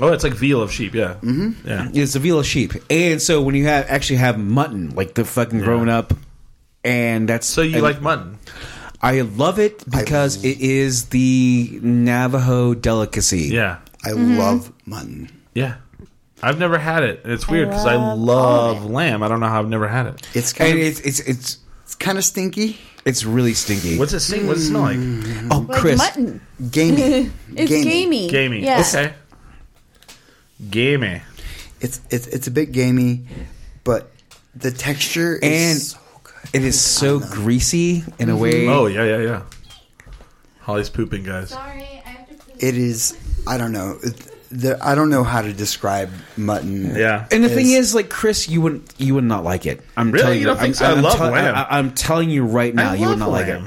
B: Oh, it's like veal of sheep. Yeah. Mm-hmm. Yeah.
C: It's a veal of sheep, and so when you have actually have mutton, like the fucking grown up, and that's
B: So you
C: and
B: like mutton?
C: I love it because it is the Navajo delicacy.
B: Yeah.
E: I
D: Mm-hmm.
E: love mutton.
B: Yeah. I've never had it. and It's weird because I
D: love
B: love lamb. I don't know how I've never had it.
E: It's kind
C: and
E: of
C: it's it's it's
E: it's kind of stinky,
C: it's really stinky.
B: What's it sing? What's it smell like?
C: oh,
D: Like
C: Chris,
D: mutton.
E: gamey.
D: It's gamey.
B: Gamey.
D: Yeah.
B: Okay. Gamey.
E: It's it's it's a bit gamey, but the texture is
C: And-
E: so good.
C: it is so greasy in a
D: Mm-hmm.
C: way.
B: Oh yeah, yeah, yeah. Holly's pooping, guys.
G: Sorry, I have to. poop.
E: It is. I don't know. It, the, I don't know how to describe mutton.
B: Yeah.
C: And the thing
E: It's-
C: is, like Chris, you wouldn't you would not like it. I'm
B: Really?
C: telling
B: You
C: you,
B: don't
C: I'm,
B: think so? I
C: I'm
B: love
C: tell-
B: lamb.
C: I, am telling you right now, you would not like it.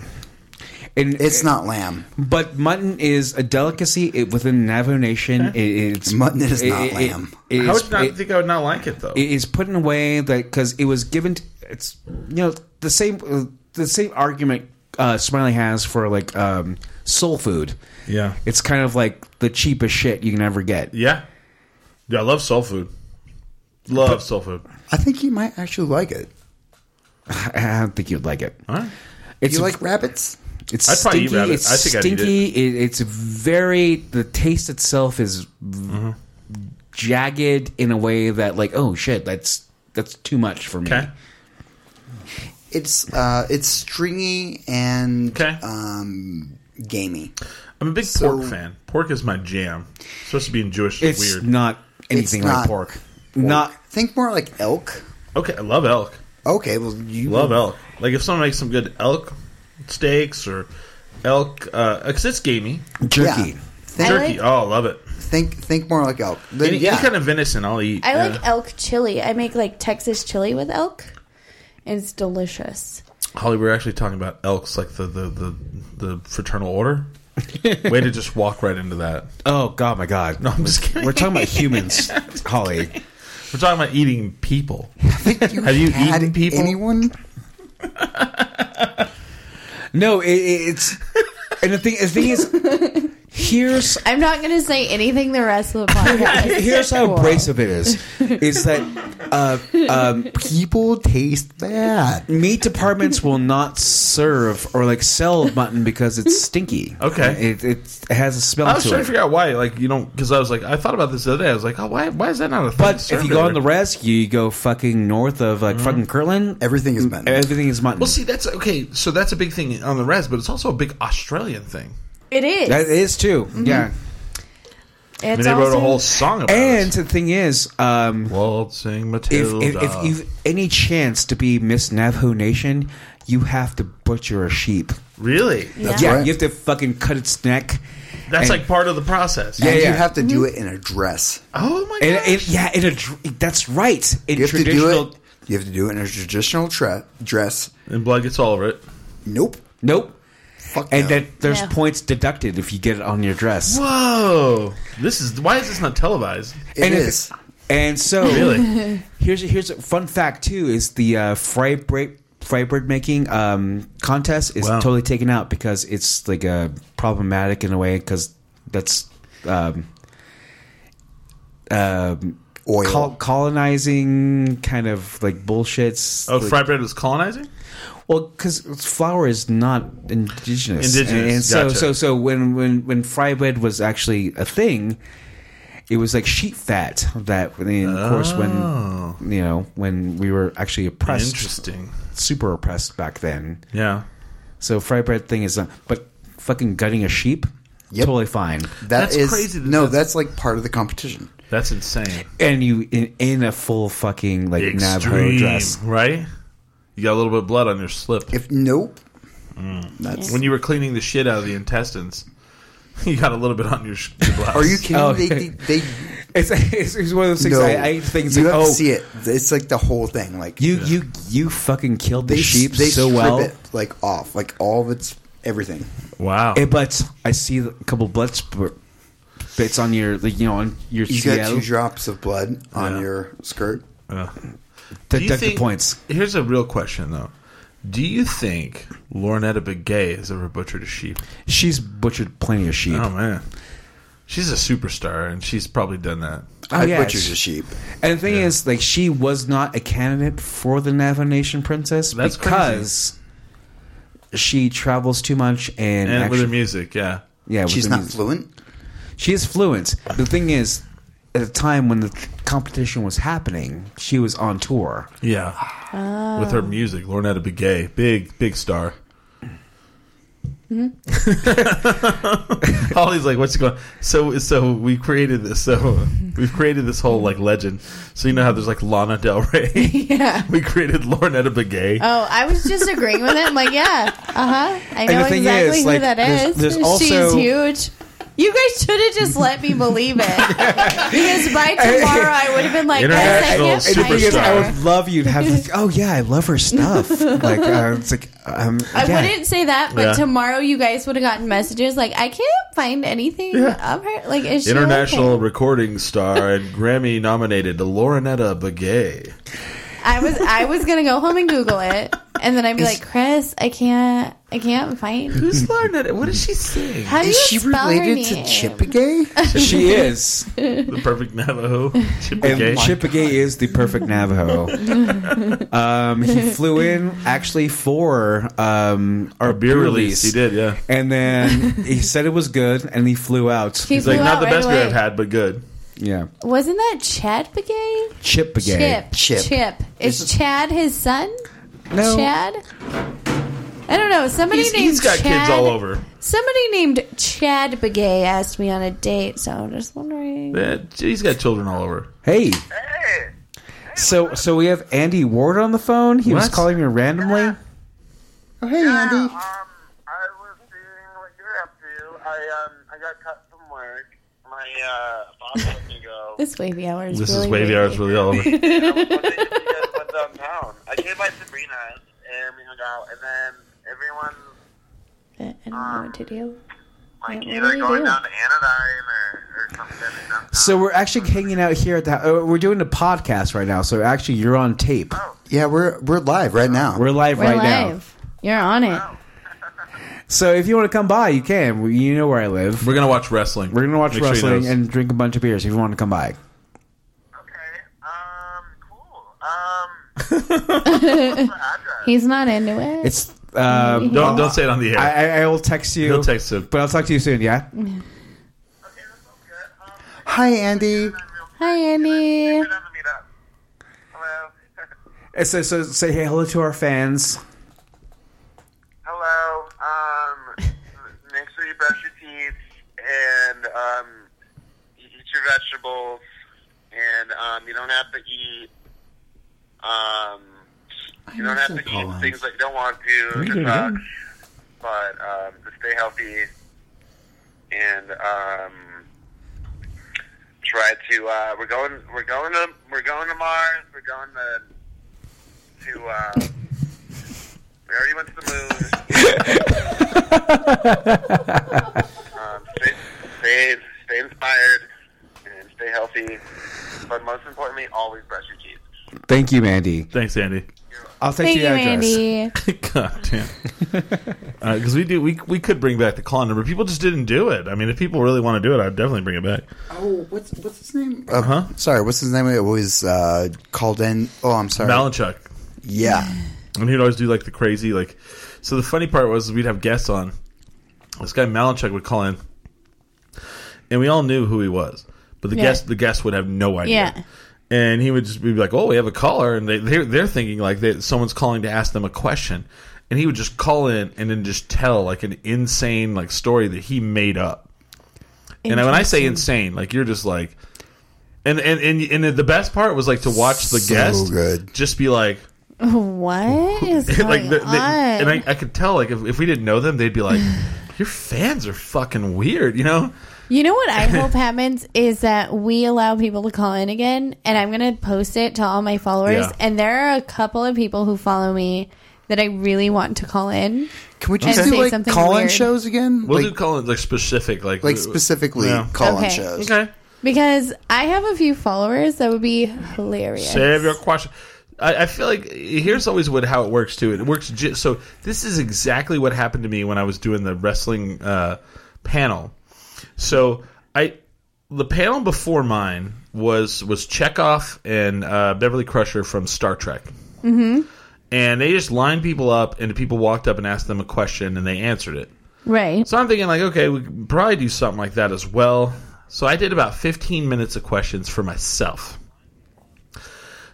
C: And
E: It's not lamb.
C: But mutton is a delicacy it, within Navajo Nation. It, it's
E: Mutton is not lamb.
C: it
B: How
C: is-
B: would you not
C: it-
B: think I would not like it though?
C: it is put in a way that because it was given to, it's you know the same uh, the same argument uh, Smiley has for like um, soul food.
B: yeah.
C: It's kind of like the cheapest shit you can ever get.
B: Yeah. Yeah, I love soul food. Love soul food.
E: I think you might actually like it.
C: I don't think you'd like it.
B: All right.
C: It's
E: You like rabbits?
C: it's
B: I'd probably eat
C: stinky.
B: rabbit.
C: It's
B: I think I'd eat
C: stinky. It. it's very the taste itself is
B: Mm-hmm.
C: v- jagged in a way that like oh shit that's that's too much for me.
B: Okay.
E: It's uh, it's stringy and
B: Okay.
E: um, gamey.
B: I'm a big
E: So-
B: pork fan. Pork is my jam. Supposed to be in Jewish
C: It's
B: weird.
C: not anything like
E: not
C: pork. Not
E: Think more like elk.
B: okay, I love elk.
E: Okay, well you
C: Mm.
B: Love elk. Like if someone makes some good elk steaks or elk, uh, 'cause it's gamey.
C: jerky.
E: Yeah. Think,
B: Turkey. oh, I love it.
E: think think more like elk. Then,
B: Any,
E: yeah.
B: any kind of venison, I'll eat.
D: I
B: yeah.
D: like elk chili. I make like Texas chili with elk. It's delicious.
B: Holly, we were actually talking about elks, like the the the, the fraternal order. Way to just walk right into that.
C: Oh god, my god.
B: No, I'm just kidding.
C: We're talking about humans, Holly.
B: We're talking about eating people.
E: Think you
B: Have you
E: had
B: eaten people?
E: Anyone?
C: No, it, it- it's and the thing. The thing is, here's
D: I'm not going to say anything the rest of the podcast.
C: here's how
D: Cool.
C: abrasive it is. Is that uh, um,
E: People taste bad.
C: meat departments will not serve or like sell mutton because it's stinky.
B: Okay. Oh,
C: it, it has a smell
B: I was
C: to
B: trying to
C: it.
B: figure out why, like you don't, because I was like, I thought about this the other day. I was like, oh, why, why is that not a thing?
C: But if
B: served
C: you go
B: over
C: on the
B: there?
C: rescue, you go fucking north of like fucking Kirtland.
E: Everything is mutton.
C: Everything is mutton.
B: Mm-hmm. well, see, that's okay. So that's a big thing on the res, but it's also a big Australian thing.
D: It is.
C: that is too.
B: Mm-hmm.
C: Yeah.
B: Oh,
D: It's
B: I mean, they wrote a
D: also-
B: whole song about
C: And
B: it.
C: the thing is, um,
B: Waltzing
C: if,
B: Matilda.
C: if, if you've any chance to be Miss Navajo Nation, you have to butcher a sheep.
B: really,
E: That's
C: Yeah,
E: right.
C: you have to fucking cut its neck.
B: that's
C: And-
B: like part of the process.
E: and
C: yeah.
E: you have to do it in a dress.
B: Oh my
C: And,
B: gosh.
C: and- yeah, in a dr- that's right. In
E: You have to do
C: traditional,
E: it. You have to do it in a traditional tra- dress.
B: and blood gets all over it.
E: Nope.
C: nope.
E: Fuck
C: And
E: no.
C: then there's
D: No.
C: points deducted if you get it on your dress.
B: Whoa! This is why is this not televised?
E: it
C: and if-
E: is.
C: And so
B: Really?
C: here's a, here's a fun fact too is the uh, fry break fry bread making um, contest is
B: Wow.
C: totally taken out because it's like uh, problematic in a way because that's um, um,
E: Oil.
C: col- colonizing kind of like bullshits.
B: Oh,
C: like,
B: fried bread was colonizing.
C: well, because flour is not indigenous.
B: Indigenous,
C: and, and so
B: gotcha.
C: so so when when when fry bread was actually a thing, it was like sheep fat that, and of course,
B: Oh.
C: when you know when we were actually oppressed,
B: Interesting.
C: super oppressed back then.
B: Yeah,
C: So fry bread thing is, uh, but fucking gutting a sheep,
E: Yep.
C: totally fine.
B: That's
E: that's
B: crazy that
E: no,
B: that's-
E: that's like part of the competition.
B: that's insane.
C: And you in, in a full fucking like Navajo dress.
B: right? You got a little bit of blood on your slip.
E: If nope, that's.
B: when you were cleaning the shit out of the intestines, you got a little bit on your, sh- your blouse.
E: Are you kidding?
C: Oh.
E: They, they, they
C: It's, it's, it's one of those things.
E: no.
C: I, I think
E: you
C: like,
E: have
C: oh,
E: to see it. It's like the whole thing. Like
C: you you you fucking killed the
E: they
C: sheep
E: they
C: so
E: strip
C: well.
E: it like off, like all of its everything.
B: Wow.
C: Eh, but I see a couple blood sp- bits on your, like, you know, on your
E: You
C: CL.
E: got two drops of blood on
B: Yeah.
E: your skirt.
B: Do you
C: Deduct the
B: think-
C: points.
B: Here's a real question, though. Do you think Lornetta Begay has ever butchered a sheep?
C: She's butchered plenty of sheep.
B: Oh, man. She's a superstar, and she's probably done that.
C: Oh,
E: I
C: yeah,
E: butchered
C: she-
E: a sheep.
C: And the thing is, like, she was not a candidate for the Navajo Nation Princess
B: That's
C: because she travels too much and,
B: And with her
C: actually-
B: music, yeah.
C: yeah, with
E: She's
C: her
E: not
C: music.
E: fluent.
C: She is fluent. The thing is, at the time when the competition was happening, she was on tour.
B: Yeah. With her music, Lornetta Begay. Big, big star. Mm-hmm. Holly's like, what's going? So, so we created this. So we've created this whole like legend. So you know how there's like Lana Del Rey.
D: Yeah.
B: we created Lornetta Begay.
D: Oh, I was just agreeing with it. I'm like, yeah, uh huh. I know
C: the thing
D: exactly
C: is,
D: who
C: like,
D: that
C: there's-
D: is.
C: there's also-
D: She's huge. You guys should have just let me believe it because by tomorrow I would have been like, yes, I
B: International
D: can't
C: And the thing is,
D: find
C: I
B: superstar.
D: her.
C: would love you to have like, oh yeah, I love her stuff. Like uh, it's like um,
D: I
C: yeah.
D: wouldn't say that, but
B: Yeah.
D: tomorrow you guys would have gotten messages like, I can't find anything
B: Yeah.
D: of her. Like, is she
B: International
D: okay?
B: recording star and Grammy nominated Lornetta Begay.
D: I was I was gonna go home and Google it, and then I'd be like, Chris, I can't, I can't find.
B: Who's Lornetta? What does she sing?
D: How do
E: Is
D: you
E: she
D: spell her
E: related to
D: name?
E: Chippegay?
C: She is,
B: The perfect Navajo.
C: and
B: Begay.
C: Chippegay is the perfect Navajo. um, he flew in actually for um, our
B: beer release, he did, yeah.
C: and then he said it was good, and he flew out.
D: He
B: He's like,
D: flew
B: not
D: out
B: the
D: right
B: best
D: away.
B: beer I've had, but good.
C: yeah,
D: Wasn't that Chad Begay?
C: Chippegay.
D: Chip.
E: Chip.
D: Chip. Is Chad his son?
C: No,
D: Chad? I don't know. Somebody
B: He's-
D: named
B: he's got
D: Chad,
B: kids all over.
D: Somebody named Chad Begay asked me on a date, so I'm just wondering.
B: Yeah, he's got children all over.
C: hey. So, so we have Andy Ward on the phone. He was
B: What?
C: calling me randomly.
E: oh, hey, Andy.
H: Um, I was seeing what you're up to. I um, I got cut from work. My uh, boss let me go.
D: This wavy hour is
B: This
D: really
B: is wavy hours really all over.
H: And I was wondering if you guys went downtown. I came by Sabrina's and we hung out, and then everyone
D: I don't know what to do.
H: like
D: What- what do
H: either
D: you
H: going
D: do?
H: down to Anodyne or, or something. in downtown.
C: So we're actually hanging out here at the. Uh, we're doing a podcast right now. So actually, you're on tape.
E: Yeah, we're we're live right now.
C: We're live
D: We're
C: right
D: live. You're on it.
C: So if you want to come by, you can. We- You know where I live.
B: We're gonna watch wrestling.
C: We're gonna watch
B: Make sure he
C: wrestling
B: knows.
C: and drink a bunch of beers. If you want to come by,
H: Okay. Um. Cool. Um.
G: He's not into it.
C: it's. Um,
B: don't don't say it on the air.
C: I, I, I will text you.
B: He'll text it.
C: but I'll talk to you soon. Yeah.
D: Mm-hmm.
H: Okay, that sounds good. Um.
E: Hi, Andy.
G: Hi, Andy.
H: We're down to meet up. Hello.
C: And Uh, So, so say hey, hello to our fans.
H: Hello. Um. Make sure you brush your teeth and um eat your vegetables and um you don't have to eat um you don't have to eat things that you don't want to. That sucks. But um, just stay healthy and um, try to. Uh, we're going. We're going to. We're going to Mars. We're going to. To. Uh, we already went to the moon. um, stay, stay, stay inspired and stay healthy. But most importantly, always brush your teeth.
C: Thank you, Mandy.
B: Thanks, Andy.
C: I'll text
D: Thank
C: you
D: you,
C: the address.
D: Andy.
B: God damn. Because we do, we we could bring back the call number. People just didn't do it. I mean, if people really want to do it, I'd definitely bring it back.
E: Oh, what's what's his name?
B: Uh huh.
E: Sorry, what's his name? It was uh, called in. Oh, I'm sorry.
B: Malinchuk,
E: Yeah.
B: and he'd always do like the crazy like. So the funny part was we'd have guests on. This guy Malinchuk would call in, and we all knew who he was, but the
D: Yeah.
B: guest the guests would have no idea.
D: Yeah.
B: And he would just be like, "Oh, we have a caller," and they they're, they're thinking like that someone's calling to ask them a question, and he would just call in and then just tell like an insane like story that he made up. And when I say insane, like you're just like, and and and, and the best part was like to watch the
E: So
B: guest
E: good.
B: just be like,
D: What is going
B: like the, the,
D: on?
B: and I, I could tell like if, if we didn't know them, they'd be like, your fans are fucking weird, you know?
D: You know what I hope happens is that we allow people to call in again, and I'm going to post it to all my followers.
B: Yeah.
D: And there are a couple of people who follow me that I really want to call in.
E: Can we just
D: And
E: do
D: say
E: like
D: something
E: call-in
D: weird.
E: shows again?
B: We'll
E: like,
B: do call it like specific, like
E: like specifically
B: Yeah.
E: call-in
D: Okay.
E: shows.
B: Okay,
D: Because I have a few followers that would be hilarious.
B: save your question. I, I feel like here's always what how it works too. It works ju- so this is exactly what happened to me when I was doing the wrestling uh, panel. So I the panel before mine was was Chekhov and uh, Beverly Crusher from Star Trek. Mm-hmm. And they just lined people up, and people walked up and asked them a question, and they answered it.
D: Right.
B: So I'm thinking like, okay, we could probably do something like that as well. So I did about 15 minutes of questions for myself.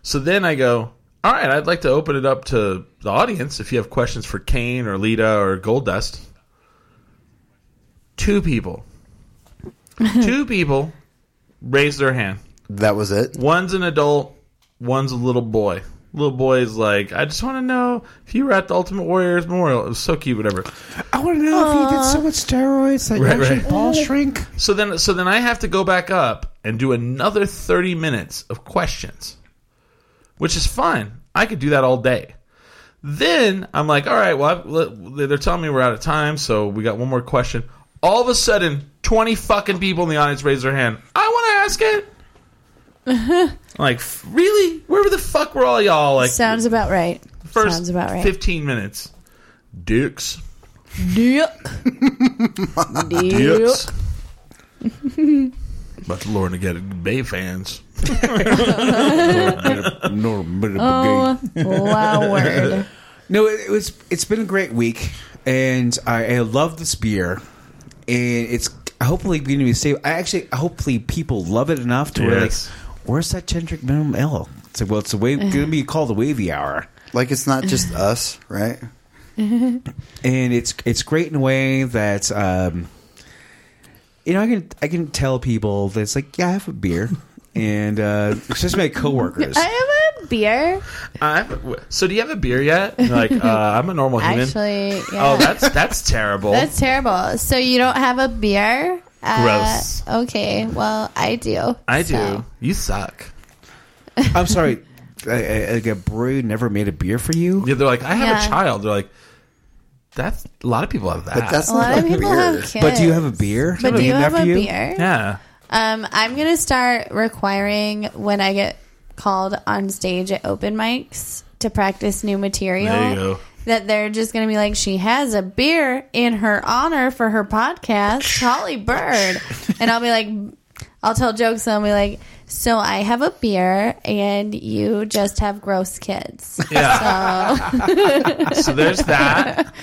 B: So then I go, all right, I'd like to open it up to the audience if you have questions for Kane or Lita or Goldust. Two people. Two people raised their hand.
E: That was it.
B: One's an adult, one's a little boy. Little boy is like, I just want to know if you were at the Ultimate Warriors Memorial. It was so cute, whatever.
C: I want to know if you did so much steroids that
B: Right,
C: your actually
B: right.
C: ball shrink.
B: So then, so then I have to go back up and do another thirty minutes of questions, which is fine. I could do that all day. Then I'm like, all right, well, I've, le- they're telling me we're out of time, so we got one more question. All of a sudden, twenty fucking people in the audience raise their hand. I want to ask it.
D: Uh-huh.
B: I'm like, "F- really? Where the fuck were all y'all? Like,
D: Sounds about right.
B: first
D: Sounds about right.
B: fifteen minutes, dukes.
D: Duke. Duke.
B: Yes. But the Lord to get Bay fans.
D: Oh, wow, word.
C: No, it, it was. It's been a great week, and I, I love this beer, and it's hopefully going to be safe. I actually, hopefully, people love it enough to where like,
B: Yes.
C: where's that Chendrick Minimum L? It's like, well, it's a wave, going to be called the Wavy Hour,
E: Like it's not just us, right?
C: and it's it's great in a way that. Um, you know, I can I can tell people that it's like, yeah, I have a beer, and uh, it's just my coworkers.
D: I have a beer.
B: I'm, so do you have a beer yet? And like uh, I'm a normal human.
D: Actually, yeah.
B: Oh, that's that's terrible.
D: That's terrible. So you don't have a beer? Uh,
B: Gross.
D: okay. Well, I do.
B: I do.
D: so.
B: You suck.
C: I'm sorry, I, I, like a brewery never made a beer for you.
B: Yeah, they're like I have
D: Yeah.
B: a child. They're like that's a lot of people have that.
E: But that's
D: A
E: not
D: lot
E: a
D: of people
E: beer.
D: have kids.
C: But do you have a beer?
D: But do you
C: named
D: have a
C: after you?
D: beer?
B: yeah.
D: Um, I'm gonna start requiring when I get called on stage at open mics to practice new material.
B: There you go.
D: that they're just going to be like, she has a beer in her honor for her podcast, Holly Bird. And I'll be like, I'll tell jokes and I'll be like, so I have a beer and you just have gross kids.
I: Yeah. So, there's that.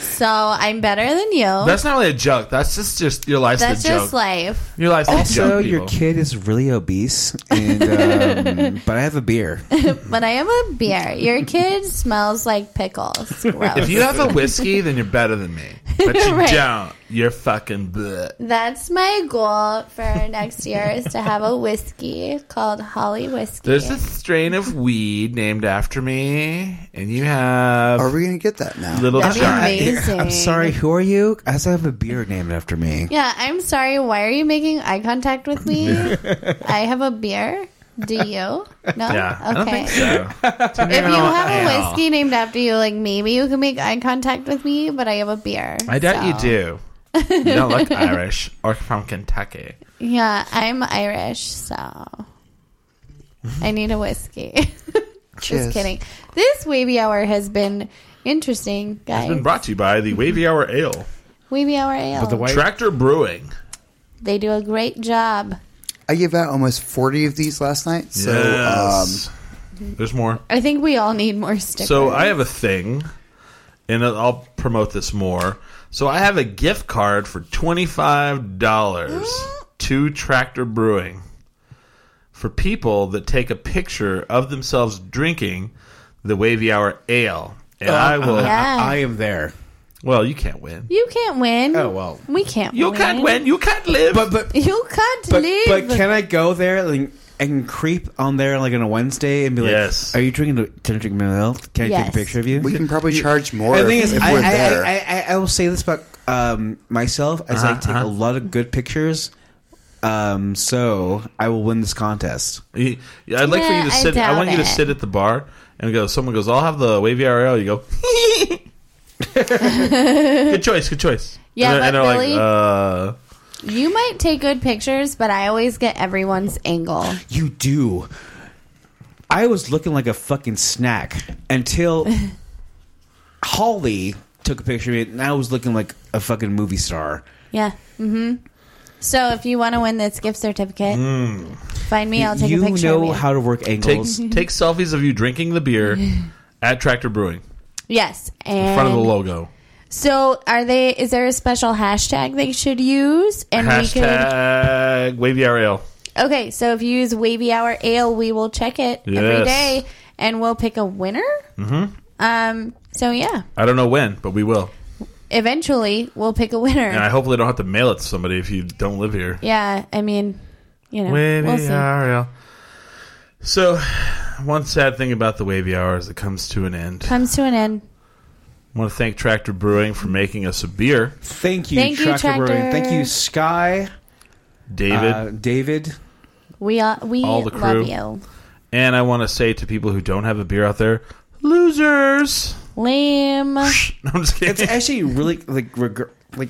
D: So I'm better than you.
I: That's not really a joke. That's just just your life's
D: That's
I: a joke.
D: just life.
I: your life's
C: Also,
I: a joke,
C: your
I: people.
C: kid is really obese, and um, but I have a beer.
D: But I have a beer. Your kid smells like pickles. Gross.
I: If you have a whiskey, then you're better than me. But you
D: Right.
I: don't. You're fucking bleh.
D: That's my goal for next year is to have a whiskey called Holly Whiskey.
I: There's a strain of weed named after me, and you have
E: Are we gonna get that now?
I: little
D: That'd be
I: giant.
D: amazing.
C: I'm sorry, who are you? I also have a beer named after me.
D: Yeah, I'm sorry. Why are you making eye contact with me? I have a beer. Do you? No.
I: Yeah,
D: Okay.
I: I don't think so.
D: If you have
I: Yeah.
D: a whiskey named after you, like maybe you can make eye contact with me, but I have a beer.
I: I doubt
D: so.
I: you do. You don't look Irish or from Kentucky.
D: Yeah, I'm Irish, so I need a whiskey.
E: Cheers.
D: Just kidding. This wavy hour has been interesting, guys.
B: It's been brought to you by the Wavy Hour Ale,
D: wavy hour ale.
B: Tractor Brewing.
D: they do a great job.
E: I gave out almost forty of these last night. So
I: um,
E: um,
B: yes. There's more.
D: I think we all need more stickers.
B: So I have a thing, and I'll promote this more. So I have a gift card for twenty five dollars to Tractor Brewing for people that take a picture of themselves drinking the Wavy Hour Ale, and I will.
D: Yeah.
C: I, I am there.
B: Well, you can't win.
D: you can't win.
C: Oh, well.
D: we can't.
B: You can't win. You can't live.
C: But but
D: You can't
C: but,
D: leave.
C: but can I go there like, and creep on there like on a Wednesday and be like,
B: Yes.
C: "Are you drinking? the- Can I drink my milk? Can I take
D: Yes.
C: a picture of you?"
E: we can probably charge more
C: the
E: if,
C: thing is,
E: if
C: I,
E: we're
C: I,
E: there.
C: I, I, I will say this about um, myself: as I take a lot of good pictures, um, so I will win this contest.
B: You- I'd like for
D: Yeah,
B: you to
D: I
B: sit. I,
D: doubt
B: want you to
D: it.
B: sit at the bar and go. Someone goes, "I'll have the wavy RL." You go. good choice. Good choice.
D: Yeah,
B: and, they're- and
D: but
B: they're
D: Billy-
B: like, uh,
D: you might take good pictures, but I always get everyone's angle.
C: You do. I was looking like a fucking snack until Holly took a picture of me, and I was looking like a fucking movie star.
D: Yeah. Mm-hmm. So if you want to win this gift certificate, find me. I'll take
C: Hmm. you
D: a picture.
C: know
D: of you.
C: how to work
B: take
C: angles.
B: take selfies of you drinking the beer at Tractor Brewing
D: Yes, and
B: in front of the logo.
D: So are they? Is there a special hashtag they should use? And
B: Hashtag wavy RL.
D: we could. Okay, so if you use Wavy Hour Ale, we will check it every
B: Yes.
D: day, and we'll pick a winner. Mm-hmm. Um. So yeah,
B: I don't know when, but we will.
D: eventually we'll pick a winner.
B: And I hopefully don't have to mail it to somebody if you don't live here.
D: yeah, I mean, you know,
B: Wavy
D: we'll see.
B: hour, yeah. So, one sad thing about the wavy hour is it comes to an end.
D: Comes to an end.
B: I want to thank Tractor Brewing for making us a beer.
C: Thank you,
D: Thank you,
C: Tractor Brewing.
D: Tractor.
C: Thank you, Sky,
B: David.
C: uh, David.
D: We all we
B: All the crew.
D: love you,
B: and I want to say to people who don't have a beer out there, losers.
D: lame.
B: No, I'm just
C: It's
B: kidding.
C: actually really like reg- like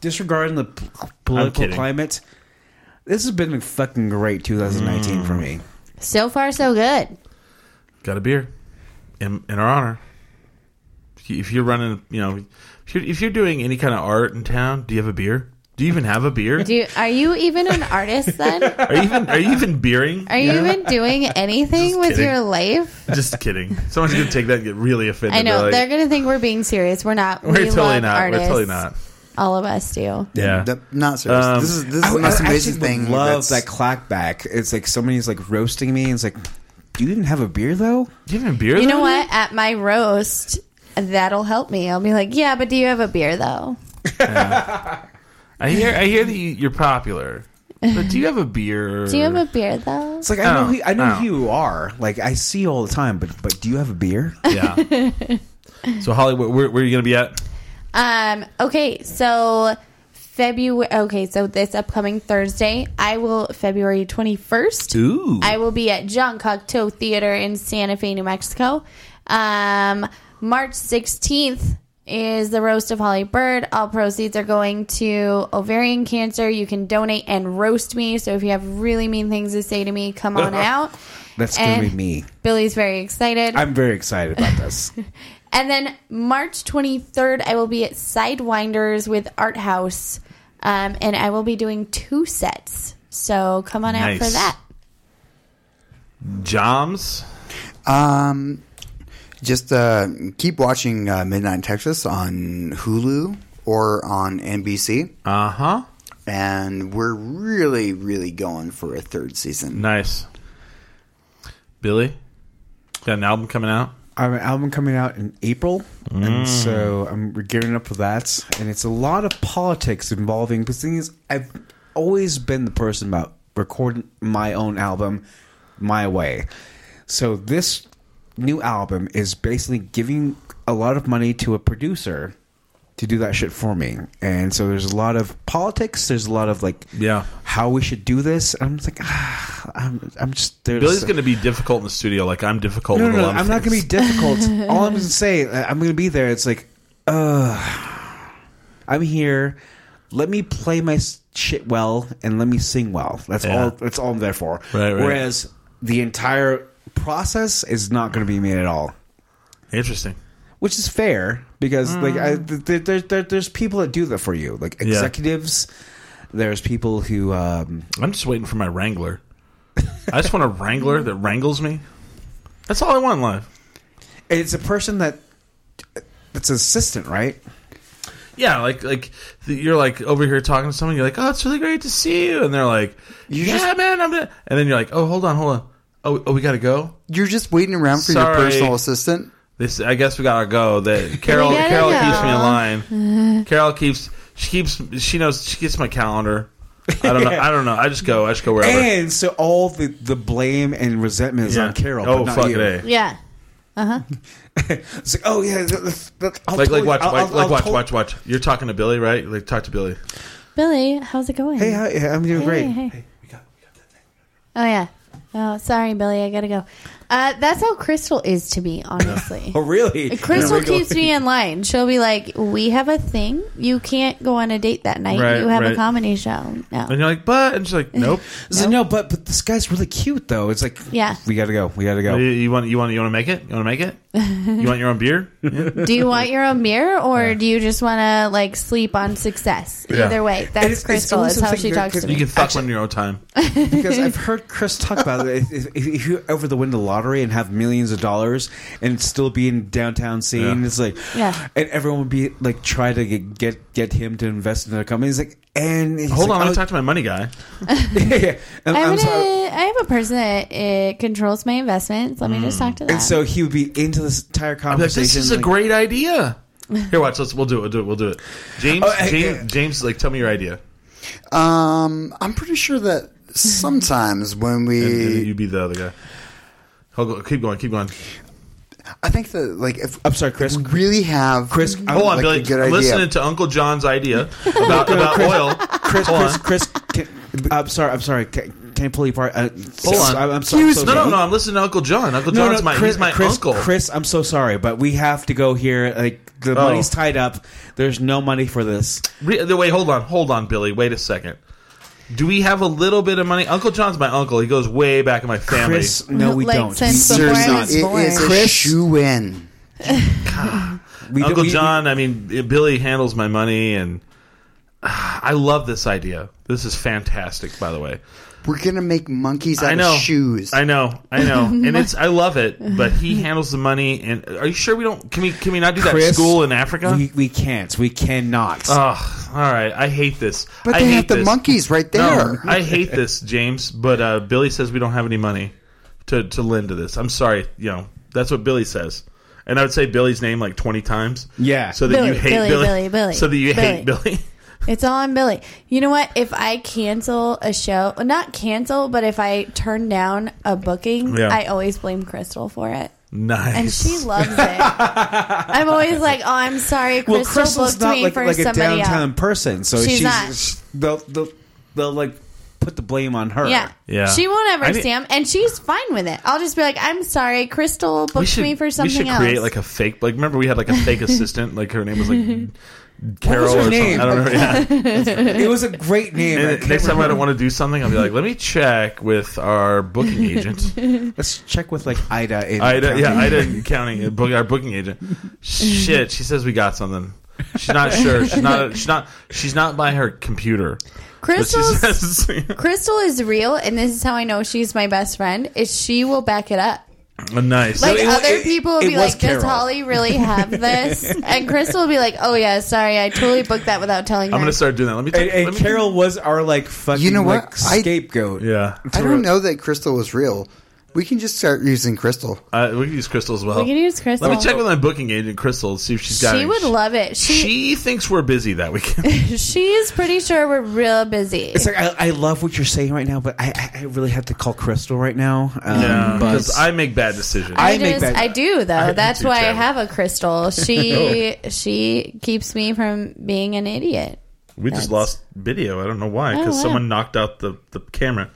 C: disregarding the p-
B: I'm
C: political
B: kidding.
C: climate. This has been a fucking great 2019 for me.
D: So far, so good.
B: Got a beer in, in our honor. If you're running, you know, if you're, if you're doing any kind of art in town, do you have a beer? Do you even have a beer?
D: Do you, are you even an artist then?
B: Are you even are you even beering?
D: Are you even doing anything with
B: kidding.
D: your life?
B: Just kidding. Someone's gonna take that and get really offended.
D: I know
B: They're like,
D: they're gonna think we're being serious. We're not.
B: we're
D: we
B: totally
D: love
B: not.
D: Artists.
B: We're totally not.
D: All of us do.
B: Yeah.
E: That- not serious.
B: Um,
E: this is this is
C: I
E: the most
C: actually
E: amazing
C: would
E: thing.
C: Love that
E: that's-
C: clackback. It's like somebody's like roasting me. And it's like, do you even have a beer though?
B: Do you have a beer?
D: You
B: though?
D: know what? At my roast, that'll help me. I'll be like, yeah, but do you have a beer though?
B: I hear I hear that you, you're popular, but do you have a beer?
D: Do you have a beer though?
C: It's like I know
B: Oh,
C: who, I know
B: oh.
C: who you are. Like I see you all the time, but but do you have a beer?
B: Yeah. so Hollywood, where, where are you going to be at?
D: Um. Okay. So February. Okay. So this upcoming Thursday, I will February twenty first.
B: Ooh.
D: I will be at John Cocteau Theater in Santa Fe, New Mexico. Um, March 16th is the roast of Holly Bird. All proceeds are going to ovarian cancer. You can donate and roast me. So if you have really mean things to say to me, come on out.
C: That's
D: And-
C: gonna be me.
D: Billy's very excited.
C: I'm very excited about this.
D: And then March 23rd, I will be at Sidewinders with Art House, um, and I will be doing two sets. So come on out for
B: Nice.
D: that.
B: Joms.
E: Um, just uh, keep watching uh, Midnight in Texas on Hulu or on NBC,
B: Uh huh.
E: and we're really, really going for a third season.
B: Nice. Billy, got an album coming out.
C: I have an album coming out in April,
B: Mm.
C: and so I'm we're gearing up for that. And it's a lot of politics involving. But the thing is, I've always been the person about recording my own album my way. So this new album is basically giving a lot of money to a producer to do that shit for me. And so there's a lot of politics. There's a lot of like,
B: Yeah.
C: how we should do this. And I'm just like, ah, I'm, I'm just there's
B: Billy's going to be difficult in the studio, like I'm difficult.
C: no,
B: with
C: no,
B: a
C: no.
B: lot of
C: I'm not going
B: things.
C: to be difficult. All I'm going to say, uh, I'm going to be there. It's like, uh, I'm here. Let me play my s- shit well and let me sing well. That's
B: Yeah.
C: all. That's all I'm there for.
B: Right, right.
C: Whereas the entire process is not going to be me at all,
B: Interesting.
C: which is fair because like I,
B: Mm.
C: th- th- there, there, there's people that do that for you, like executives. There's people who um,
B: I'm just waiting for my Wrangler. I just want a Wrangler that wrangles me. That's all I want in life.
C: it's a person that that's an assistant, right?
B: Yeah, like like the, you're like over here talking to someone. You're like, oh, it's really great to see you, and they're like, yeah, man, I'm. gonna-" And then you're like, oh, hold on, hold on. Oh, oh we got to go.
E: You're just waiting around for
B: Sorry.
E: your personal assistant.
B: This, I guess we gotta go. That Carol,
D: We gotta
B: Carol
D: go.
B: keeps me in line. Carol keeps, she keeps, she knows, she gets my calendar. I don't know. I don't know. I just go. I just go wherever.
C: And so all the, the blame and resentment is
B: Yeah.
C: on Carol.
B: Oh
C: but not
B: fuck
C: you.
B: it. eh.
D: Yeah.
C: It's like, oh yeah, th- th- th- I'll
B: Like
C: totally-
B: like watch
C: I'll-
B: like,
C: I'll-
B: like
C: I'll
B: watch
C: totally-
B: watch watch. You're talking to Billy, right? Like talk to Billy.
D: Billy, how's it going?
C: Hey, how, yeah, I'm doing great.
D: hey. Oh yeah. Oh, sorry, Billy. I gotta go. Uh, that's how Crystal is to me, honestly.
C: Oh really? Here
D: Crystal
C: we go.
D: keeps me in line. She'll be like, "We have a thing. You can't go on a date that night.
B: Right,
D: you have
B: right.
D: a comedy show." No.
B: And you're like, but and she's like, nope.
C: So, no, but but this guy's really cute though. It's like
D: Yeah.
C: we gotta go. We gotta
B: you,
C: go.
B: you want you want you want to make it? You want to make it? You want your own beer?
D: Do you want your own beer, or do you just want to like sleep on success?
B: Yeah.
D: Either way, that's
C: it's- it's
D: Crystal.
C: almost
D: It's how
C: something
D: she
C: very-
D: talks to
B: You
D: me.
B: can fuck one in your own time.
C: Because I've heard Chris talk about it. If, if, if you ever the win the lottery and have millions of dollars and still be in downtown scene,
B: Yeah.
C: it's like
D: Yeah.
C: and everyone would be like try to get get, get him to invest in their company. It's like and he's
B: Hold
C: like,
B: on, let
C: oh,
B: me talk to my money guy.
C: yeah, yeah. And
D: I'm
C: I'm
D: gonna,
C: sorry.
D: I have a person that uh, controls my investments. Let me just talk to that.
C: Mm. And so he would be into this entire
B: I'm like,
C: conversation.
B: this is a
C: like-
B: great idea. Here, watch. Let's we'll do it. We'll do it. We'll do it. James,
C: Oh, hey,
B: James,
C: yeah.
B: James, like, tell me your idea.
E: Um, I'm pretty sure that sometimes when
B: And, and uh,
E: we,
B: you be the other guy. Hold go, keep going, keep going.
E: I think that like if
C: I'm sorry, Chris.
E: we really have
C: Chris,
E: like,
B: Hold on,
E: a
B: Billy.
E: good
B: I'm
E: idea.
B: listening to Uncle John's idea about, about oil.
C: Chris,
B: Hold
C: Chris,
B: on.
C: Chris, can, I'm sorry, I'm sorry. Can, can I pull you apart? Uh,
B: Hold on.
C: I'm, I'm sorry. I'm so
B: No, no,
C: sorry.
B: no. I'm listening to Uncle John. Uncle John's my
C: Chris,
B: he's my
C: Chris,
B: uncle.
C: Chris, I'm so sorry, but we have to go here. Like the
B: Oh.
C: money's tied up. There's no money for this.
B: Re- wait, hold on, hold on, Billy. Wait a second. Do we have a little bit of money? Uncle John's my uncle. He goes way back in my family.
C: Chris, no, we
D: Like,
C: don't.
D: since
C: We-
D: before I
E: Seriously,
D: was born.
E: it is a
C: Chris-
E: shoe in.
C: we don't-
B: Uncle
C: we-
B: John, I mean, Billy handles my money, and ah, I love this idea. This is fantastic, by the way.
E: We're gonna make monkeys out
B: I know
E: of shoes.
B: I know, I know, and it's I love it. But he handles the money, and are you sure we don't? Can we? Can we not do that
C: Chris,
B: school in Africa? Uh,
C: We, we can't. We cannot.
B: Ugh, all right. I hate this.
E: but
B: I
E: they
B: hate
E: have the
B: this.
E: monkeys right
B: No,
E: there.
B: I hate this, James. But uh, Billy says we don't have any money to to lend to this. I'm sorry. You know that's what Billy says, and I would say Billy's name like 20 times.
C: Yeah.
B: So that you
D: Billy,
B: hate
D: Billy,
B: Billy,
D: Billy, Billy,
B: So that you hate
D: Billy.
B: Billy.
D: It's all on Billy. You know what? If I cancel a show, not cancel, but if I turn down a booking,
B: Yeah.
D: I always blame Crystal for it.
B: nice.
D: And she loves it. I'm always like, oh, I'm sorry,
C: well,
D: Crystal
C: Crystal's
D: booked
C: not
D: me
C: like,
D: for
C: like a
D: somebody
C: downtown
D: else.
C: person, so
D: She's
C: she's,
D: not.
C: they'll, they'll, they'll like put put the blame on her.
D: Yeah. She won't ever
B: I
D: see
B: need-
D: him, and she's fine with it. I'll just be like, I'm sorry, Crystal booked me for something
B: we should
D: else.
B: create like a fake. Like remember we had like a fake assistant. Like her name was like Carol
C: her
B: or
C: name?
B: something. I don't know. Yeah.
C: It was a great name. I
B: And
C: can't
B: next time I
C: remember.
B: don't want to do something, I'll be like, let me check with our booking agent.
C: Let's check with like Ida. In
B: Ida, yeah,
C: County.
B: Ida County, uh, book- our booking agent. Shit, she says we got something. She's not sure. She's not. She's not. She's not by her computer. But she
D: Crystal's
B: says,
D: Crystal is real, and this is how I know she's my best friend. Is she will back it up.
B: nice.
D: Like
C: it-
D: other
C: it-
D: people will
C: it
D: be
C: was
D: like,
C: Carol."
D: "Does Holly really have this?" and Crystal will be like, "Oh yeah, sorry, I totally booked that without telling her."
B: I'm gonna start doing that. Let me.
C: And,
B: Take,
C: and
B: let me
C: Carol was our like fucking
E: You know what?
C: like,
E: I-
C: scapegoat.
B: Yeah,
E: I don't know that Crystal was real. We can just start using Crystal.
B: uh, we can use Crystal as well.
D: We can use Crystal.
B: Let me check with my booking agent, Crystal, see if she's got.
D: she
B: any-
D: would love it. She,
B: She thinks we're busy that weekend.
D: she is pretty sure we're real busy.
C: It's like I, I love what you're saying right now, but I, I- I really have to call Crystal right now. Um, but
B: because I make bad decisions.
C: I
D: I,
C: make
D: just,
C: that-
D: I do though.
B: I
D: That's
B: do,
D: why I
B: Travis.
D: have a crystal. She she keeps me from being an idiot.
B: we just
D: That's-
B: lost video. I don't know why
D: Oh,
B: because
D: wow.
B: someone knocked out the the camera,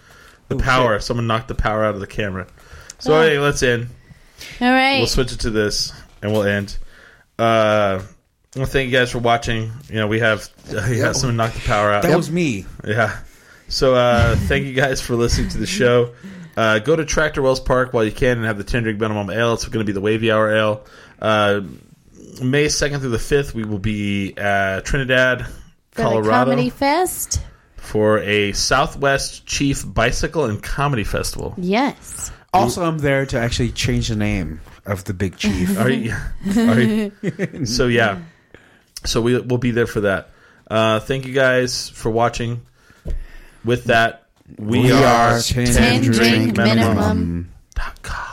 C: Oh,
B: the power. Someone knocked the power out of the camera. So hey, let's end.
D: All right.
B: We'll switch it to this and we'll end. Uh, well, thank you guys for watching. You know, we have yeah, someone knocked the power out.
C: that was me.
B: Yeah. So uh, thank you guys for listening to the show. Uh, go to Tractor Wells Park while you can and have the 10 drink minimum ale. It's going to be the Wavy Hour Ale. Uh, May 2nd through the 5th, we will be at Trinidad,
D: For the
B: Colorado
D: comedy fest.
B: for a Southwest Chief Bicycle and Comedy Festival.
D: Yes.
C: Also, I'm there to actually change the name of the Big Chief.
B: Are you, are you- so, yeah. So we, we'll be there for that. Uh, thank you guys for watching. With that, we,
C: We
B: are
C: are 10
D: Ten drink
E: drink
D: minimum.
E: minimum.
B: God.